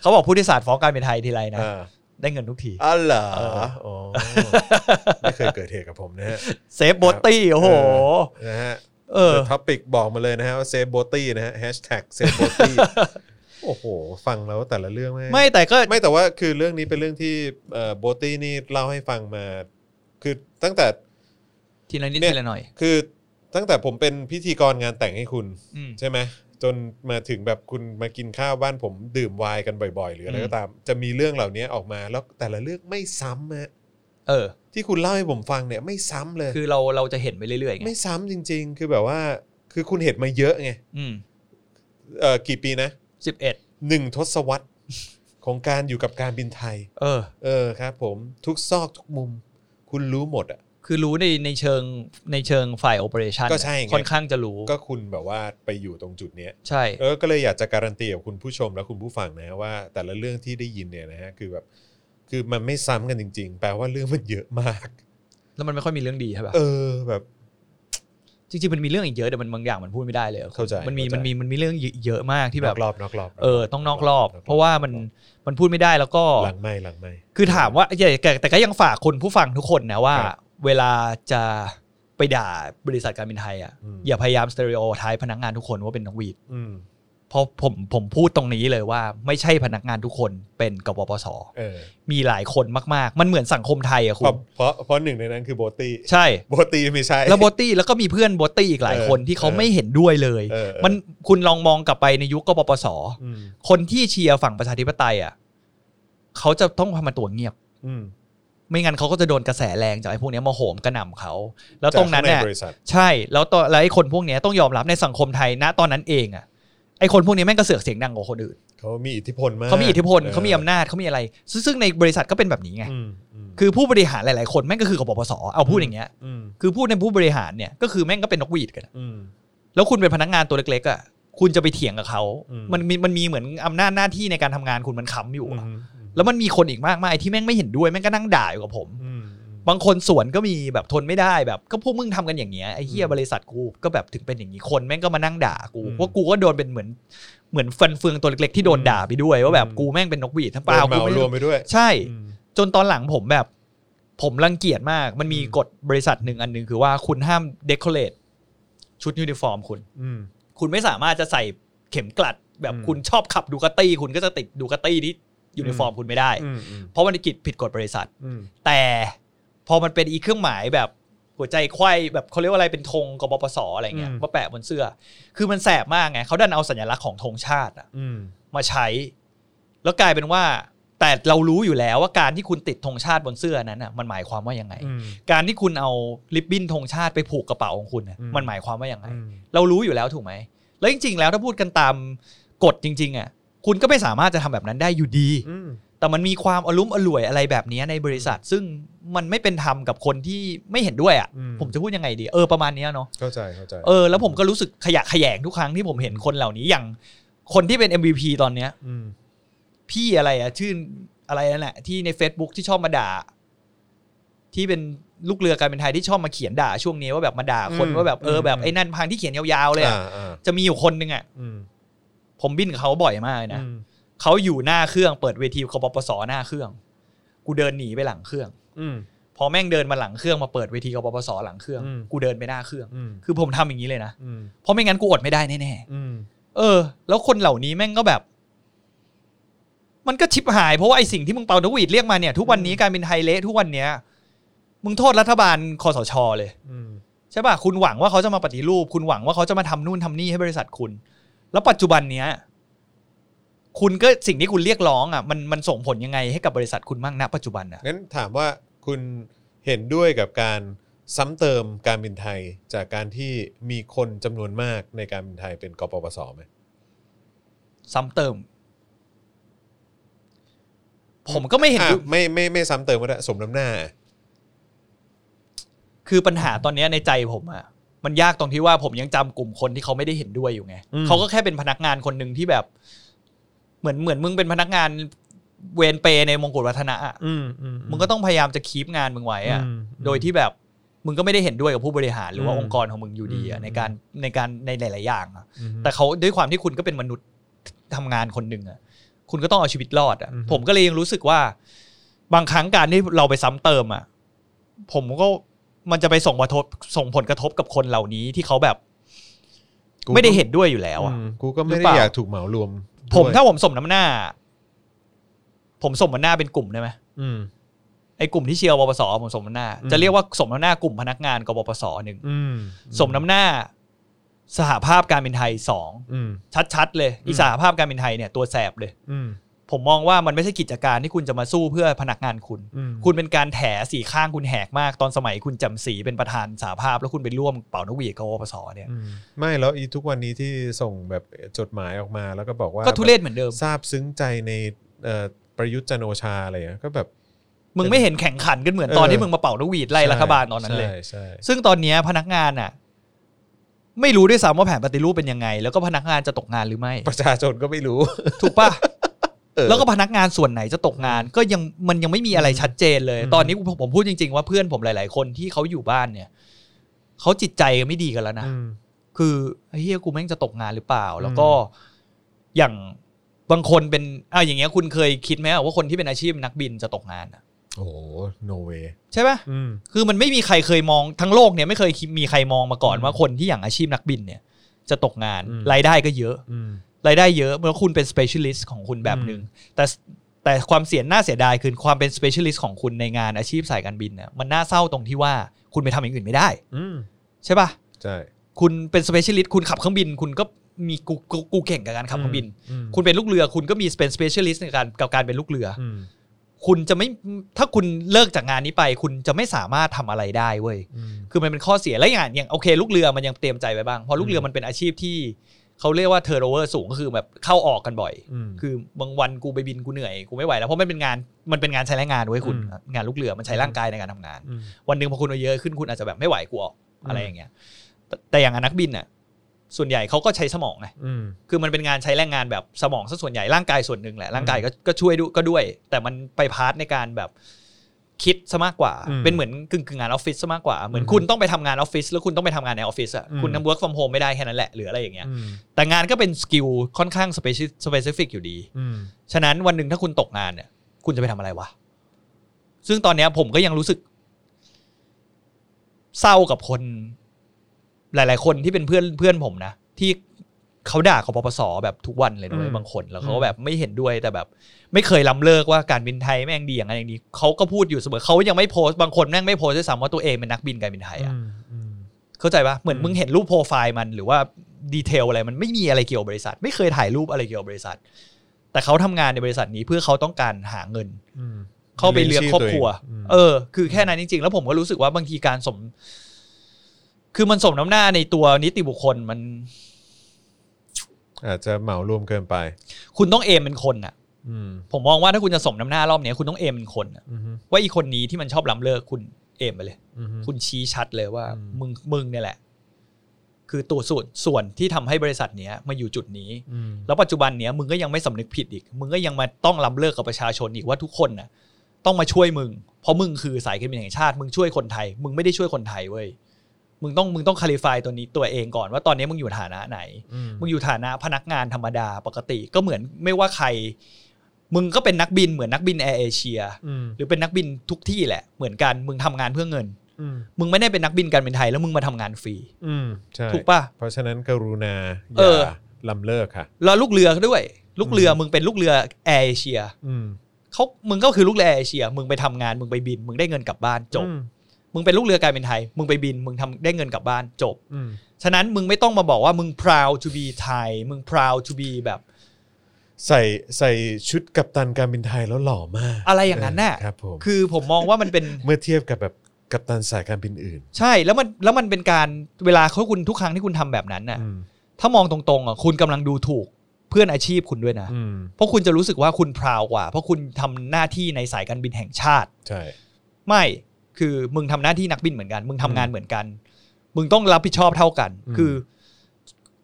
B: เขาบอกผู้โดยสารฟ้องการบินไทยทีไรนะ
A: อ่า
B: ได้เงินทุกที
A: อ๋อเหรอ
B: เออ
A: อ๋อไม่เคยเกิดเหตุกับผมนะฮะ
B: เซฟโบตี้โอ้โห
A: นะฮะ
B: เออ
A: ท็อปิกบอกมาเลยนะฮะว่าเซฟโบตี้นะฮะแฮชแท็กเซฟโบตี้ โอ้โห ฟังแล้วแต่ละเรื่องไม่ง
B: ไม่แต่ก็
A: ไม่แต่ว่าคือเรื่องนี้เป็นเรื่องที่โบตี้นี่เล่าให้ฟังมา คือตั้งแต่
B: ทีละนิดทีละหน่อย
A: คือตั้งแต่ผมเป็นพิธีกรงานแต่งให้คุณ
B: อืม
A: ใช่ไหมจนมาถึงแบบคุณมากินข้าวบ้านผมดื่มไวน์กันบ่อยๆ หรืออะไร
B: อืม
A: ก็ตาม จะมีเรื่องเหล่านี้ออกมาแล้วแต่ละเรื่องไม่ซ้ำฮะ
B: เออ
A: ที่คุณเล่าให้ผมฟังเนี่ยไม่ซ้ำเลย
B: คือเราเราจะเห็นไปเรื่อยๆไง
A: ไม่ซ้ำจริง ๆ คือแบบว่าคือคุณเห็นมาเยอะไง
B: อืม
A: เอ่อกี่ปีนะ
B: สิบเอ็ด
A: หนึ่งทศวรรษ ของการอยู่กับการบินไทย
B: เออ
A: เออครับผมทุกซอกทุกมุม คุณรู้หมดอ่ะ
B: คือรู้ในในเชิงในเชิงฝ่ายโอเปอเรชั่น
A: ก็ใช่ไง
B: ค่อนข้างจะรู้
A: ก็คุณแบบว่าไปอยู่ตรงจุดเนี้ย
B: ใช่
A: เออก็เลยอยากจะการันตีกับคุณผู้ชมและคุณผู้ฟังนะว่า แต่ละเรื่องที่ได้ยินเนี่ยนะฮะคือแบบคือมันไม่ซ้ำกันจริง ๆ แปลว่าเรื่องมันเยอะมาก
B: แล้วมันไม่ค่อยมีเรื่องดีใช่ป่ะ
A: เออแบบ
B: จริงๆมันมีเรื่องอีกเยอะแต่มันบางอย่างมันพูดไม่ได้เลยอะ
A: เข้าใจ
B: มันมี
A: เข้าใจ
B: มันมีมันมีเรื่องอีกเยอะมากที่แบ
A: นอ
B: บ
A: กรอบนอกรอบ
B: เออต้องนอกรอบ เพราะว่ามันมันพูดไม่ได้แล้วก็
A: หลังไม่หลังไม่
B: คือถามว่าแต่แต่แต่ก็ยังฝากคนผู้ฟังทุกคนนะว่า
A: ครับ
B: เวลาจะไปด่าบริษัทการบินไทยอ่ะ
A: อืม
B: อย่าพยายามสเตอริโอไทป์พนักงานทุกคนว่าเป็นนักหวีด
A: อืม
B: เพราะผมผมพูดตรงนี้เลยว่าไม่ใช่พนักงานทุกคนเป็นกบปส
A: เออ
B: มีหลายคนมากๆ มันเหมือนสังคมไทยอะคุ
A: เพราะ
B: ณ
A: เพราะเพราะหนึ่งในนั้นคือโบตี้
B: ใช่
A: โบตี้ไม่ใช่
B: แล้วโบตี้แล้วก็มีเพื่อนโบตี้อีกหลายคน
A: เออ
B: ที่เขา
A: เออ
B: ไม่เห็นด้วยเลย
A: เออเออ
B: มันคุณลองมองกลับไปในยุคกบปส
A: อืม
B: คนที่เชียร์ฝั่งประชาธิปไตยอ่ะเขาจะต้องทำมาตัวเงียบ
A: อืม
B: ไม่งั้นเขาก็จะโดนกระแสแรงจากไอ้พวกเนี้ยมาโหมกระหน่ำเขา แล้วตรงนั้น
A: จาก
B: เนี่ย
A: ข้าใบริษัท
B: ใช่ แล้วตอนแล้วไอ้คนพวกเนี้ยต้องยอมรับในสังคมไทยนะตอนนั้นเองอ่ะ ไอ้คนพวกนี้แม่งก็เสือกเสียงดังกว่าคนอื่น
A: เขามีอิทธิพลมาก
B: เขามีอิทธิพลเขามีอำนาจเขามีอะไร ซึ่งซึ่งในบริษัทก็เป็นแบบนี้ไง
A: อืมม
B: คือผู้บริหารหลาย ๆ คนแม่งก็คือกบปปสเอาพูดอย่างเงี้ย
A: อืม
B: คือพูดในผู้บริหารเนี่ยก็คือแม่งก็เป็นนกหวีดกัน
A: อืม
B: แล้วคุณเป็นพนักงานตัวเล็กๆอ่ะคุณจะไปเถียงกับเขา
A: อืม
B: มันมีมันมีเหมือนอำนาจหน้าที่ในการทำงานคุณมันค้ำอยู่อะแล้วมันมีคนอีกมากมายที่แม่งไม่เห็นด้วยแม่งก็นั่งด่าอยู่กับผม
A: อืมอืม
B: บางคนสวนก็มีแบบทนไม่ได้แบบก็พวกมึงทำกันอย่างเงี้ยไอ้เฮีย
A: อืม
B: บริษัทกูก็แบบถึงเป็นอย่างนี้คนแม่งก็มานั่งด่ากู
A: อืม
B: ว่ากูก็โดนเป็นเหมือนเหมือนฟันเฟืองตัวเล็กๆที่โดนด่าไปด้วยว่าแบบ
A: อืม
B: กูแม่งเป็นนกหวีดทั้งเปล่า
A: โดนเห
B: กู
A: มา
B: ไม่
A: รวมไปด้วย
B: ใช่
A: อืม
B: จนตอนหลังผมแบบ ผมรังเกียจมาก มันมี
A: อืม
B: กฎบริษัทหนึ่งอันหนึ่งคือว่าคุณห้ามเดคอเรทชุดยูนิฟอร์มคุณ
A: อืม
B: คุณไม่สามารถจะใส่เข็มกลัด แบบ
A: อืม
B: คุณชอบขับดูกาตี้ คุณก็จะติดดูกาตี้ที่ยูนิฟอร์มคุณไม่ได้
A: อืมอืม
B: เพราะมันกิจผิดกฎบริษัท
A: อืม
B: แต่พอมันเป็นอีเครื่องหมายแบบหัวใจไขว้แบบเขาเรียกว่าอะไรเป็นธงกบปสอะไรเงี้ย
A: อืม
B: มาแปะบนเสื้อ คือมันแสบมากไงเขาดันเอาสัญลักษณ์ของธงชาติอะ
A: อืม
B: มาใช้ แล้วกลายเป็นว่า แต่เรารู้อยู่แล้วว่าการที่คุณติดธงชาติบนเสื้อนั้นน่ะมันหมายความว่ายังไง
A: อืม
B: การที่คุณเอาริบบิ้นธงชาติไปผูกกระเป๋าของคุณน่ะ
A: อืม
B: มันหมายความว่ายังไง
A: อืม
B: เรารู้อยู่แล้วถูกไหม แล้วจริง ๆ แล้วถ้าพูดกันตามกฎจริง ๆ อ่ะ คุณก็ไม่สามารถจะทำแบบนั้นได้อยู่ดี
A: อืม
B: แต่มันมีความอลุ้มอล่วยอะไรแบบนี้ในบริษัท ซึ่งมันไม่เป็นธรรมกับคนที่ไม่เห็นด้วยอ่ะ
A: อืม
B: ผมจะพูดยังไงดี เออประมาณเนี้ยเนาะ
A: เข้าใจเข้าใจ
B: เออแล้วผมก็รู้สึกขยะแขยงทุกครั้งที่ผมเห็นคนเหล่านี้อย่างคนที่เป็น MVP ตอนเนี้ย
A: ม
B: พี่อะไรอ่ะชื่ออะไรนั่นแหละที่ใน Facebook ที่ชอบมาด่า ที่เป็นลูกเรือการเป็นไทยที่ชอบมาเขียนด่าช่วงนี้ว่าแบบมาด่าคนว่าแบบเออแบบไอ้นั่นพังที่เขียนยาวๆเลยอะ
A: อ่าอ่า
B: จะมีอยู่คนหนึ่งอ่ะ
A: อืม
B: ผมบินกับเขาบ่อยมากเลยนะ
A: อืม
B: เขาอยู่หน้าเครื่องเปิดเวทีคปปสหน้าเครื่อง กูเดินหนีไปหลังเครื่อง
A: อืม
B: พอแม่งเดินมาหลังเครื่องมาเปิดเวทีคปปสหลังเครื่อง
A: อืม
B: กูเดินไปหน้าเครื่อง
A: อืม
B: คือผมทำอย่างนี้เลยนะ
A: อืม
B: เพราะไม่งั้นกูอดไม่ได้แน่
A: อืม
B: ๆเออ แล้วคนเหล่านี้แม่งก็แบบ มันก็ชิบหายเพราะว่าไอสิ่งที่มึงเป่านกหวีดเรียกมาเนี่ยทุกวันนี้การเป็นไทยเละทุกวันเนี้ยมึงโทษรัฐบาลคอสชเลย
A: อืม
B: ใช่ป่ะคุณหวังว่าเขาจะมาปฏิรูป คุณหวังว่าเขาจะมาทำนู่นทำนี่ให้บริษัทคุณ แล้วปัจจุบันเนี้ย คุณก็สิ่งที่คุณเรียกร้องอ่ะมันมันส่งผลยังไงให้กับบริษัทคุณบ้างณปัจจุบันอ่ะ
A: งั้นถามว่าคุณเห็นด้วยกับการซ้ำเติมการบินไทยจากการที่มีคนจำนวนมากในการบินไทยเป็นกปปสไหม
B: ซ้ำเติม ผมก็ไม่เห็น
A: อ่ะ
B: ด้วย
A: ไม่ไม่ไม่ซ้ำเติมก็ได้สมน้ำหน้า
B: คือปัญหาตอนเนี้ยในใจผมอ่ะมันยากตรงที่ว่าผมยังจำกลุ่มคนที่เขาไม่ได้เห็นด้วยอยู่ไง
A: อืม
B: เขาก็แค่เป็นพนักงานคนหนึ่งที่แบบ เหมือนเหมือนมึงเป็นพนักงานเวรเปในมงกุฎวัฒนะอะ
A: อืม
B: มึงก็ต้องพยายามจะคีปงานมึงไว้อ่ะ โดยที่แบบมึงก็ไม่ได้เห็นด้วยกับผู้บริหารหรือว่า
A: อืม
B: องค์กรของมึงอยู่ดีอะ
A: อืม
B: ในการในการในหลาย ๆ อย่างอะแต่เขาด้วยความที่คุณก็เป็นมนุษย์ทำงานคนหนึ่งอะคุณก็ต้องเอาชีวิตรอดอะ
A: อืม
B: ผมก็เลยยังรู้สึกว่า บางครั้งการที่เราไปซ้ำเติมอะผมก็มันจะไปส่งผลกระทบส่งผลกระทบกับคนเหล่านี้ที่เขาแบบ ไม่ได้เห็นด้วยอยู่แล้วอะ
A: อืมกูก็ไม่
B: หรื
A: ได้
B: อเปล่า
A: อยากถูกเหมารวมด้วย
B: ผมถ้าผมสมน้ำหน้า ผมสมน้ำหน้าเป็นกลุ่มได้ไหม
A: อืม
B: ไอ้กลุ่มที่เชียร์ปปสผมสมน้ำหน้า
A: อืม
B: จะเรียกว่าสมน้ำหน้ากลุ่มพนักงานกปปสหนึ่ง
A: อืม
B: สมน้ำหน้าสหภาพการบินไทยสอง
A: อืม
B: ชัดๆเลย
A: อืม
B: อีสหภาพการบินไทยเนี่ยตัวแสบเลย
A: อืม
B: ผมมองว่ามันไม่ใช่กิจการที่คุณจะมาสู้เพื่อพนักงานคุณ
A: อืม
B: คุณเป็นการแถสีข้างคุณแหกมาก ตอนสมัยคุณจำศรีเป็นประธานสหภาพ แล้วคุณไปร่วมเป่านกหวีดกับอปสเนี่ย
A: อืมไม่แล้วอีทุกวันนี้ที่ส่งแบบจดหมายออกมาแล้วก็บอกว่า
B: ก็ทุเรศเหมือนเดิม
A: ซาบซึ้งใจในเอ่อประยุทธ์จันทร์โอชาอะไรอย่างเงี้ยก็แบบ
B: มึงไม่เห็นแข่งขันกันเหมือนตอน
A: เออ
B: ที่มึงมาเป่านกหวีดไล่รัฐบาลตอนนั้นเลย
A: ใช่ใช่
B: ซึ่งตอนเนี้ยพนักงานน่ะ ไม่รู้ด้วยซ้ำว่าแผนปฏิรูปเป็นยังไง แล้วก็พนักงานจะตกงานหรือไม่
A: ประชาชนก็ไม่รู้
B: ถูกปะ
A: เออ
B: แล้วก็พนักงานส่วนไหนจะตกงาน ก็ยังมันยังไม่มีอะไรชัดเจนเลย
A: อืม
B: ตอนนี้ผมผมพูดจริง ๆ ว่าเพื่อนผมหลาย ๆ คนที่เขาอยู่บ้านเนี่ยเขาจิตใจไม่ดีกันแล้วนะ
A: อืม
B: คือเฮียกูแม่งจะตกงานหรือเปล่า แล้วก็อย่างบางคนเป็นอ่าอย่างเงี้ยคุณเคยคิดไหมว่าคนที่เป็นอาชีพนักบินจะตกงานอะ
A: โอ้โห no way
B: ใช่ปะ
A: อืม
B: คือมันไม่มีใครเคยมองทั้งโลกเนี่ยไม่เคยคิดมีใครมองมาก่อน
A: อืม
B: ว่าคนที่อย่างอาชีพนักบินเนี่ย จะตกงาน
A: อืม
B: รายได้ก็เยอะ
A: อืม
B: รายได้เยอะเมื่อคุณเป็น specialist ของคุณแบบหนึ่งแต่แต่ความเสียน่าเสียดายคือความเป็น specialist ของคุณในงานอาชีพสายการบินเนี่ยมันน่าเศร้าตรงที่ว่าคุณไปทำอย่างอื่นไม่ได้
A: อืม
B: ใช่ปะ
A: ใช่
B: คุณเป็น specialist คุณขับเครื่องบิน คุณก็มีกูกูกูเก่งกับการขับเครื่องบิน
A: อืม
B: คุณเป็นลูกเรือ คุณก็มีเป็น specialist ในการกับการเป็นลูกเรือ
A: อืม
B: คุณจะไม่ถ้าคุณเลิกจากงานนี้ไป คุณจะไม่สามารถทำอะไรได้เว้ย
A: อืม
B: คือมันเป็นข้อเสียและอย่างอย่างโอเค ลูกเรือมันยังเตรียมใจไว้บ้างเพราะลูกเรือมันเป็นอาชีพที่ เขาเรียกว่าเทอร์โ v เวอร์สูงก็คือแบบเข้าออกกันบ่อย
A: อืม
B: คือบางวันกูไปบินกูเหนื่อยกูไม่ไหวแล้วเพราะมันเป็นงานมันเป็นงานใช้แรงงานเว้ยคุณ
A: อืม
B: งานลูกเรือมันใช้ร่างกายในการทำงาน
A: อืม
B: วันหนึ่งพอคุณเอาเยอะขึ้นคุณอาจจะแบบไม่ไหวกูออกอะไร
A: อืม
B: อย่างเงี้ยแต่แต่อย่างนักบินน่ะส่วนใหญ่เขาก็ใช้สมองไง
A: อืม
B: คือมันเป็นงานใช้แรงงานแบบสมองซะส่วนใหญ่ร่างกายส่วนหนึ่งแหละร่างกายก็ก็ช่วยด้วยก็ด้วย แต่มันไปพาร์ทในการแบบคิดซะมากกว่า
A: อืม
B: เป็นเหมือนกึ่งกึ่งงานออฟฟิศซะมากกว่าเหมือ
A: อื
B: น
A: ม
B: คุณต้องไปทำงานออฟฟิศแล้วคุณต้องไปทำงานในออฟฟิศอะ
A: อืม
B: คุณทำ work from home ไม่ได้แค่นั้นแหละหรืออะไรอย่างเงี้ย
A: อืม
B: แต่งานก็เป็นสกิลค่อนข้างสเปซิสเปซิฟิกอยู่ดี
A: อืม
B: ฉะนั้นวันหนึ่งถ้าคุณตกงานเนี่ย คุณจะไปทำอะไรวะ ซึ่งตอนเนี้ยผมก็ยังรู้สึก เศร้ากับคน หลาย ๆ คนที่เป็นเพื่อนเพื่อนผมนะ ที่เขาด่าขอปปสแบบทุกวันเลยนะเว้ย
A: อืม
B: บางคน แล้วเขาก็
A: อืม
B: แบบไม่เห็นด้วยแต่แบบ ไม่เคยล้ำเลิกว่าการบินไทยแม่งดีอย่างนั้นอย่างนี้เขาก็พูดอยู่เสมอเขายังไม่โพสต์บางคนแม่งไม่โพสต์ด้วยซ้ำว่าตัวเองเป็นนักบินการบินไทยอะ
A: อืมอืม
B: เข้าใจปะเหมือน
A: อืม
B: มึงเห็นรูปโปรไฟล์มันหรือว่าดีเทลอะไรมันไม่มีอะไรเกี่ยวกับบริษัท ไม่เคยถ่ายรูปอะไรเกี่ยวกับบริษัท แต่เขาทำงานในบริษัทนี้เพื่อเขาต้องการหาเงิน
A: อืม
B: เข้าไปเลี้ยงครอบครัว
A: ม
B: เออ คือแค่นั้นจริงๆ แล้วผมก็รู้สึกว่าบางทีการสม คือมันสมน้ำหน้าในตัวนิติบุคคลมัน
A: อาจจะเหมารวมเกินไป
B: คุณต้องเอมเป็นคนน่ะ
A: อืม
B: ผมมองว่าถ้าคุณจะสมน้ำหน้ารอบเนี้ยคุณต้องเอมเป็นคนน่ะ
A: อืมฮึ
B: ว่าอีคนนี้ที่มันชอบล้ำเลิกคุณเอมไปเลย
A: อืมฮึ
B: คุณชี้ชัดเลยว่า
A: อืม
B: มึงมึงเนี่ยแหละ คือตัวส่วนส่วนที่ทำให้บริษัทเนี้ยมาอยู่จุดนี้
A: อืม
B: แล้วปัจจุบันเนี้ยมึงก็ยังไม่สำนึกผิดอีก มึงก็ยังมาต้องล้ำเลิกกับประชาชนอีกว่าทุกคนน่ะ ต้องมาช่วยมึง เพราะมึงคือสายการบินแห่งชาติ มึงช่วยคนไทย มึงไม่ได้ช่วยคนไทยเว้ย มึงต้องมึงต้องคาลิฟายตัวนี้ตัวเองก่อนว่าตอนนี้มึงอยู่ฐานะไหน
A: อืม
B: มึงอยู่ฐานะพนักงานธรรมดาปกติก็เหมือนไม่ว่าใคร มึงก็เป็นนักบินเหมือนนักบินแอร์เอเชีย
A: อืม
B: หรือเป็นนักบินทุกที่แหละ เหมือนกัน มึงทำงานเพื่อเงิน
A: อืม
B: มึงไม่ได้เป็นนักบินการบินไทยแล้วมึงมาทำงานฟรี
A: อืมใช่
B: ถูกปะ
A: เพราะฉะนั้นกรุณาอ
B: เอย่
A: า
B: อ
A: ลำเลิกค่ะ
B: แล้วลูกเรือด้วย ลูกเรือมึงเป็นลูกเรือแอร์เอเชีย
A: อืม
B: เขามึงก็คือลูกเรือเอเชีย มึงไปทำงาน มึงไปบิน มึงได้เงินกลับบ้านจบ
A: อืม
B: มึงเป็นลูกเรือการบินไทย มึงไปบิน มึงทำได้เงินกลับบ้านจบ
A: อืม
B: ฉะนั้นมึงไม่ต้องมาบอกว่ามึง proud to be ไทย มึง proud to be แบบ
A: ใส่ใส่ชุดกัปตันการบินไทยแล้วหล่อมาก
B: อะไรอย่างนั้นน่ะ
A: เอครับผม
B: คือผมมองว่ามันเป็น
A: เมื่อเทียบกับแบบกัปตันสายการบินอื่น
B: ใช่ แล้วมันแล้วมันเป็นการเวลาเขาคุณทุกครั้งที่คุณทำแบบนั้นน่ะ
A: อืม
B: ถ้ามองตรงๆอ่ะคุณกำลังดูถูกเพื่อนอาชีพคุณด้วยนะ
A: อืม
B: เพราะคุณจะรู้สึกว่าคุณ proud กว่า เพราะคุณทำหน้าที่ในสายการบินแห่งชาติ
A: ใช่
B: ไม่ คือมึงทำหน้าที่นักบินเหมือนกัน มึงทำงาน
A: อืม
B: เหมือนกัน มึงต้องรับผิดชอบเท่ากัน
A: อืม
B: คือ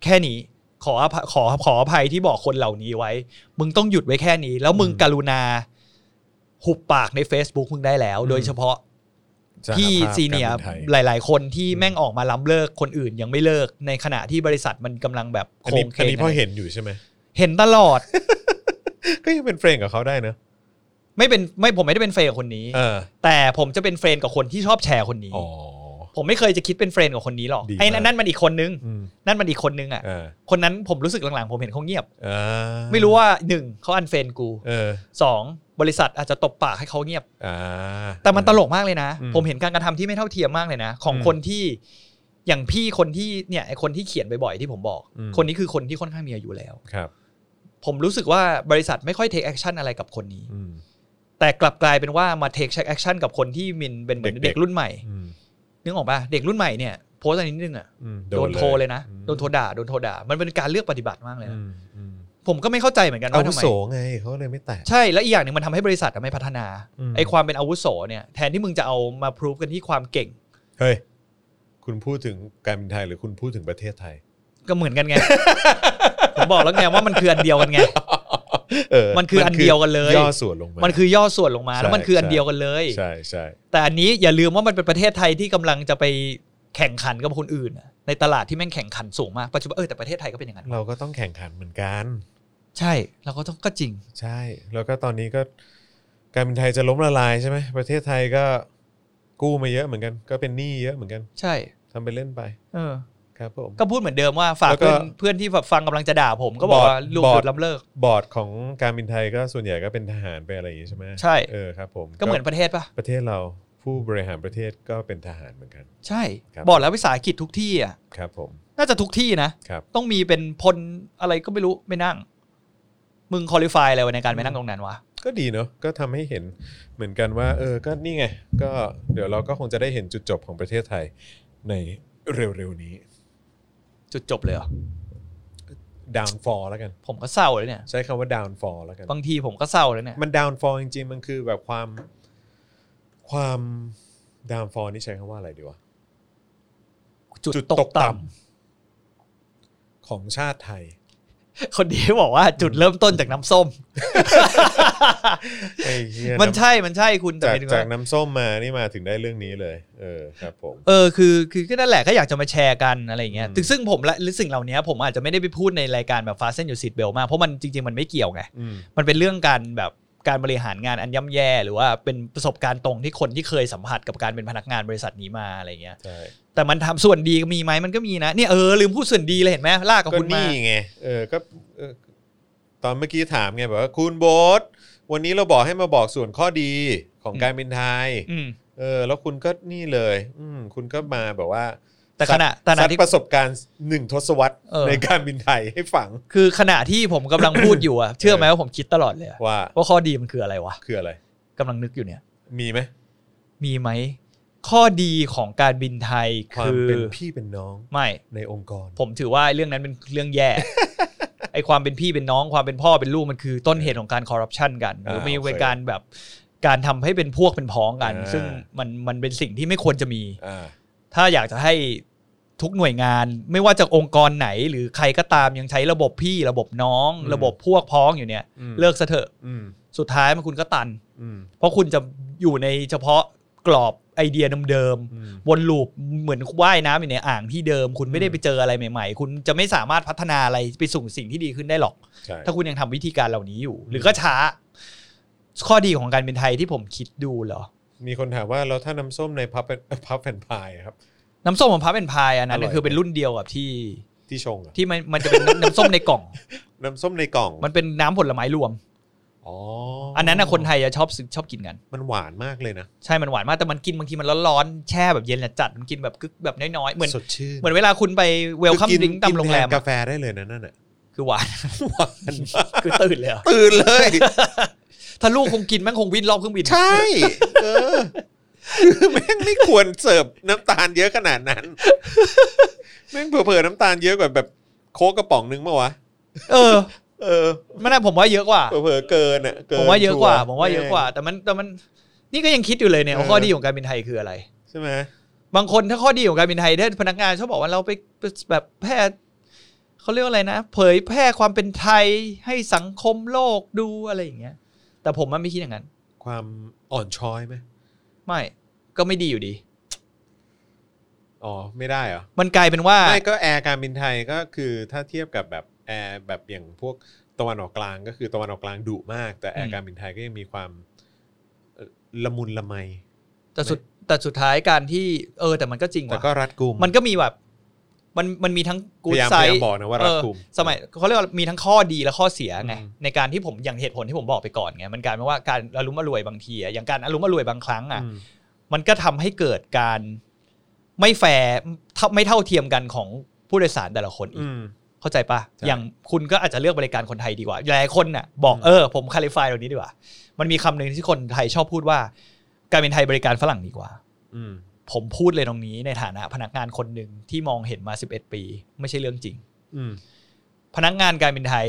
B: แค่นี้ ขออภัยขอขออภัยที่บอกคนเหล่านี้ไว้ มึงต้องหยุดไว้แค่นี้ แล้วมึงกรุณา หุบปากใน Facebook มึงได้แล้ว โดยเฉพาะ
A: จะหา
B: พี่
A: ภาพ
B: ซีเนีย
A: การ
B: ร์
A: บินไทย
B: หลาย ๆ คนที่
A: อืม
B: แม่งออกมาล้ำเลิกคนอื่นยังไม่เลิก ในขณะที่บริษัทมันกำลังแบบ
A: อัน
B: โคร
A: นี้
B: งเค
A: อัน
B: ง
A: นี้พอเห็นอยู่ใช่ไหม
B: เห็นตลอด
A: ก็ยังเป็นเฟรนด์กับเขาได้เนอะ
B: ไม่เป็นไม่ผมไม่ได้เป็นเฟรนด์กับคนนี้
A: เออ
B: แต่ผมจะเป็นเฟรนด์กับคนที่ชอบแชร์คนนี้
A: อ๋อ
B: ผมไม่เคยจะคิดเป็นเฟรนด์กับคนนี้หรอก
A: ดีมาก
B: ไอ้นั่นนั่นมันอีกคนนึง
A: อืม
B: นั่นมันอีกคนนึงอ่ะ
A: เออ
B: คนนั้นผมรู้สึกหลังๆ ผมเห็นเขาเงียบ
A: เออ
B: ไม่รู้ว่าหนึ่งเขาอันเฟรนกู
A: เออ
B: สองบริษัทอาจจะตบปากให้เขาเงียบ
A: อ่า
B: แต่มันตลกมากเลยนะ
A: อืม
B: ผมเห็นการกระทำที่ไม่เท่าเทียมมากเลยนะ ของ
A: อืม
B: คนที่อย่างพี่คนที่เนี่ยไอคนที่เขียนบ่อยๆที่ผมบอก
A: อืม
B: คนนี้คือคนที่ค่อนข้างมีอายุแล้ว
A: ครับ
B: ผมรู้สึกว่าบริษัทไม่ค่อยเทคแอคชั่นอะไรกับคนนี้
A: อืม
B: แต่กลับกลายเป็นว่ามาเทคแอคชั่นกับคนที่มินเป็นเหมือน
A: เด็
B: เด็
A: ก
B: ก
A: ๆ
B: รุ่นใหม่
A: อืม
B: นึกออกปะเด็กรุ่นใหม่เนี่ยโพสต์อะไรนิดนึงอ่ะ
A: อืม
B: โดนโทรเลยนะ
A: อืม
B: โดนโทรด่า โดนโทรด่า มันเป็นการเลือกปฏิบัติมากเลยนะ
A: อืมอืม
B: ผมก็ไม่เข้าใจเหมือนกัน
A: อา
B: ว่า
A: วุ
B: ทำไม
A: โสไงเขาเลยไม่แตะ
B: ใช่ แล้วอีกอย่างหนึ่งมันทำให้บริษัทอะไม่พัฒนา
A: อืม
B: ไอความเป็นอาวุโสเนี่ย แทนที่มึงจะเอามาพรูฟกันที่ความเก่ง
A: เฮ้ย คุณพูดถึงการบินไทยหรือคุณพูดถึงประเทศไทย
B: ก็เหมือน กันไง ผมบอกแล้วไงว่ามันคืออันเดียวกันไง
A: เออ
B: มันคืออันเดียวกันเลย
A: ย่อส่วนลงมา
B: มันคือย่อส่วนลงมา
A: ใช่
B: แล้วมันคืออันเดียวกันเลย
A: ใช่ใช่
B: แต่อันนี้อย่าลืมว่ามันเป็นประเทศไทยที่กำลังจะไปแข่งขันกับคนอื่นอะในตลาดที่แม่งแข่งขันสูงมาก ปัจจุบันเออแต่ประเทศไทยก็เป็นอย่างนั้น
A: เราก็ต้องแข่งขันเหมือนกัน
B: ใช่ เราก็ต้องก็จริง
A: ใช่ แล้วก็ตอนนี้ก็ การบินไทยจะล้มละลายใช่ไหมประเทศไทยก็กู้มาเยอะเหมือนกัน ก็เป็นหนี้เยอะเหมือนกัน
B: ใช่
A: ทำไปเล่นไป
B: เออ
A: ครับผม
B: ก็พูดเหมือนเดิมว่าฝาก
A: แล้วก็
B: เพื่อนเพื่อนที่แบบฟังกำลังจะด่าผมก็บอก
A: บอร์ด
B: ว่าลูก
A: บอร์
B: หยุ
A: ด
B: ดล้ำเลิก
A: บอร์ดของการบินไทยก็ส่วนใหญ่ก็เป็นทหารไปนอะไรอย่างนี้ใช่ไหม
B: ใช่
A: เออครับ ผม
B: ก็เหมือนประเทศปะ
A: ประเทศเราผู้บริหารประเทศก็เป็นทหารเหมือนกัน
B: ใช่
A: ครับ
B: บอกแล้ววิสาหกิจทุกที่อ่ะ
A: ครับ ผม
B: น่าจะทุกที่นะ
A: ครับ
B: ต้องมีเป็นพลอะไรก็ไม่รู้ไม่นั่ง มึงคอลิฟายอะไรไว้ในการไปนั่งตรงนั้นวะ
A: ก็ดีเนาะก็ทำให้เห็นเหมือนกันว่า เออก็นี่ไง ก็เดี๋ยวเราก็คงจะได้เห็นจุดจบของประเทศไทยในเร็วๆนี้
B: จุดจบเลยเหรอ
A: downfall แล้วกัน
B: ผมก็เศร้าเลยเนี่ย
A: ใช้คำว่า downfall แล้วกัน
B: บางทีผมก็เศร้าเลยเนี่ย
A: มัน downfall จริงๆ มันคือแบบความความ downfall นี่ใช้คำว่าอะไรดีวะ จุดตกต่ ของชาติไทย
B: คนนี้บอกว่าจุดเริ่มต้นจากน้ำส้ม
A: ไอ้เหี้ย
B: มันใช่มันใช่คุณแต่
A: จาก
B: หมายถึง
A: จาก
B: ว่า
A: น้ำส้มมานี่มาถึงได้เรื่องนี้เลย เออครับผม
B: เออคือคือก็นั่นแหละก็อยากจะมาแชร์กันอะไรอย่างเงี้ย
A: อืม
B: ถึงซึ่งผมและหรือสิ่งเหล่านี้ผมอาจจะไม่ได้ไปพูดในรายการแบบฟาเซนอยู่สิทเบลมาก เพราะมันจริง ๆ มันไม่เกี่ยวไง
A: อืม
B: มันเป็นเรื่องการแบบการบริหารงานอันย่ำแย่หรือว่าเป็นประสบการณ์ตรงที่คนที่เคยสัมผัสกับการเป็นพนักงานบริษัทนี้มาอะไรอย่างเงี้ย
A: ใช่
B: แต่มันทำส่วนดีมีไหมมันก็มีนะเนี่ยเออลืมพูดส่วนดีเลยเห็นไหมลากกับ
A: ก็
B: คุณมา
A: นี่ไง เออก็เออตอนเมื่อกี้ถามไงแบบว่าคุณโบทวันนี้เราบอกให้มาบอกส่วนข้อดีของการบินไทย
B: อืม
A: เออ แล้วคุณก็นี่เลย อืมคุณก็มาแบบว่า
B: แต่ขณะขณะ
A: ซัด
B: ที่
A: ประสบการณ์หนึ่งทศวรรษ
B: เออ
A: ในการบินไทยให้ฟัง
B: คือขณะที่ผมกำลังพูดอยู่อะเชื่อไหมว่าผมคิดตลอดเลยอะ
A: ว่า
B: ว่าข้อดีมันคืออะไรวะ
A: คืออะไร
B: กำลังนึกอยู่เนี่ย
A: มีไหม
B: มีไหม ข้อดีของการบินไทย
A: ความ
B: คือ
A: เป็นพี่เป็นน้อง
B: ไม่
A: ในองค์กร
B: ผมถือว่าเรื่องนั้นเป็นเรื่องแย่ ไอความเป็นพี่เป็นน้องความเป็นพ่อเป็นลูกมันคือต้นเหตุของการคอร์รัปชันกัน หรือ
A: อ่า
B: มี
A: โอเค
B: เวการแบบการทำให้เป็นพวกเป็นพ้องกัน
A: อ่า
B: ซึ่งมันมันเป็นสิ่งที่ไม่ควรจะมี
A: อ่า
B: ถ้าอยากจะให้ทุกหน่วยงาน ไม่ว่าจากองค์กรไหน หรือใครก็ตามยังใช้ระบบพี่ระบบน้อง
A: อืม
B: ระบบพวกพ้องอยู่เนี่ย
A: อืม
B: เลิกซะเถอะ
A: อืม
B: สุดท้ายมันคุณก็ตัน
A: อืม
B: เพราะคุณจะอยู่ในเฉพาะกรอบไอเดียเดิมๆ
A: อืม
B: วนลูปเหมือนว่ายน้ำอยู่ในอ่างที่เดิม คุณไม่ได้
A: อืม
B: ไปเจออะไรใหม่ ๆ คุณจะไม่สามารถพัฒนาอะไรไปสู่สิ่งที่ดีขึ้นได้หรอก
A: ใช่
B: ถ้าคุณยังทำวิธีการเหล่านี้อยู่ หรือก็ช้า ข้อดีของการเป็นไทยที่ผมคิดดูเหรอ
A: มีคนถามว่าแล้วถ้าน้ำส้มในพับพับแผ่นพายครับ
B: น้ำส้มของพับเป็นพายอันนั้
A: อร่อน ย
B: คือเป็นรุ่นเดียวกับที่
A: ที่ชงเหรอ
B: ที่มันมันจะเป็น น้ำ น้ำส้มในกล่อง
A: น้ำส้มในกล่อง
B: มันเป็นน้ำผลไม้รวม
A: อ๋ออั
B: อันนั้นนะคนไทยจะชอบซื้อชอบกินกัน
A: มันหวานมากเลยนะ
B: ใช่มันหวานมากแต่มันกินบางทีมันร้อนๆแช่แบบเย็นจัดมันกินแบบกึกแบบน้อยๆเหมือน
A: สดชื่น
B: เหมือนเวลาคุณไปเวลคัม
A: คือกิน
B: ดิ้งตามโรงแร
A: กิ
B: ม
A: นทนกา
B: อะ
A: แฟได้เลยนะนั่นน่ะ
B: คือหวาน
A: หวานมาก
B: คือตื่นเลยอะ
A: ตื่นเลย
B: ถ้าลูกคงกินแม่งคงวิ่งรอบเครื่องบิน
A: ใช่เออคือแม่งไม่ควรเสิร์ฟน้ำตาลเยอะขนาด นั้น แม่งเผื่อๆน้ำตาลเยอะกว่าแบบโค้กกระป๋องนึงมาวะ
B: เออ
A: เออ
B: ไม่น่าผมว่าเยอะกว่า
A: เผื่อๆเกินอ่ะเกิน
B: ผมว่าเยอะกว่า
A: ชัร์
B: ผมว่าเยอะกว่า แต่มันแต่มันนี่ก็ยังคิดอยู่เลยเนี่ยว่าข้อ
A: เออ
B: ดีของการบินไทยคืออะไร
A: ใช่ไหม
B: บางคนถ้าข้อดีของการบินไทยถ้าพนักงานชอบบอกว่าเราไปแบบแพร่เขาเรียกว่าอะไรนะ เผยแพร่ความเป็นไทยให้สังคมโลกดูอะไรอย่างเงี้ย แต่ผมมันไม่คิดอย่างนั้น
A: ความอ่อนช้อยไหม
B: ไม่ก็ไม่ดีอยู่ดี
A: อ๋อ ไม่ได้เหรอ
B: มันกลายเป็นว่า
A: ไม่ก็แอร์การบินไทยก็คือถ้าเทียบกับแบบแอร์แบบอย่างพวกตะวันออกกลางก็คือตะวันออกกลางดุมาก แต่แอ
B: อื
A: ร์
B: ม
A: การบินไทยก็ยังมีความเอ่อละมุนละไม
B: แต่สุดแต่สุดท้ายการที่เออแต่มันก็จริง
A: แต่
B: ว่ะ
A: ก็รัดกุม
B: มันก็มีแบบมันมันมีทั้งกู
A: พยายาม
B: ไซ
A: พยายามบอกนะว่ารัดกุม
B: สมัยเขาเรียกว่ามีทั้งข้อดีและข้อเสียไง
A: อืม
B: ในการที่ผมอย่างเหตุผลที่ผมบอกไปก่อนไงมันกลายเป็นว่าการอารมณ์อรวยบางทีอะอย่างการอารมณ์อรวยบางครั้งอ่ะมันก็ทำให้เกิดการไม่แฟร์เท่าไม่เท่าเทียมกันของผู้โดยสารแต่ละคนอีกเข้าใจปะ
A: ใช่
B: อย่างคุณก็อาจจะเลือกบริการคนไทยดีกว่าหลายคนน่ะบอกเออผมคาลิฟายตรงนี้ดีกว่า มันมีคำหนึ่งที่คนไทยชอบพูดว่า การเป็นไทยบริการฝรั่งดีกว่า
A: อืม
B: ผมพูดเลยตรงนี้ในฐานะพนักงานคนหนึ่งที่มองเห็นมา 11 ปี ไม่ใช่เรื่องจริง
A: อืม
B: พนักงานการบินไทย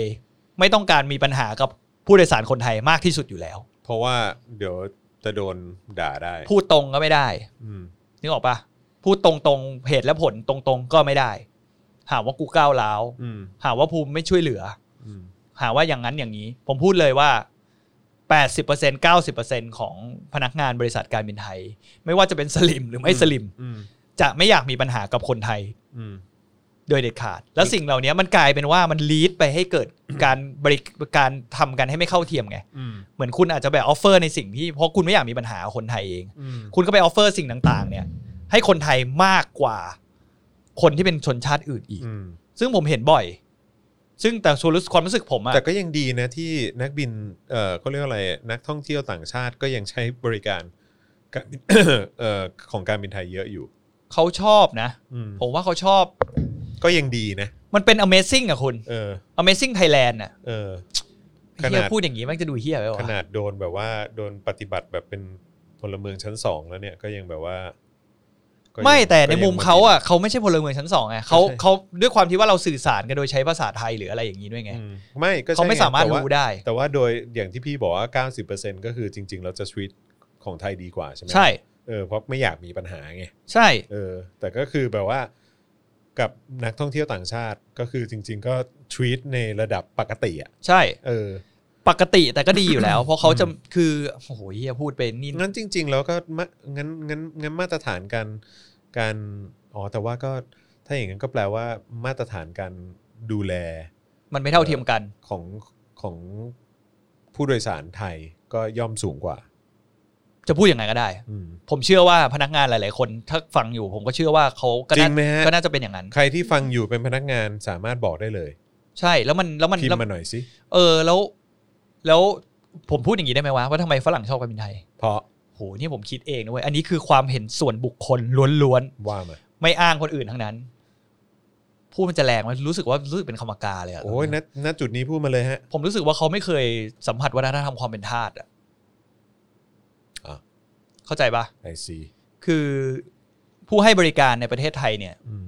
B: ไม่ต้องการมีปัญหากับผู้โดยสารคนไทยมากที่สุดอยู่แล้ว
A: เพราะว่าเดี๋ยวจะโดนด่าได้
B: พูดตรงก็ไม่ได้
A: อืม
B: นึกออกปะพูดตรงๆเหตุและผลตรงๆก็ไม่ได้ หาว่ากูก้าวร้าว
A: อืม
B: หาว่าภูมิไม่ช่วยเหลือ
A: อืม
B: หาว่าอย่างนั้นอย่างนี้ ผมพูดเลยว่า 80% 90%ของพนักงานบริษัทการบินไทย ไม่ว่าจะเป็นสลิมหรือไม่สลิม
A: อืม
B: จะไม่อยากมีปัญหากับคนไทย
A: อืม
B: โดยเด็ดขาด แล้วสิ่งเหล่านี้มันกลายเป็นว่ามันลีดไปให้เกิด การบริการทำกันให้ไม่เข้าเทียมไง
A: อืม
B: เหมือนคุณอาจจะแบบออฟเฟอร์ในสิ่งที่เพราะคุณไม่อยากมีปัญหากับคนไทยเอง
A: อืม
B: คุณก็ไปออฟเฟอร์สิ่งต่าง ๆ เนี่ย ให้คนไทยมากกว่าคนที่เป็นชนชาติอื่นอีก
A: อืม
B: ซึ่งผมเห็นบ่อย ซึ่งแต่ส่วนรู้สึกความรู้สึกผมอะ
A: แต่ก็ยังดีนะที่นักบินเอ่อเขาเรียกว่าอะไรนักท่องเที่ยวต่างชาติก็ยังใช้บริ การการบิน เอ่อของการบินไทยเยอะอยู่
B: เขาชอบนะ
A: อืม
B: ผมว่าเขาชอบ
A: ก็ยังดีนะ
B: มันเป็น Amazing อะคุณ
A: เออ
B: Amazing Thailand อะ
A: เออ ขนาด
B: เฮียพูดอย่างนี้มันจะดูเฮียไป
A: ข
B: วะ
A: นาดโดนแบบว่า โดนปฏิบัติแบบเป็นพลเมืองชั้นสองแล้วเนี่ย ก็ยังแบบว่า ก็ยัง
B: ไม่แต่ใน
A: ก็ยัง
B: มุมเขาอ่ะเขาไม่ใช่พลเมืองชั้นสองไงเขา
A: ใช่
B: เขาด้วยความที่ว่าเราสื่อสารกันโดยใช้ภาษาไทยหรืออะไรอย่างนี้ด้วยไง
A: อืมไม่ก็ใช่
B: เขาไม่สามารถ
A: แต่ว่
B: รู้ได้
A: แต่ว่าโดยอย่างที่พี่บอกว่า 90%ก็คือจริงๆเราจะชีวิตของไทยดีกว่าใช่ไหม
B: ใช่
A: เออเพราะไม่อยากมีปัญหาไง
B: ใช่
A: เออแต่ก็คือแบบว่ากับนักท่องเที่ยวต่างชาติก็คือจริง ๆ ก็ทวีตในระดับปกติอ่ะ
B: ใช่
A: เออ
B: ปกติแต่ก็ดีอ ยู่แล้ว เพราะเขาจะคือโอ้โหเฮียพูดไปนี่
A: งั้นจริง ๆ แล้วก็มะงั้นงั้นงั้นมาตรฐานการการอ๋อแต่ว่าก็ถ้าอย่างนั้นก็แปลว่ามาตรฐานการดูแล
B: มันไม่เท่าเทียมกัน
A: ของของผู้โดยสารไทยก็ย่อมสูงกว่า
B: จะพูดยังไงก็ได้
A: อืม
B: ผมเชื่อว่าพนักงานหลาย ๆ คนถ้าฟังอยู่ ผมก็เชื่อว่าเขาก็
A: จริ
B: น่าง
A: ไหมฮะ
B: ก็น่าจะเป็นอย่างนั้น
A: ใครที่ฟังอยู่เป็นพนักงานสามารถบอกได้เลย
B: ใช่แล้วมันแล้วมัน
A: พิม
B: แล้ว
A: พ์มาหน่อยสิ
B: เออแล้ว แล้วผมพูดอย่างนี้ได้ไหมวะว่าทำไมฝรั่งชอบไปบินไทย
A: เพราะ
B: โหนี่ผมคิดเองนะเว้ยอันนี้คือความเห็นส่วนบุคคลล้วน
A: ว่ามา
B: ๆไม่อ้างคนอื่นทั้งนั้น พูดมันจะแรงมันรู้สึกว่ารู้สึกเป็นคำอากาเลยอะ
A: โอ้ยณณจุดนี้พูดมาเลยฮะ
B: ผมรู้สึกว่าเขาไม่เคยสัมผัสวัฒนธรรมความเป็นทาสอะ
A: อ่ะ
B: เข้าใจปะ
A: ไอซี
B: คือผู้ให้บริการในประเทศไทยเนี่ย
A: อืม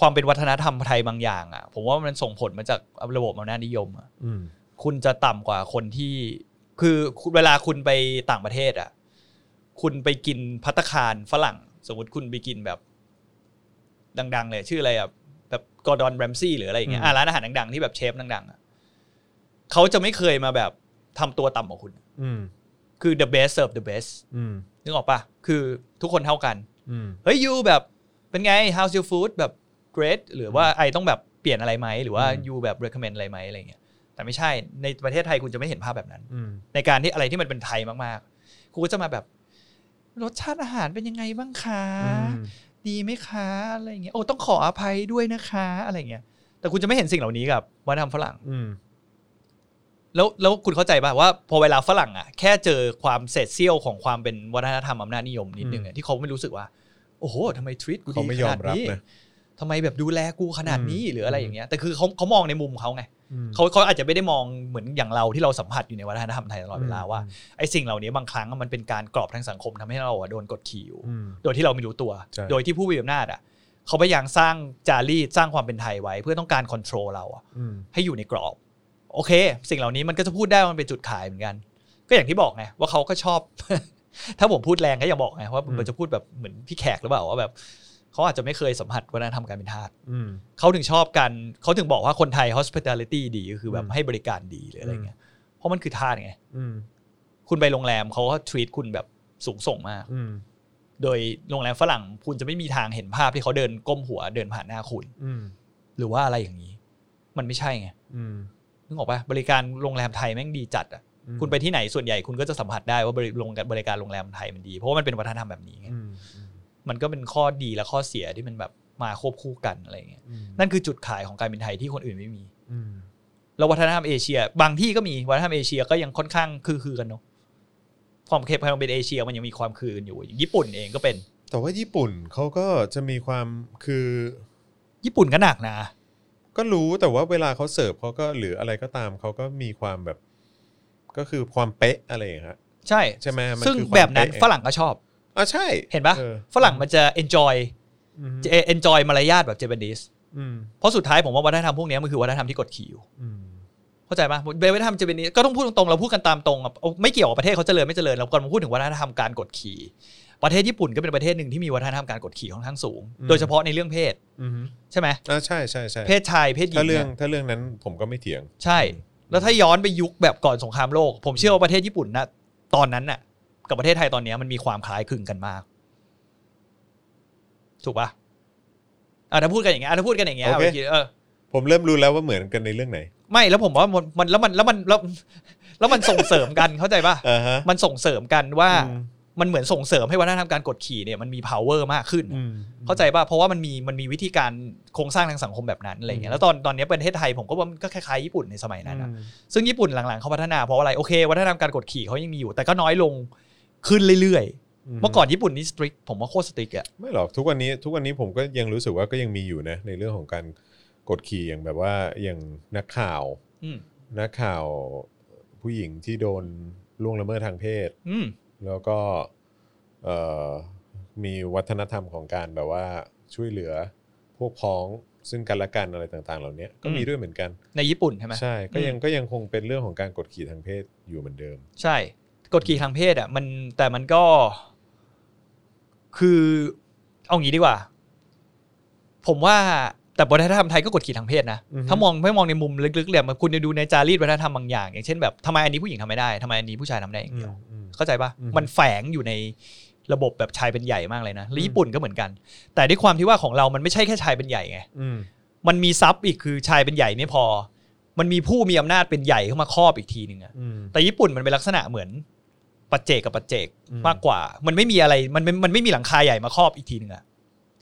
B: ความเป็นวัฒนธรรมไทยบางอย่างอ่ะผมว่ามันส่งผลมาจากระบบอำนาจนิยมอ่ะ
A: อืม
B: คุณจะต่ำกว่าคนที่ คือคุณเวลาคุณไปต่างประเทศอ่ะคุณไปกินพัตตาคารฝรั่ง สมมติคุณไปกินแบบ ดัง ๆ เลย ชื่ออะไรอ่ะแบบกอร์ดอนแรมซี่หรืออะไรอย่างเงี้ย
A: อืม
B: อ่ะร้านอาหารดัง ๆ ที่แบบเชฟดังๆอ่ะเขาจะไม่เคยมาแบบทำตัวต่ำกว่าคุณ
A: อืม
B: คือ the best serve the best
A: อืม
B: นึกออกปะคือทุกคนเท่ากัน
A: อืม
B: เฮ้ยยูแบบเป็นไง how's your food แบบ great หรือว่าไอต้องแบบเปลี่ยนอะไรไหม หรือว่า
A: อืม
B: ยูแบบ recommend อะไรไหมอะไรเงี้ยแต่ไม่ใช่ ในประเทศไทยคุณจะไม่เห็นภาพแบบนั้น
A: อืม
B: ในการที่อะไรที่มันเป็นไทยมากๆคุณก็จะมาแบบ รสชาติอาหารเป็นยังไงบ้างคะ ดีไหมคะอะไรเงี้ยโอ้ต้องขออภัยด้วยนะคะอะไรเงี้ยแต่คุณจะไม่เห็นสิ่งเหล่านี้กับวัฒนธรรมฝรั่ง
A: อืม
B: แล้วแล้วคุณเข้าใจป่ะว่าพอเวลาฝรั่งอ่ะแค่เจอความเศษเสี้ยวของความเป็นวัฒนธรรมอำนาจนิยมนิดนึงอะที่เขาไม่รู้สึกว่า โอ้โหทำไมทรีตกูดี
A: เขาไม่
B: ข
A: ยอ
B: นาด
A: มรับ
B: นี้
A: นะ
B: ทำไมแบบดูแลกูขนาดนี้
A: อืม
B: หรืออะไรอย่างเงี้ยแต่คือเขาเขามองในมุมเขาไง
A: อืม
B: เขาเขาอาจจะไม่ได้มองเหมือนอย่างเราที่เราสัมผัสอยู่ในวัฒนธรรมไทยตลอดเวลาว่าไอ้สิ่งเหล่านี้บางครั้งอะมันเป็นการกรอบทางสังคมทำให้เราอะโดนกดขี่อยู่
A: อืม
B: โดยที่เราไม่รู้ตัว
A: ใช่
B: โดยที่ผู้มีอำนาจอ่ะเขาพยายามสร้างจารีตสร้างความเป็นไทยไว้ เพื่อต้องการคอนโทรลเราอะ
A: อืม
B: ให้อยู่ในกรอบ โอเค สิ่งเหล่านี้มันก็จะพูดได้ว่ามันเป็นจุดขายเหมือนกัน ก็อย่างที่บอกไงว่าเขาก็ชอบ ถ้าผมพูดแรงก็อย่าบอกไงว่า
A: อืม
B: มันจะพูดแบบเหมือนพี่แขกหรือเปล่าว่าแบบเขาอาจจะไม่เคยสัมผัสวัฒนธรรมการเป็นทาส
A: อืม
B: เขาถึงชอบกันเขาถึงบอกว่าคนไทย hospitality ดีก็คือแบ
A: อื
B: บ
A: ม
B: ให้บริการดีหรืออะไรเงี้ยเพราะมันคือทาสไง
A: อืม
B: คุณไปโรงแรมเขาก็ treat คุณแบบสูงส่งมาก
A: อืม
B: โดยโรงแรมฝรั่งคุณจะไม่มีทางเห็นภาพที่เขาเดินก้มหัวเดินผ่านหน้าคุณ
A: อืม
B: หรือว่าอะไรอย่างนี้ มันไม่ใช่ไง
A: อืม
B: นึกออกปะบริการโรงแรมไทยแม่งดีจัดอ่ะคุณไปที่ไหนส่วนใหญ่คุณก็จะสัมผัสได้ว่าบริโรงบริการโรงแรมไทยมันดี เพราะว่ามันเป็นวัฒนธรรมแบบนี้ไง
A: อืม
B: มันก็เป็นข้อดีและข้อเสียที่มันแบบมาควบคู่กันอะไรเงี้ย
A: อืม
B: นั่นคือจุดขายของการบินไทยที่คนอื่นไม่มี
A: อืม
B: แล้ววัฒนธรรมเอเชีย บางที่ก็มีวัฒนธรรมเอเชียก็ยังค่อนข้างคือคือๆกันเนาะความเคปความเป็นเอเชียมันยังมีความคือกันอยู่ ญี่ปุ่นเองก็เป็น
A: แต่ว่าญี่ปุ่นเขาก็จะมีความคือ
B: ญี่ปุ่นก็หนักนะ
A: ก็รู้แต่ว่าเวลาเขาเสิร์ฟเขาก็หรืออะไรก็ตามเขาก็มีความแบบ ก็คือความเป๊ะอะไรอย่างเงี้ยฮะ
B: ใช่
A: ใช่ไหมมัน
B: ซึ่ง
A: คือความ
B: แบบนั้น
A: เป๊ะ
B: ฝรั่งก็ชอบ
A: อ่ะใช่
B: เห็นปะ
A: ออ
B: ฝรั่งมันจะ enjoy
A: อืม
B: จะ enjoy มารยาทแบบเจแปนนิส
A: อืม
B: เพราะสุดท้ายผมว่าวัฒนธรรมพวกเนี้ยมันคือวัฒนธรรมที่กดขี่อยู่
A: อืม
B: เข้าใจปะเบวัฒนธรรมจะเป็นนี้ก็ต้องพูดตรงๆเราพูดกันตามตรงอะเอาไม่เกี่ยวกับประเทศเขาเจริญไม่เจริญเรากำลังพูดถึงวัฒนธรรมการกดขี่ประเทศญี่ปุ่นก็เป็นประเทศหนึ่งที่มีวัฒนธรรมการกดขี่ค่อนข้างสูง โดยเฉพาะในเรื่องเพศ
A: อืม
B: ใช่ไหม
A: อ่ะใช่ใช่ใช่
B: เพศชายเพศหญิ
A: ถ้าง เรื่อง
B: เนี่ย
A: ถ้าเรื่องนั้นผมก็ไม่เถียง
B: ใช่ แล้วถ้าย้อนไปยุคแบบก่อนสงครามโลก ผมเชื่อว่าประเทศญี่ปุ่นนะตอนนั้นน่ะ กับประเทศไทยตอนเนี้ยมันมีความคล้ายคลึงกันมาก ถูกปะอ่ะถ้าพูดกันอย่างเงี้ยอ่ะถ้าพูดกันอย่างเงี้ย
A: โอเค
B: เอาไปคิดเออ
A: ผมเริ่มรู้แล้วว่าเหมือนกันในเรื่องไหน
B: ไม่แล้วผมว่ามันมันแล้วมันแล้วมันแล้วแล้วมันส่งเสริมกัน เข้าใจป่ะ
A: อ่าฮะ
B: มันส่งเสริมกันว่า
A: อืม
B: มันเหมือนส่งเสริมให้วัฒนธรรมการกดขี่เนี่ยมันมี power มากขึ้น
A: อืม
B: เข้าใจป่ะเพราะว่ามันมีมันมีวิธีการโครงสร้างทางสังคมแบบนั้นอะไร
A: อื
B: เงี้ย
A: ม
B: แล้วตอนตอนเนี้ยประเทศไทยผมก็ว่ามันก็คล้ายๆญี่ปุ่นในสมัยนั้นอะ
A: อืม
B: ซึ่งญี่ปุ่นหลังๆเขาพัฒนาเพราะอะไรโอเควัฒนธรรมการกดขี่เขายังมีอยู่ แต่ก็น้อยลงขึ้นเรื่อยๆ เมื่อก่อนญี่ปุ่นนี่ strict ผมว่าโคตร strict อะ
A: ไม่หรอกทุกวันนี้ทุกวันนี้ผมก็ยังรู้สึกว่าก็ยังมีอยู่นะในเรื่องของการกดขี่อย่างแบบว่าอย่างนักข่าว
B: อืม
A: นักข่าวผู้หญิงที่โดนล่วงละเมิดทางเพศ
B: อืม
A: แล้วก็เอ่อ มีวัฒนธรรมของการแบบว่าช่วยเหลือพวกพ้องซึ่งกันและกันอะไรต่างๆ เหล่านี้ก็มี
B: อืม
A: ด้วยเหมือนกัน
B: ในญี่ปุ่นใช่ไหม
A: ใช่ก็ยัง
B: อืม
A: ก็ยังคงเป็นเรื่องของการกดขี่ทางเพศอยู่เหมือนเดิม
B: ใช่กฎขี่ทางเพศอ่ะมันแต่มันก็ คือเอางี้ดีกว่า ผมว่าแต่วัฒนธรรมไทยก็กฎขี่ทางเพศนะ
A: อือฮึ
B: ถ้ามองไม่มองในมุมลึกๆเนี่ยมันคุณจะดูในจารีตวัฒนธรรมบางอย่าง อย่างเช่นแบบทำไมอันนี้ผู้หญิงทำไม่ได้ทำไมอันนี้ผู้ชายทำได้อย่างเดียว
A: อืม
B: เข้าใจปะ
A: อืม
B: มันแฝงอยู่ในระบบแบบชายเป็นใหญ่มากเลยนะและ
A: อืม
B: ญี่ปุ่นก็เหมือนกัน แต่ด้วยความที่ว่าของเรามันไม่ใช่แค่ชายเป็นใหญ่ไง
A: อืม
B: มันมีซับอีกคือชายเป็นใหญ่ไม่พอ มันมีผู้มีอำนาจเป็นใหญ่เข้ามาครอบอีกทีหนึ่งอะ
A: อืม
B: แต่ญี่ปุ่นมันเป็นลักษณะเหมือนปัจเจกกับปัจเจก
A: อืม
B: มากกว่า มันไม่มีอะไรมันไม่มันไม่มีหลังคาใหญ่มาครอบอีกทีหนึงอะ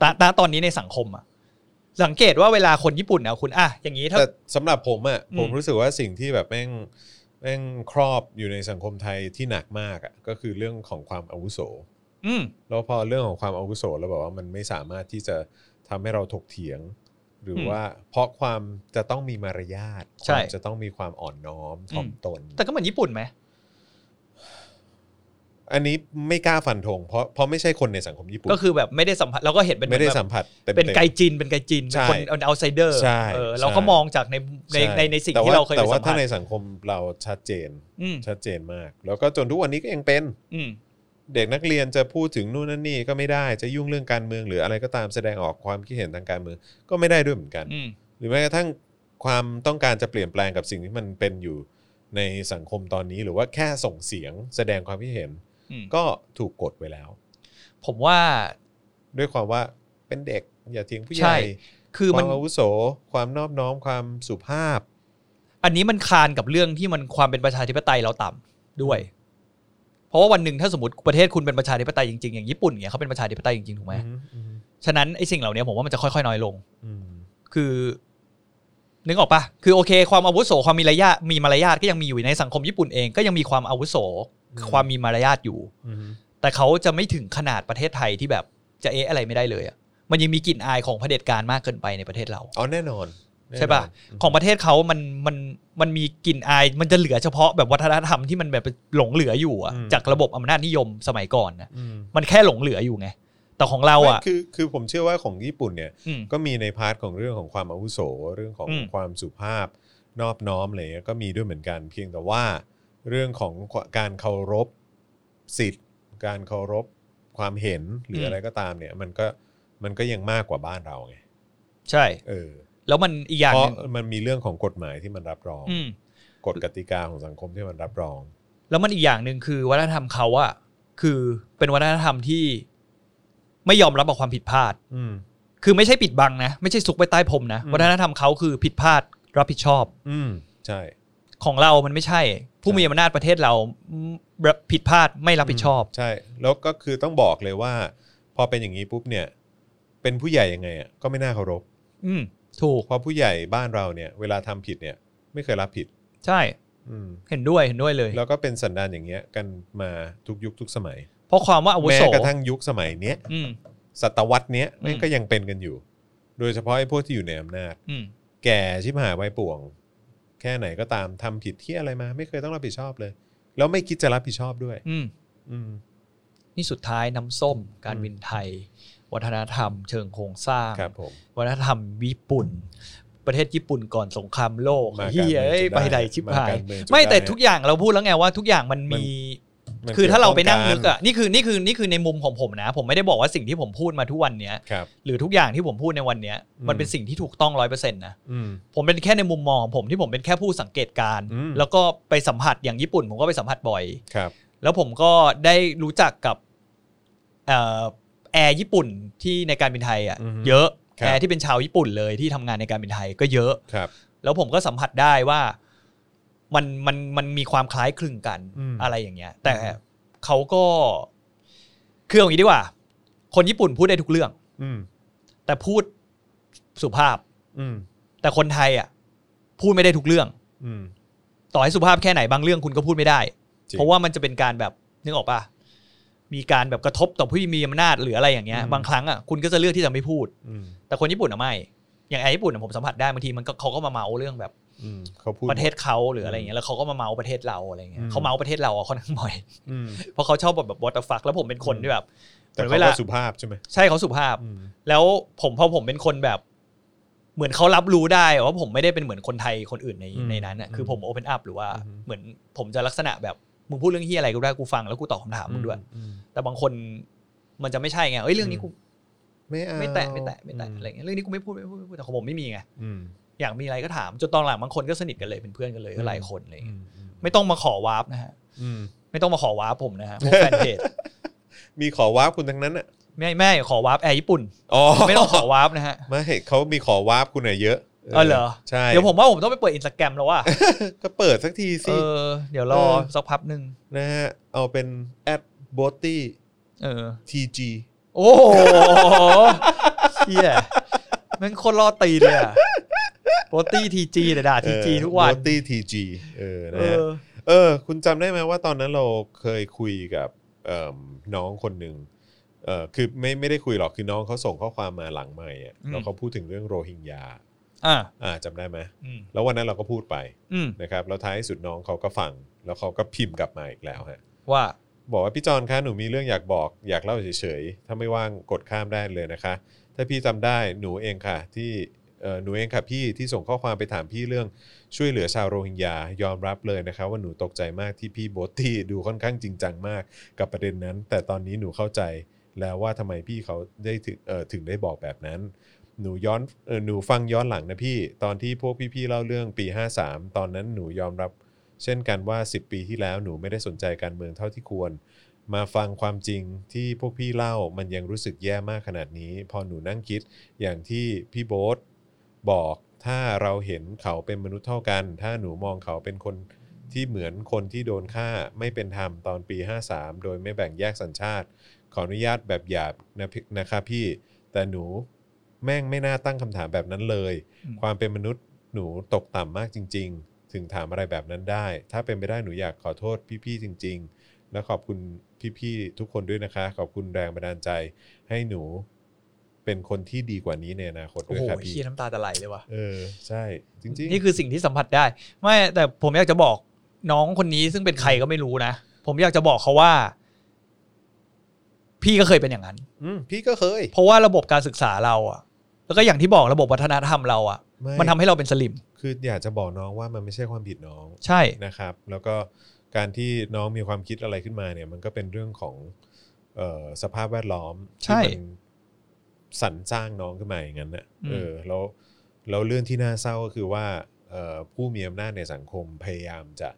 B: ตาตาตอนนี้ในสังคมอะสังเกตว่าเวลาคนญี่ปุ่นเอาคุณอะอย่างนี้ถ้า
A: แต่สำหรับผมอ่ะ
B: อืม
A: ผมรู้สึกว่าสิ่งที่แบบแม่งแม่งครอบอยู่ในสังคมไทยที่หนักมากอ่ะก็คือเรื่องของความอาวุโส
B: อืม
A: แล้วพอเรื่องของความอาวุโสแล้วแบบว่ามันไม่สามารถที่จะทำให้เราถกเถียง หรืออ
B: ม
A: ว่าเพราะความจะต้องมีมารยาท
B: ใช่
A: ความจะต้องมีความอ่อนน้อมถ่อม
B: อืม
A: ตน
B: แต่ก็เหมือนญี่ปุ่นไหม
A: อันนี้ไม่กล้าฟันธงเพราะเพราะไม่ใช่คนในสังคมญี่ปุ่น
B: ก็คือแบบไม่ได้สัมผัสเราก็เห็นเป็น
A: ไม่ได้
B: แบบ
A: สัมผัสเต็มๆ
B: เป็นไกจินเป็นไกจิน
A: ใช่
B: เป็นคนเอาไซเดอร์
A: ใช่
B: เออเราก็
A: ใช่
B: มองจากในใน
A: ช่
B: ในในสิ่ง
A: แต่ว่
B: ที่เราเคย
A: แต่
B: ไป
A: ว่า
B: สัม
A: ถ้า
B: ผัส
A: ในสังคมเราชัดเจน
B: อืม
A: ชัดเจนมาก แล้วก็จนทุกวันนี้ก็ยังเป็น
B: อืม
A: เด็กนักเรียนจะพูดถึงนู่นนั่นนี่ก็ไม่ได้จะยุ่งเรื่องการเมืองหรืออะไรก็ตามแสดงออกความคิดเห็นทางการเมืองก็ไม่ได้ด้วยเหมือนกัน
B: อืม
A: หรือแม้กระทั่งความต้องการจะเปลี่ยนแปลงกับสิ่งที่มันเป็นอยู่ในสังคมตอนนี้ หรือว่าแค่ส่งเสียงแสดงความคิดเห็น
B: อืม
A: ก็ถูกกดไว้แล้ว
B: ผมว่า
A: ด้วยความว่าเป็นเด็กอย่าเถียงผู้ให
B: ใช่
A: ญ่
B: คือ
A: ค
B: มั
A: วาน มอาวุโส ความนอบน้อมความสุภาพ
B: อันนี้มันคานกับเรื่องที่มันความเป็นประชาธิปไตยเราต่ำด้วย เพราะว่าวันหนึ่งถ้าสมมติประเทศคุณเป็นประชาธิปไตยจริงๆอย่างญี่ปุ่นเนี่ยเขาเป็นประชาธิปไตยจริงๆถูกไหมฉะนั้นไอ้สิ่งเหล่านี้ผมว่ามันจะค่อยๆน้อยลง คือ นึกออกปะคือโอเค ความอาวุโสความมีมารยาทมีมารยาทก็ยังมีอยู่ในสังคมญี่ปุ่นเองก็ยังมีความอาวุโส
A: อืม
B: ความมีมารยาทอยู่ แต่เขาจะไม่ถึงขนาดประเทศไทยที่แบบจะเอะอะไรไม่ได้เลยอะมันยังมีกลิ่นอายของเผด็จการมากเกินไปในประเทศเรา
A: อ๋อแน่นอนแน่นอน
B: ใช่ป่ะ ของประเทศเขามัน มัน มันมีกลิ่นอาย มันจะเหลือเฉพาะแบบวัฒนธรรมที่มันแบบหลงเหลืออยู่อะจากระบบอำนาจนิยมสมัยก่อนนะ
A: อืม
B: มันแค่หลงเหลืออยู่ไง แต่ของเราอะ
A: ไม่คือคือผมเชื่อว่าของญี่ปุ่นเนี่ย
B: ม
A: ก็มีในพาร์ทของเรื่องของความอาวุโส เรื่องของ
B: อืม
A: ความสุภาพนอบน้อมอะไรเงี้ยก็มีด้วยเหมือนกัน เพียงแต่ว่าเรื่องของการเคารพสิทธิ์ การเคารพความเห็นหรืออะไรก็ตามเนี่ย มันก็มันก็ยังมากกว่าบ้านเราไง
B: ใช่
A: เออ
B: แล้วมันอีกอย่าง
A: เพ
B: ห
A: ราะ
B: นึง
A: มันมีเรื่องของกฎหมายที่มันรับรอง
B: อืม
A: กฎกติกาของสังคมที่มันรับรอง
B: แล้วมันอีกอย่างหนึ่งคือวัฒนธรรมเขาอะคือเป็นวัฒนธรรมที่ไม่ยอมรับกับความผิดพลาด
A: อืม
B: คือไม่ใช่ปิดบังนะ ไม่ใช่ซุกไว้ใต้พรมนะ
A: อืม
B: วัฒนธรรมเขาคือผิดพลาดรับผิดชอบ
A: อืมใช่
B: ของเรา มันไม่ใช่ ผู้มีอำนาจประเทศเราอืมผิดพลาดไม่รับผิดชอบ
A: ใช่ แล้วก็คือต้องบอกเลยว่า พอเป็นอย่างนี้ปุ๊บเนี่ย เป็นผู้ใหญ่ยังไงอ่ะก็ไม่น่าเคารพ
B: อืม ถูก
A: เพราะผู้ใหญ่บ้านเราเนี่ยเวลาทำผิดเนี่ยไม่เคยรับผิด
B: ใช่
A: อืม
B: เห็นด้วยเห็นด้วยเลย
A: แล้วก็เป็นสันดานอย่างเงี้ยกันมาทุกยุคทุกสมัย
B: เพราะความว่าอาวุ
A: แม้
B: โส
A: กระทั่งยุคสมัยเนี้ย
B: อืม
A: ศตวรรษเนี้ยมัน
B: อืม
A: ก็ยังเป็นกันอยู่ โดยเฉพาะไอ้พวกที่อยู่ในอำนาจ
B: อืม
A: แก่ชิบหายไว้ป่วง แค่ไหนก็ตามทำผิดที่อะไรมา ไม่เคยต้องรับผิดชอบเลย แล้วไม่คิดจะรับผิดชอบด้วย
B: อืม
A: อืม
B: นี่สุดท้ายน้ำส้ม การ
A: อืม
B: บินไทย วัฒนธรรม เชิงโครงสร้าง
A: ครับผม
B: วัฒนธรรมญี่ปุ่น ประเทศญี่ปุ่นก่อนสงครามโลก
A: มา
B: เฮีย
A: การ
B: เอ้ย
A: เมืองจน
B: ไปไหนชิบหาย
A: กรเองจน
B: ไม่แต่
A: ด้
B: ทุกอย่างเราพูดแล้วไงว่าทุกอย่างมันมี
A: มัน
B: คือถ้าเราไปนั่ง
A: กี่ยว
B: นึ
A: ข้
B: กอะนี่คือนี่คือนี่คือในมุมของผมนะ ผมไม่ได้บอกว่าสิ่งที่ผมพูดมาทุกวันเนี้ย
A: ครับ
B: หรือทุกอย่างที่ผมพูดในวันเนี้ย
A: อืม
B: มันเป็นสิ่งที่ถูกต้องร้อยเปอร์เซ็นต์นะ
A: อืม
B: ผมเป็นแค่ในมุมมองของผมที่ผมเป็นแค่ผู้สังเกตการณ์
A: อืม
B: แล้วก็ไปสัมผัสอย่างญี่ปุ่น ผมก็ไปสัมผัสบ่อย
A: ครับ
B: แล้วผมก็ได้รู้จักกับเอ่อแอร์ญี่ปุ่นที่ในการบินไทยอ่ะ
A: อือฮึ
B: เยอะ
A: ครับ
B: แอร์ที่เป็นชาวญี่ปุ่นเลยที่ทำงานในการบินไทยก็เยอะ
A: ครับ
B: แล้วผมก็สัมผัสได้ว่ามันมันมันมีความคล้ายคลึงกัน
A: อืม
B: อะไรอย่างเงี้ย แต่เขาก็คืออย่างนี้ดีกว่า คนญี่ปุ่นพูดได้ทุกเรื่อง
A: อืม
B: แต่พูดสุภาพ
A: อืม
B: แต่คนไทยอ่ะพูดไม่ได้ทุกเรื่อง
A: อืม
B: ต่อให้สุภาพแค่ไหนบางเรื่องคุณก็พูดไม่ได้
A: จริง
B: เพราะว่ามันจะเป็นการแบบนึกออกปะมีการแบบกระทบต่อผู้มีอำนาจหรืออะไรอย่างเงี้ย
A: อืม
B: บางครั้งอ่ะคุณก็จะเลือกที่จะไม่พูด
A: อืม
B: แต่คนญี่ปุ่นอ่ะไม่ อย่างไอ้ญี่ปุ่นอะผมสัมผัสได้บางทีมันก็เขาก็มาเมาเรื่องแบบ
A: อืมเขาพูด
B: ประเทศเขาหรืออะไรอย่างเงี้ยแล้วเขาก็มาเมาประเทศเราอะไรอย่างเงี้
A: อื
B: ย
A: ม
B: เขาเมาประเทศเราอะค่อนข้างบ่อย
A: อืม
B: เพราะเขาชอบแบบแบบวอตฟักแล้วผมเป็นคนที่แบบเห
A: แต่
B: มือน
A: เขา
B: เว
A: ก็
B: ลา
A: สุภาพใช่ไหม
B: ใช่เขาสุภาพ
A: อืม
B: แล้วผมพอผมเป็นคนแบบ เหมือนเขารับรู้ได้ว่าผมไม่ได้เป็นเหมือนคนไทยคนอื่นในในนั้นน่ะคือผมโอเพนอัพหรือว่าเหมือนผมจะลักษณะแบบมึงพูดเรื่องที่อะไรก็ได้กูฟังแล้วกูตอบคำถามมึงด้วย
A: อืม
B: แต่บางคนมันจะไม่ใช่ไงเอ้ยเรื่องนี้กู
A: ไม่เอา
B: ไม่แตะไม่แตะไม่แตะ
A: ม
B: อะไรเงี้ยเรื่องนี้กูไม่พูดไม่พูดไม่พูดแต่ของผมไม่มีไง
A: อืม
B: อยากมีอะไรก็ถามจนตอนหลังบางคนก็สนิทกันเลยเป็นเพื่อนกันเลยก็หลายคนอะไร
A: อื
B: เงี้ย
A: ม
B: ไม่ต้องมาขอวาร์ปนะฮะ
A: อืม
B: ไม่ต้องมาขอวาร์ปผมนะฮะพวกแฟนเพจ
A: มีขอวาร์ปคุณทั้งนั้นอ่ะ
B: ไม่ไม่ขอวาร์ปแอร์ญี่ปุ่น
A: อ๋อ
B: ไม่ต้องขอวาร์ปนะฮะ
A: ไม่เขามีขอวาร์ปคุณหน่อยเยอะ
B: เออเหรอ
A: ใช่
B: เดี๋ยวผมว่าผมต้องไปเปิดอินสตาแกรมแล้วว่ะ
A: ก็เปิดสักที
B: เอ
A: สิ
B: อเดี๋ยวรอ
A: เออ
B: สักพักหนึ่ง
A: นะฮะเอาเป็น at b o t y
B: เออ
A: tg
B: โอ้โหเฮียแมันโคตรล่อตีนเลยอะโปรตี้ทีจีเดี๋ยวด่าทีจีทุกวัน
A: b o t y tg เออนะ
B: เอ
A: ฮะ
B: อ
A: เออ คุณจำได้ไหมว่าตอนนั้นเราเคยคุยกับเอิ่มน้องคนหนึ่งเออคือไม่ไม่ได้คุยหรอกคือน้องเขาส่งข้อความมาหลังใหม่อะ
B: อืม
A: แล้วเขาพูดถึงเรื่องโรฮิงญา
B: อ่ะ
A: อ่าจำได้ไหม
B: อืม
A: แล้ววันนั้นเราก็พูดไป
B: อืม
A: นะครับแล้วท้ายที่สุดน้องเขาก็ฟัง แล้วเขาก็พิมพ์กลับมาอีกแล้วฮะ
B: ว่า
A: บอกว่าพี่จอนคะหนูมีเรื่องอยากบอกอยากเล่าเฉยๆ ถ้าไม่ว่างกดข้ามได้เลยนะคะ ถ้าพี่จำได้หนูเองค่ะที่เอ่อหนูเองค่ะพี่ที่ส่งข้อความไปถามพี่เรื่องช่วยเหลือชาวโรฮิงญายอมรับเลยนะคะว่าหนูตกใจมากที่พี่โบตตี้ดูค่อนข้างจริงจังมากกับประเด็นนั้น แต่ตอนนี้หนูเข้าใจแล้วว่าทำไมพี่เขาได้ถึงเอ่อถึงได้บอกแบบนั้น หนูย้อนเออหนูฟังย้อนหลังนะพี่ ตอนที่พวกพี่ๆเล่าเรื่องปี 53 ตอนนั้นหนูยอมรับ เช่นกันว่า 10 ปีที่แล้วหนูไม่ได้สนใจการเมืองเท่าที่ควร มาฟังความจริงที่พวกพี่เล่ามันยังรู้สึกแย่มากขนาดนี้ พอหนูนั่งคิดอย่างที่พี่โบ๊ทบอกถ้าเราเห็นเขาเป็นมนุษย์เท่ากัน ถ้าหนูมองเขาเป็นคนที่เหมือนคนที่โดนฆ่าไม่เป็นธรรมตอนปี 53 โดยไม่แบ่งแยกสัญชาติ ขออนุญาตแบบหยาบนะพี่นะคะพี่ แต่หนูแม่งไม่น่าตั้งคำถามแบบนั้นเลย
B: อืม
A: ความเป็นมนุษย์หนูตกต่ำมากจริง ๆ ถึงถามอะไรแบบนั้นได้ ถ้าเป็นไปได้หนูอยากขอโทษพี่ๆจริง ๆ และขอบคุณพี่ๆทุกคนด้วยนะคะ ขอบคุณแรงบันดาลใจ ให้หนูเป็นคนที่ดีกว่านี้ในอนาคต
B: โอ้
A: ด้วย
B: โห
A: ค่ะพี่
B: เฮียน้ำตาจะไหลเลยว่ะ
A: เออใช่จริง
B: นี่คือสิ่งที่สัมผัสได้ ไม่แต่ผมอยากจะบอกน้องคนนี้ซึ่งเป็นใครก็ไม่รู้นะ ผมอยากจะบอกเขาว่า พี่ก็เคยเป็นอย่างนั้น
A: ๆ อืมพี่ก็เคย
B: เพราะว่าระบบการศึกษาเราอะแล้วก็อย่างที่บอกระบบวัฒนธรรมเราอะ
A: ไ
B: มันทำให้เราเป็นสลิม
A: คืออยากจะบอกน้องว่ามันไม่ใช่ความผิดน้อง
B: ใช่
A: นะครับแล้วก็การที่น้องมีความคิดอะไรขึ้นมาเนี่ยมันก็เป็นเรื่องของเออสภาพแวดล้อม
B: ใช่
A: ที่มันสรรสร้างน้องขึ้นมาอย่างนั้นนะ
B: อืม
A: เออแล้วแล้วเรื่องที่น่าเศร้าก็คือว่าเอ่อผู้มีอำนาจในสังคมพยายามจะ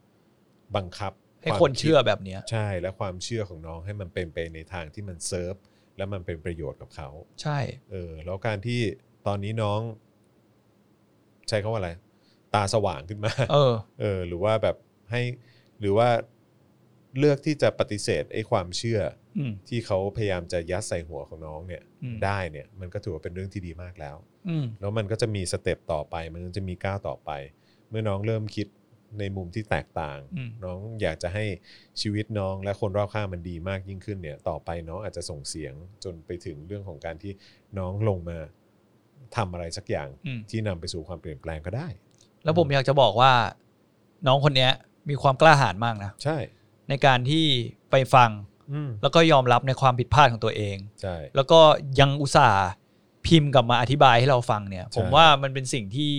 A: บังคับ
B: ให้
A: วาม
B: คนเชื่อ
A: ด
B: แบบเนี้ย
A: ใช่และความเชื่อของน้องให้มันเป็นไปในทางที่มันเซิร์ฟและมันเป็นประโยชน์กับเขา
B: ใช่
A: เออแล้วการที่ตอนนี้น้อง ใช้คาว่าอะไร ตาสว่างขึ้นมา
B: เออ
A: เออหรือว่าแบบให้หรือว่าเลือกที่จะปฏิเสธไอ้ความเชื่อ
B: อืม
A: ที่เขาพยายามจะยัดใส่หัวของน้องเนี่ย
B: อืม
A: ได้เนี่ยมันก็ถือว่าเป็นเรื่องที่ดีมากแล้ว
B: อืม
A: แล้วมันก็จะมีสเต็ปต่อไป มันก็จะมีก้าวต่อไป เมื่อน้องเริ่มคิดในมุมที่แตกต่าง
B: อืม
A: น้องอยากจะให้ชีวิตน้องและคนรอบข้างมันดีมากยิ่งขึ้นเนี่ยต่อไปน้องอาจจะส่งเสียงจนไปถึงเรื่องของการที่น้องลงมาทำอะไรสักอย่าง
B: อืม
A: ที่นำไปสู่ความเปลี่ยนแปลงก็ได้
B: แล้วผมอยากจะบอกว่า น้องคนเนี้ย มีความกล้าหาญมากนะ
A: ใช่
B: ในการที่ไปฟัง
A: อืม
B: แล้วก็ยอมรับในความผิดพลาดของตัวเอง
A: ใช่
B: แล้วก็ยังอุตส่าห์พิมพ์กลับมาอธิบายให้เราฟังเนี่ย ผมว่ามันเป็นสิ่งที่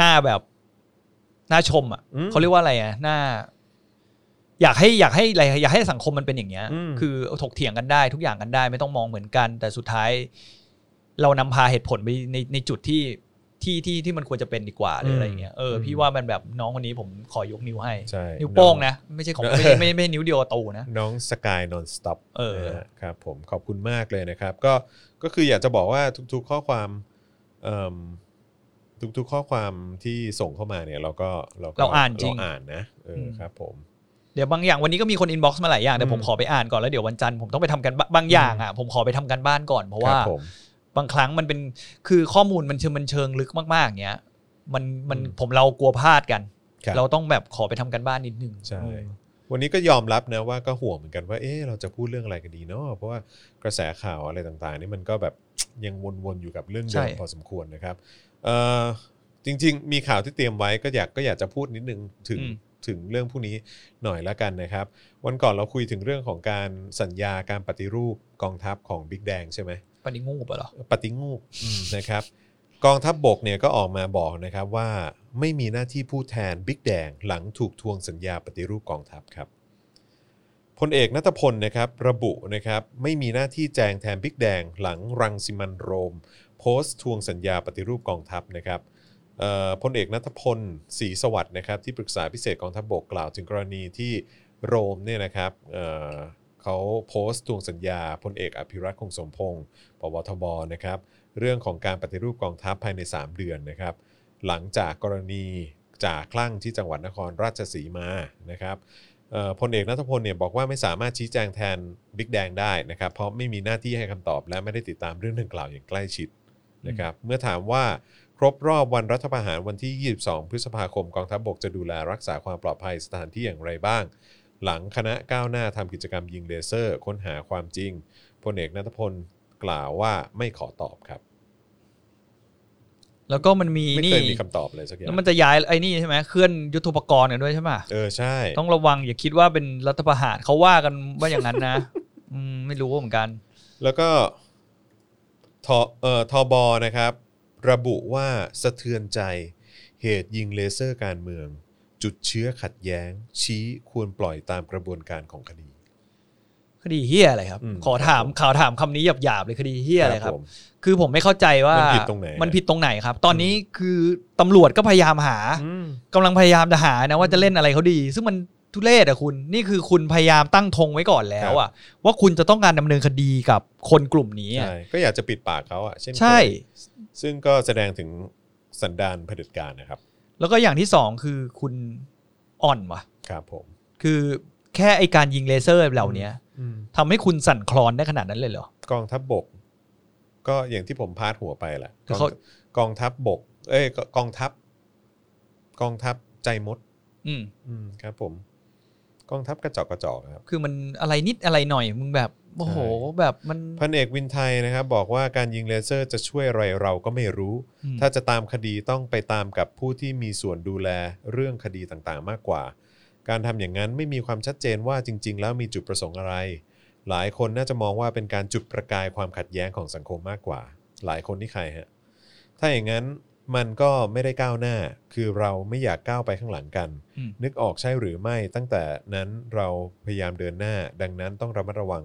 B: น่าแบบน่าชมอ่ะ
A: อืม
B: เขาเรียกว่าอะไรอ่ะน่า อยากให้อยากให้อะไรอยากให้สังคมมันเป็นอย่างเงี้ย
A: อืม
B: คือถกเถียงกันได้ ทุกอย่างกันได้ ไม่ต้องมองเหมือนกัน แต่สุดท้าย เรานำพาเหตุผลไปในในจุดที่ที่ที่ที่มันควรจะเป็นดีกว่าหรืออะไรอย่างเงี้ยเอออ
A: ม
B: พี่ว่ามันแบบน้องคนนี้ผมขอยกนิ้วให้
A: ใช่
B: นิ้วโป้งนะ ไม่ใช่ของไม่ใช่ไม่ไม่ไม่นิ้วเดียวกับตูนะ
A: น้องสกายนอนสต็อป
B: เออ
A: ครับผมขอบคุณมากเลยนะครับ ก็ก็คืออยากจะบอกว่าทุกๆข้อความเอิ่มทุกๆข้อความที่ส่งเข้ามาเนี่ย เราก็เราก็
B: เราอ่านจริง
A: เอ่านนะเอออ
B: ม
A: ครับผม
B: เดี๋ยวบางอย่างวันนี้ก็มีคนอินบ็อกซ์มาหลายอย่างแต่ผม
A: อืม
B: ขอไปอ่านก่อนแล้วเดี๋ยววันจันทร์ผมต้องไปทำกันบ้านบางอย่างอ่ะผมขอไปทำกันบ้านก่อนเพราะ
A: ค
B: ว่า
A: รับผม
B: บางครั้งมันเป็นคือข้อมูลมันเชิงมันเชิงลึกมากๆเนี้ยมันมัน
A: อืม
B: ผมเรากลัวพลาดกัน
A: ครับ
B: เราต้องแบบขอไปทำกันบ้านนิดนึง
A: ใช่
B: เออ
A: วันนี้ก็ยอมรับนะว่าก็ห่วงเหมือนกันว่าเอ๊ะเราจะพูดเรื่องอะไรกันดีเนาะเพราะว่ากระแสข่าวอะไรต่างๆนี่มันก็แบบ ยังวนๆอยู่กับเรื่องเดิมพอสมควรนะครับเอ่อ จริง ๆ มีข่าวที่เตรียมไว้ก็อยากก็อยากจะพูดนิดนึงถึง
B: อืม
A: ถึงเรื่องพวกนี้หน่อยละกันนะครับ วันก่อนเราคุยถึงเรื่องของการสัญญาการปฏิรูปกองทัพของบิ๊กแดงใช่ไหม
B: ปฏิงูปะเหรอ
A: ปฏิงูปนะครับ กองทัพบบกเนี่ยก็ออกมาบอกนะครับว่าไม่มีหน้าที่ผู้แทนบิ๊กแดงหลังถูกทวงสัญญาปฏิรูปกองทัพครับพลเอกนัทพลนะครับระบุนะครับไม่มีหน้าที่แจงแทนบิ๊กแดงหลังรังสิมันต์โรม โพสต์ทวงสัญญาปฏิรูปกองทัพนะครับเอ่อพลเอกนัทพลศรีสวัสดิ์นะครับที่ปรึกษาพิเศษกองทัพบบกกล่าวถึงกรณีที่โรมเนี่ยนะครับเอ่อเขาโพสต์ทวงสัญญาพลเอกอภิรัตคงสมพงษ์ ปวทบนะครับเรื่องของการปฏิรูปกองทัพภายใน 3 เดือนนะครับหลังจากกรณีจ่าคลั่งที่จังหวัดนครราชสีมานะครับเอ่อพลเอกนัทพลเนี่ยบอกว่าไม่สามารถชี้แจงแทนบิ๊กแดงได้นะครับเพราะไม่มีหน้าที่ให้คำตอบ และไม่ได้ติดตามเรื่องดังกล่าวอย่างใกล้ชิดนะครับเมื่อถามว่าครบรอบวันรัฐประหารวันที่ 22 พฤษภาคมกองทัพบกจะดูแลรักษาความปลอดภัยสถานที่อย่างไรบ้าง หลังคณะก้าวหน้าทำกิจกรรมยิงเลเซอร์ ค้นหาความจริง พลเอกนัทพลกล่าวว่าไม่ขอตอบครับ
B: แล้วก็มันมี
A: ไม่
B: นี่
A: เคยมีคำตอบเลยสักอย่า
B: แล้ว
A: ง
B: มันจะย้ายไอ้นี่ใช่ไหมเคลื่อนยุทโธปกรณ์กันด้วยใช่ปะ
A: เออใช่
B: ต้องระวังอย่าคิดว่าเป็นรัฐประหารเขาว่ากันว่าอย่างนั้นนะ อืมไม่รู้เหมือนกัน
A: แล้วก็ทอเอ่อทอบอนะครับ ระบุว่าสะเทือนใจเหตุยิงเลเซอร์การเมือง จุดเชื้อขัดแย้ง ชี้ควรปล่อยตามกระบวนการของคดี
B: คดีเฮียอะไรครับ
A: อืม
B: ขอถามข่าวถามคำนี้หยาบๆเลยคดีเฮียอะไรครับ
A: ผม
B: คือผมไม่เข้าใจว่าม
A: น
B: มั
A: ผิดตรงไหน
B: นผิดตรงไหนครับ ตอนนี้คือตำรวจก็พยายามหา
A: อืม
B: กำลังพยายามจะหานะว่าจะเล่นอะไรเขาดี ซึ่งมันทุเรศอะคุณ นี่คือคุณพยายามตั้งธงไว้ก่อนแล้วอะว่าคุณจะต้องการดำเนินคดีกับคนกลุ่มนี้อะ
A: ใช่ก็อยากจะปิดปากเขาอ่ะเช่นเคย
B: ใช่
A: ซึ่งก็แสดงถึงสันดานเผด็จการนะครับ
B: แล้วก็อย่างที่สองคือคุณอ่อนว่ะ
A: ครับผม
B: คือแค่ไอการยิงเลเซอร์เหล่านี้ทำให้คุณสั่นคลอนได้ขนาดนั้นเลยเหรอ
A: กองทัพบบก ก็อย่างที่ผมพาดหัวไปแหละ
B: คือเขา
A: กองกองทัพบบก เอ้ยกองทัพ กองทัพใจมด
B: อืม
A: อืมครับ ผม กองทัพกระจอกกระจอกครับ
B: คือมันอะไรนิดอะไรหน่อยมึงแบบโอ้โหแบบมัน
A: พันเอกวินไทยนะครับ บอกว่าการยิงเลเซอร์จะช่วยอะไรเราก็ไม่รู้
B: อืม
A: ถ้าจะตามคดีต้องไปตามกับผู้ที่มีส่วนดูแลเรื่องคดีต่างๆ มากกว่า การทำอย่างนั้นไม่มีความชัดเจนว่าจริง ๆ แล้วมีจุดประสงค์อะไร หลายคนน่าจะมองว่าเป็นการจุดประกายความขัดแย้งของสังคมมากกว่า หลายคนนี่ใครฮะถ้าอย่างนั้นมันก็ไม่ได้ก้าวหน้า คือเราไม่อยากก้าวไปข้างหลังกัน
B: อืม
A: นึกออกใช่หรือไม่ตั้งแต่นั้นเราพยายามเดินหน้า ดังนั้นต้องระมัดระวัง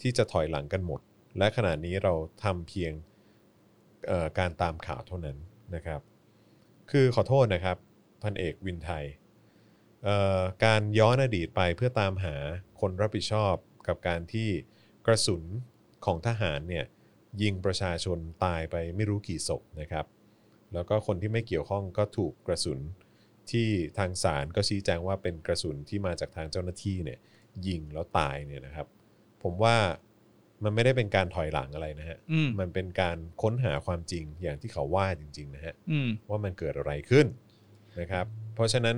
A: ที่จะถอยหลังกันหมด และขณะนี้เราทำเพียงเอ่อการตามข่าวเท่านั้นนะครับ คือขอโทษนะครับ พันเอกวินไทยเอ่อการย้อนอดีตไปเพื่อตามหาคนรับผิดชอบกับการที่กระสุนของทหารเนี่ยยิงประชาชนตายไปไม่รู้กี่ศพนะครับ แล้วก็คนที่ไม่เกี่ยวข้องก็ถูกกระสุน ที่ทางศาลก็ชี้แจงว่าเป็นกระสุนที่มาจากทางเจ้าหน้าที่เนี่ยยิงแล้วตายเนี่ยนะครับ ผมว่ามันไม่ได้เป็นการถอยหลังอะไรนะฮะ
B: อืม
A: มันเป็นการค้นหาความจริงอย่างที่เขาว่าจริงๆนะฮะ
B: อืม
A: ว่ามันเกิดอะไรขึ้นนะครับ เพราะฉะนั้น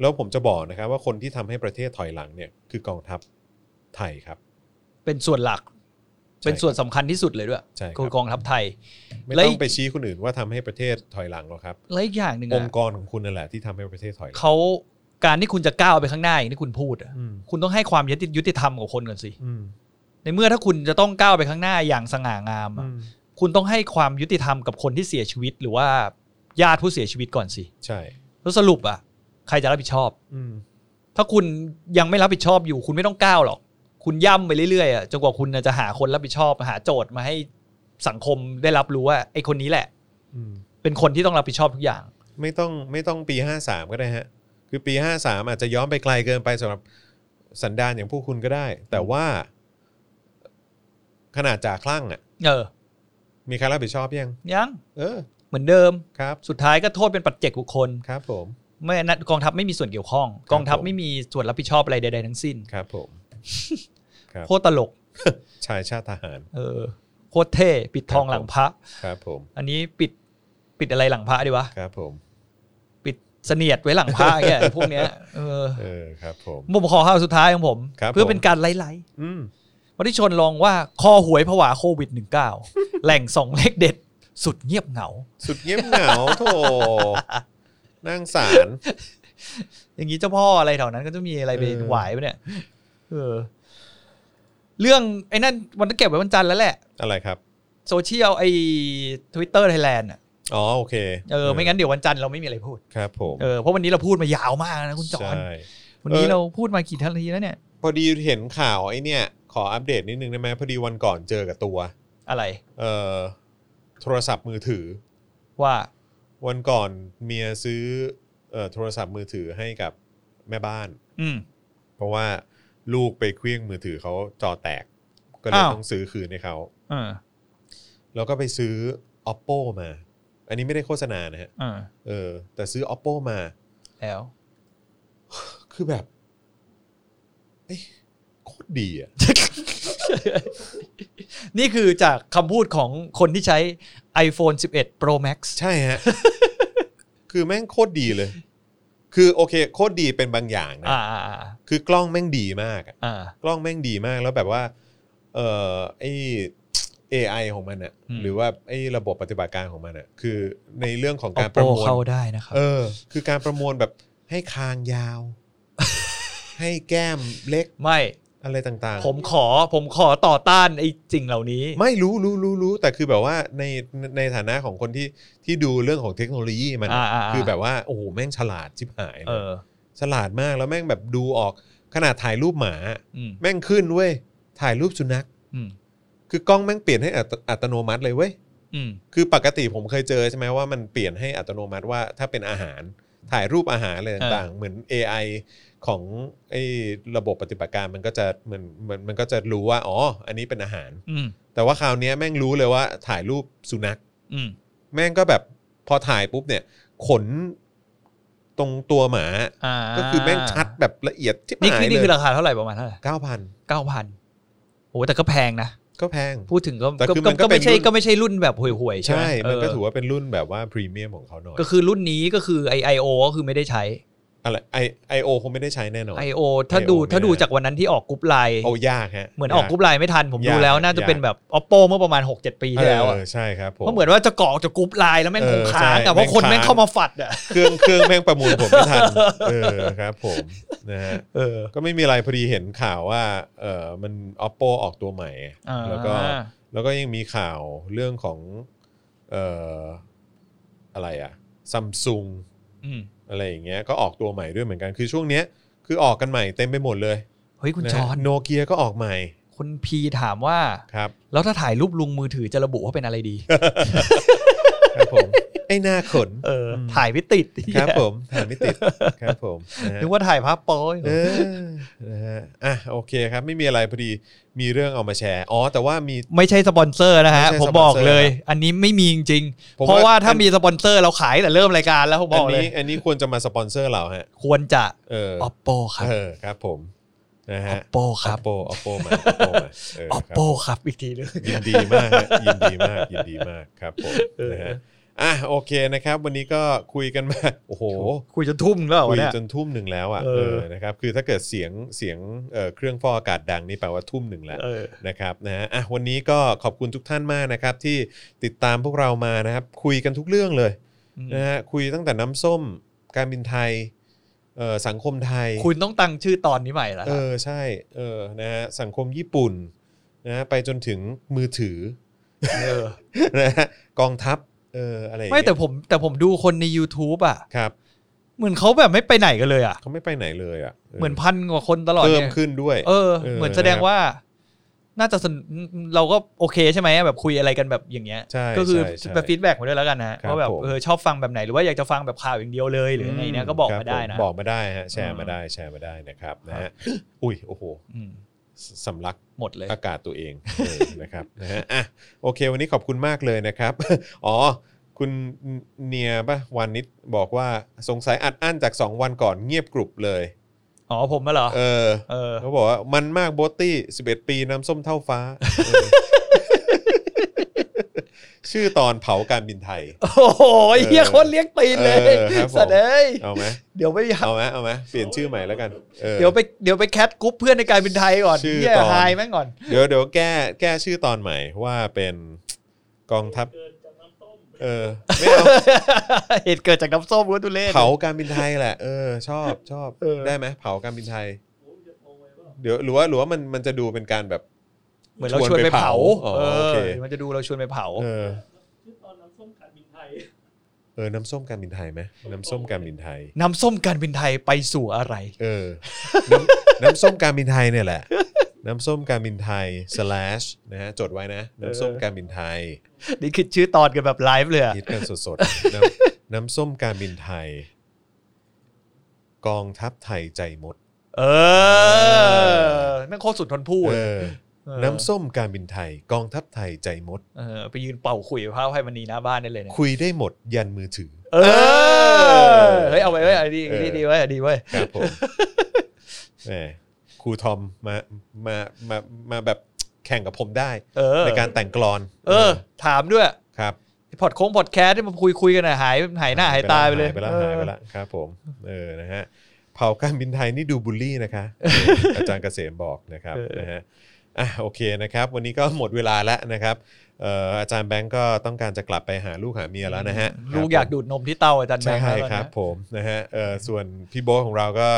A: แล้วผมจะบอกนะครับ ว่าคนที่ทำให้ประเทศถอยหลังเนี่ยคือกองทัพไทยครับ
B: เป็นส่วนหลัก เป็นส่วนสำคัญที่สุดเลยด้วย
A: ใช่ครับ
B: คือกองทัพไทย
A: ไม่
B: และ
A: ต้องไปชี้คนอื่นว่าทำให้ประเทศถอยหลังหรอกครับ
B: และอีกอย่างหนึ่ง
A: อง
B: อะ
A: ค์กรของคุณนั่นแหละที่ทำให้ประเทศถอยหลัง
B: เขาการที่คุณจะก้าวไปข้างหน้าอย่างที่คุณพูดอะ
A: อืม
B: คุณต้องให้ความยุติยุติธรรมกับคนก่อนสิ
A: อืม
B: ในเมื่อถ้าคุณจะต้องก้าวไปข้างหน้าอย่างสง่างามอะ
A: อืม
B: คุณต้องให้ความยุติธรรมกับคนที่เสียชีวิต หรือว่าญาติผู้เสียชีวิตก่อนสิ
A: ใช่
B: แล้วสรุปอ่ะ ใครจะรับผิดชอบ
A: อืม
B: ถ้าคุณยังไม่รับผิดชอบอยู่ คุณไม่ต้องก้าวหรอก คุณย่ำไปเรื่อยๆอะจนกว่าคุณน่ะจะหาคนรับผิดชอบ หาโจทย์มาให้สังคมได้รับรู้ว่าไอ้คนนี้แหละ
A: อืม
B: เป็นคนที่ต้องรับผิดชอบทุกอย่าง
A: ไม่ต้องไม่ต้องปี 53 ก็ได้ฮะ คือปี 53 อาจจะย้อนไปไกลเกินไปสำหรับสันดานอย่างพวกคุณก็ได้ แต่ว่าขนาดจ่าคลั่งอ่ะ
B: เออ
A: มีใครรับผิดชอบยัง
B: ยัง
A: เออ
B: เหมือนเดิม
A: ครับ
B: สุดท้ายก็โทษเป็นปัจเจกบุคคล
A: ครับผม
B: ไม่นะกองทัพไม่มีส่วนเกี่ยวข้อง กองทัพ
A: ผม
B: ไม่มีส่วนรับผิดชอบอะไรใดๆทั้งสิ้น
A: ครับผม ครับ
B: โคตรตลก
A: ชายชาติทหาร
B: เออโคตรเท่ปิดทอง
A: ครับ
B: หลังพระ
A: ครับผม
B: อันนี้ปิดปิดอะไรหลังพระดีวะ
A: ครับผม
B: ปิดเสนียดไว้หลัง พระแกพวกเนี้ยเออ
A: เออครับผม
B: ผมขอข่าวสุดท้ายของผม
A: ครับ
B: เพื่อเป็นการไล่
A: อืม
B: ๆวันที่ชนลองว่าคอหวยผวาโควิด -19 แหล่งสองเลขเด็ด สุดเงียบเหงา
A: สุดเงียบเหงาโถนั่งสาร
B: อย่างนี้เจ้าพ่ออะไรแถวนั้นก็จะมีอะไรไป
A: เออ
B: หวายปะเนี่ยเออ เรื่องไอ้นั่นวันนั้นเก็บไว้วันจันทร์แล้วแหละ
A: อะไรครับ
B: โซเชียลไอ้ทวิตเตอร์ไทยแลนด์
A: อ๋อโอเค
B: เออไม่งั้นเดี๋ยววันจันทร์เราไม่มีอะไรพูด
A: ครับผม
B: เออเพราะวันนี้เราพูดมายาวมากนะคุณจอน
A: ใช่
B: วันนี้
A: เออ
B: เราพูดมากี่นาทีแล้วเนี่ย
A: พอดีเห็นข่าวไอ้เนี่ย ขออัปเดตนิดนึงได้ไหมพอดีวันก่อนเจอกับตัว
B: อะไร
A: เอ่อโทรศัพท์มือถือ
B: ว่า
A: วันก่อนเมียซื้อเอ่อโทรศัพท์มือถือให้กับแม่บ้าน
B: อืม
A: เพราะว่าลูกไปเคลี้ยงมือถือเขาจอแตก ก็เลย
B: อ้าว
A: ต้องซื้อคืนให้เขา
B: เออ
A: แล้วก็ไปซื้อ oppo มา อันนี้ไม่ได้โฆษณานะฮะ
B: เออ
A: เออ แต่ซื้อ oppo มา
B: แล้ว
A: คือแบบเอ้ยโคตรดีอ่ะ
B: นี่คือจากคำพูดของคนที่ใช้ iPhone 11 Pro Max
A: ใช่ ฮะ คือแม่งโคตรดีเลย คือโอเคโคตรดีเป็นบางอย่างนะ
B: อ่าอ่าอ่า
A: คือกล้องแม่งดีมากอะ
B: อ่า
A: กล้องแม่งดีมากแล้วแบบว่า เอ่อไอ AI ของมันอะ
B: อืม
A: หรือว่าไอระบบปฏิบัติการของมันอะคือในเรื่องของ
B: เอา
A: การ
B: โป
A: ป
B: ร
A: ระมวล
B: เข้าได้นะครับ
A: เออ คือการประมวลแบบให้คางยาว ให้แก้มเล็ก
B: ไม่
A: อะไรต่างๆ
B: ผมขอผมขอต่อต้านไอ้สิ่งเหล่านี้
A: ไม่รู้รู้รู้รู้แต่คือแบบว่าในในฐานะของคนที่ที่ดูเรื่องของเทคโนโลยีมัน
B: อ่าอ่าอ่า
A: คือแบบว่าโอ้โหแม่งฉลาดชิบหายเลย
B: เออ
A: ฉลาดมากแล้วแม่งแบบดูออกขนาดถ่ายรูปหมา
B: อืม
A: แม่งขึ้นเว้ยถ่ายรูปสุนัข
B: อืม
A: คือกล้องแม่งเปลี่ยนให้อัตอัตโนมัติเลยเว้ย
B: อืม
A: คือปกติผมเคยเจอใช่ไหมว่ามันเปลี่ยนให้อัตโนมัติว่าถ้าเป็นอาหารถ่ายรูปอาหารอะไรต่างๆ เหมือน AI ของไอ้ระบบปฏิบัติการมันก็จะเหมือนมันมันก็จะรู้ว่าอ๋ออันนี้เป็นอาหาร
B: อืม
A: แต่ว่าคราวเนี้ยแม่งรู้เลยว่าถ่ายรูปสุนัข
B: อืม
A: แม่งก็แบบพอถ่ายปุ๊บเนี่ย ขนตรงตัวหมา
B: อ่า
A: ก็คือแม่งชัดแบบละเอียดที่
B: นี่
A: หา
B: คื
A: ย
B: อ
A: เล
B: นี่คื
A: ย
B: อราคาเท่าไหร่ประมาณเท่าไหร่
A: เก้าพัน
B: เก้าพันโอ้แต่ก็แพงนะ
A: ก็แพง
B: พูดถึงก็
A: แต่
B: ก็
A: คือ
B: ก็
A: มันก็
B: ก็
A: เป็
B: ไม่
A: น
B: ใช่
A: รุ่น
B: ก็ไม่ใช่รุ่นแบบห่วยๆใช่ไห
A: ใช่ มันก็
B: เออ
A: ถือว่าเป็นรุ่นแบบว่าพรีเมียมของเขาหน่อย
B: ก็คือรุ่นนี้ก็คือไอไอโอก็คือไม่ได้ใช้
A: อะไรไอไอโอคงไม่ได้ใช้แน่นอน
B: IO ถ้าดู
A: IO
B: ถ้าดู
A: ไม่ได้
B: จากวันนั้นที่ออกกรุ๊ปไลน์
A: โอ้ยากฮะ
B: เหมือนออก
A: ยา
B: กรุ๊ปไลน์ไม่ทัน ผมดู
A: ยาก
B: แล้วน่าจะ
A: ยาก
B: เป็นแบบ oppo เมื่อประมาณ 6-7 ปีที่แล้วอะ
A: เออใช่ครับผม
B: เพราะเหมือนว่าจะกรอกจากกรุ๊ปไลน์แล้วแม่งคง
A: เออ
B: ค้าง
A: ใช่
B: อะเพราะคน
A: แม่
B: แม่
A: งค้าง
B: งเข้ามาฝัดอะ
A: เครื่องเครื่องแม่งประมูลผมไม่ทันเออครับผมนะฮะ
B: เออ
A: ก็ไม่มีอะไรพอดีเห็นข่าวว่าเออมัน oppo ออกตัวใหม่ แล้วก็ แล้วก็ยังมีข่าวเรื่องของเอ่ออะไรอะซัมซุง
B: อืม
A: อะไรอย่างเงี้ยก็ออกตัวใหม่ด้วยเหมือนกันคือช่วงเนี้ยคือออกกันใหม่เต็มไปหมดเลย
B: เฮ้ยคุณ
A: นะ
B: จ
A: ฮะ
B: อน
A: โนเกียก็ออกใหม่
B: คุณพีถามว่า
A: ครับ
B: แล้วถ้าถ่ายรูปลุงมือถือจะระบุว่าเป็นอะไรดี
A: ครับ ผมไอ้หน้าขน
B: เออ
A: ม
B: ถ่ายไม่ติด
A: ครับผมถ่ายไม่ติดครับผมนะฮะ
B: นึกว่าถ่ายภาพโป้ย
A: เออนะฮะอ่ะโอเคครับ ไม่มีอะไรพอดีมีเรื่องเอามาแชร์อ๋อแต่ว่ามี
B: ไม่ใช่สปอนเซอร์นะฮะ
A: ไม่ใช่
B: ผมบอก
A: สปอนเซอร์
B: เลย
A: ครับ
B: อันนี้ไม่มีจริงๆ
A: ผม
B: เพราะว่าถ้ามีสปอนเซอร์เราขายแต่เริ่มรายการแล้วผมบ
A: อัน
B: อกเล
A: นี้
B: ย
A: อันนี้ควรจะมาสปอนเซอร์เราฮะ
B: ควรจะ
A: เออ
B: oppo ครับ
A: เออครับผมนะฮะ
B: oppo ครับ
A: oppo oppo มา oppo มาเออครับ
B: oppo ครับอีกทีนึง
A: ยินดีมากฮะยินดีมากยินดีมากครับผม
B: เออ
A: นะฮะอ่ะโอเคนะครับ วันนี้ก็คุยกันมา โอ้โห
B: คุยจนทุ่มแล้วเหรอ
A: คุ
B: วะ
A: ย
B: เนี่ย
A: จนทุ่มหนึ่งแล้วอ่ะ
B: เอ
A: เอ
B: อ
A: อนะครับคือถ้าเกิดเสียงเสียงเอ่อเครื่องฟอกอากาศดังนี่แปลว่าทุ่มหนึ่งแล้ว
B: เออ
A: นะครับนะฮะอ่ะวันนี้ก็ขอบคุณทุกท่านมากนะครับที่ติดตามพวกเรามานะครับ คุยกันทุกเรื่องเลย
B: อืม
A: นะฮะคุยตั้งแต่น้ำส้ม การบินไทยเอ่อสังคมไทย
B: คุณต้องตั้งชื่อตอนนี้ใหม่ละ
A: เออใช่เออนะฮะสังคมญี่ปุ่นนะฮะไปจนถึงมือถือ
B: เออ
A: นะฮะกองทัพเอออะไรอย่าง
B: ไม่
A: เงี้ย
B: แต่ผมแต่ผมดูคนใน YouTube อ่ะ
A: ครับ
B: เหมือนเขาแบบไม่ไปไหนกันเลยอ่ะ
A: เขาไม่ไปไหนเลยอ่ะ
B: เหมือนพันกว่าคนตลอด
A: เพิ่ม
B: เนี่ย
A: ขึ้นด้วย
B: เออ
A: เออ
B: เหมือนแสดง
A: นะครับ
B: ว่า น่าจะสนเราก็โอเคใช่ไหมแบบคุยอะไรกันแบบอย่างเงี้ย
A: ใช่
B: ก็คือ
A: ใช่ใช่
B: แบบฟีดแบ็กมาด้วยแล้วกันนะ
A: ครั
B: ว่า
A: บ
B: แบบ
A: ผม
B: เออชอบฟังแบบไหนหรือว่าอยากจะฟังแบบข่าวอย่างเดียวเลยหรือยังไงเนี่ยก็บอก
A: ครั
B: มาได้นะ
A: ผบอกมาได้ฮะแชร์มา
B: อืม
A: ได้แชร์มาได้นะครับนะฮะอุ้ยโอ้โห
B: อืม
A: สำลัก
B: หมดเลย
A: อากาศตัวเองเออนะครับนะฮะอ่ะโอเค วันนี้ขอบคุณมากเลยนะครับ อ๋อ คุณเนียปะวานิดบอกว่าสงสัยอัดอั้นจาก 2 วันก่อนเงียบกรุบเลย
B: อ๋อผมมาเหรอ
A: เออ
B: เออ
A: เขาบอกว่ามันมากโบตี้ 11 ปีน้ำส้มเท่า ฟ้าเออชื่อตอนเผาการบินไทย
B: โอ้โหเฮียคนเลี้ยงตีนเลย
A: เออครับผม
B: สัตว์เอ้ย
A: เอาไหม
B: เดี๋ยวไป
A: เอาไหมเอาไหมเปลี่ยนชื่อใหม่แล้วกันออ
B: เดี๋ยวไปเดี๋ยวไปแคทกรุ๊ปเพื่อนในการบินไทยก่อน
A: ชื่อ
B: เฮีย
A: ตอน
B: หายแม่งก่อน
A: เดี๋ยวเดี๋ยวแก้แก้ชื่อตอนใหม่ว่าเป็นกองทัพ
C: เกินจากน้ำต้ม
A: เออไม่ เอา
B: เหตุเกิดจากน้ำส้มก็ตุเล่
A: เผาการบินไทยแหละเออชอบชอบ
B: เออ
A: ได้ไหมเผาการบินไทย
C: ผมจะงงไว้ว่า
A: เดี๋ยวหรือว่าหรือว่ามันมันจะดูเป็นการแบบ
B: เหมือนเราชวนไปเผา
A: อ๋อ
B: เอ
A: โอ
B: อ
A: เค
B: มันจะดูเราชวนไปเผา
A: เออ
C: ชื่อตอนน้ำส้มขาดบินไทย
A: เออน้ำส้มการบินไทยไหมน้ำส้มการบินไทย
B: น้ำส้มการบินไทยไปสู่อะไร
A: เออน้ำน้ำส้มการบินไทยเนี่ยแหละ น้ำส้มการบินไทย slash นะฮะจดไว้นะ น้ำส้มการบินไทย
B: นี่คือชื่อตอนกันแบบไลฟ์เลยอะ
A: คิดกันสดๆน้ำน้ำส้มการบินไทย กองทัพไทยใจมด
B: เออแม่งโคตรสุดทนพูด
A: เออ
B: เออ
A: น้ำส้มการบินไทย กองทัพไทยใจมด
B: เออไปยืนเป่าขุยกับพระอภัยมณีหน้าบ้านได้เลยเนี่ย
A: คุยได้หมดยันมือถือ
B: เออเฮ้ยเอาไว้เว้ยเอาดี
A: เออ
B: ดีดีไว้ยเอาดีไว้ย
A: ครับ ผมแหมครูทอมมามามามาแบบแข่งกับผมได้
B: เออ
A: ในการแต่งกลอน
B: เออ ถามด้วย
A: ครับ
B: พอดโค้งพอดแคสต์ที่มาคุยคุยกันอะหายหายหน้าหายตาไปเลย
A: หายไปแล้วหายไปแล้วครับผมเออนะฮะเผาการบินไทยนี่ดูบูลลี่นะคะ อาจารย์เกษมบอกนะครับนะฮะอ่ะโอเคนะครับ วันนี้ก็หมดเวลาแล้วนะครับเอ่ออาจารย์แบงก์ก็ต้องการจะกลับไปหาลูกหาเมียแล้วนะฮะ
B: ลูกอยากดูดนมที่เต้าอาจารย์แบ
A: ใช่
B: งค์แล้ว
A: ค
B: นะ
A: รับผมนะฮะเอ่อส่วนพี่โบ๊ทของเราก็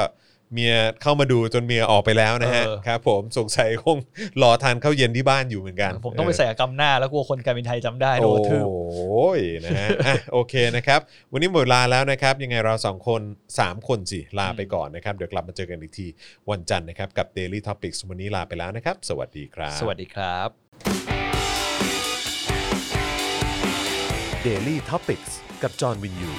A: เมียเข้ามาดูจนเมียออกไปแล้วนะฮะครับผมสงสัยคงรอทานข้าวเย็นที่บ้านอยู่เหมือนกัน
B: ผมต้องไปใส่กรรมหน้าแล้วกลัวคนการบินไทยจำได้โดนกระทืบ
A: โอ้ยนะฮะอ่ะโอเคนะครับ วันนี้หมดเวลาแล้วนะครับ ยังไงเราสองคนสามคนสิ ลาไปก่อนนะครับ เดี๋ยวกลับมาเจอกันอีกทีวันจันทร์นะครับ กับ Daily Topics วันนี้ลาไปแล้วนะครับ สวัสดีครับ
B: สวัสดีครับ
A: Daily Topics กับจอห์นวินยู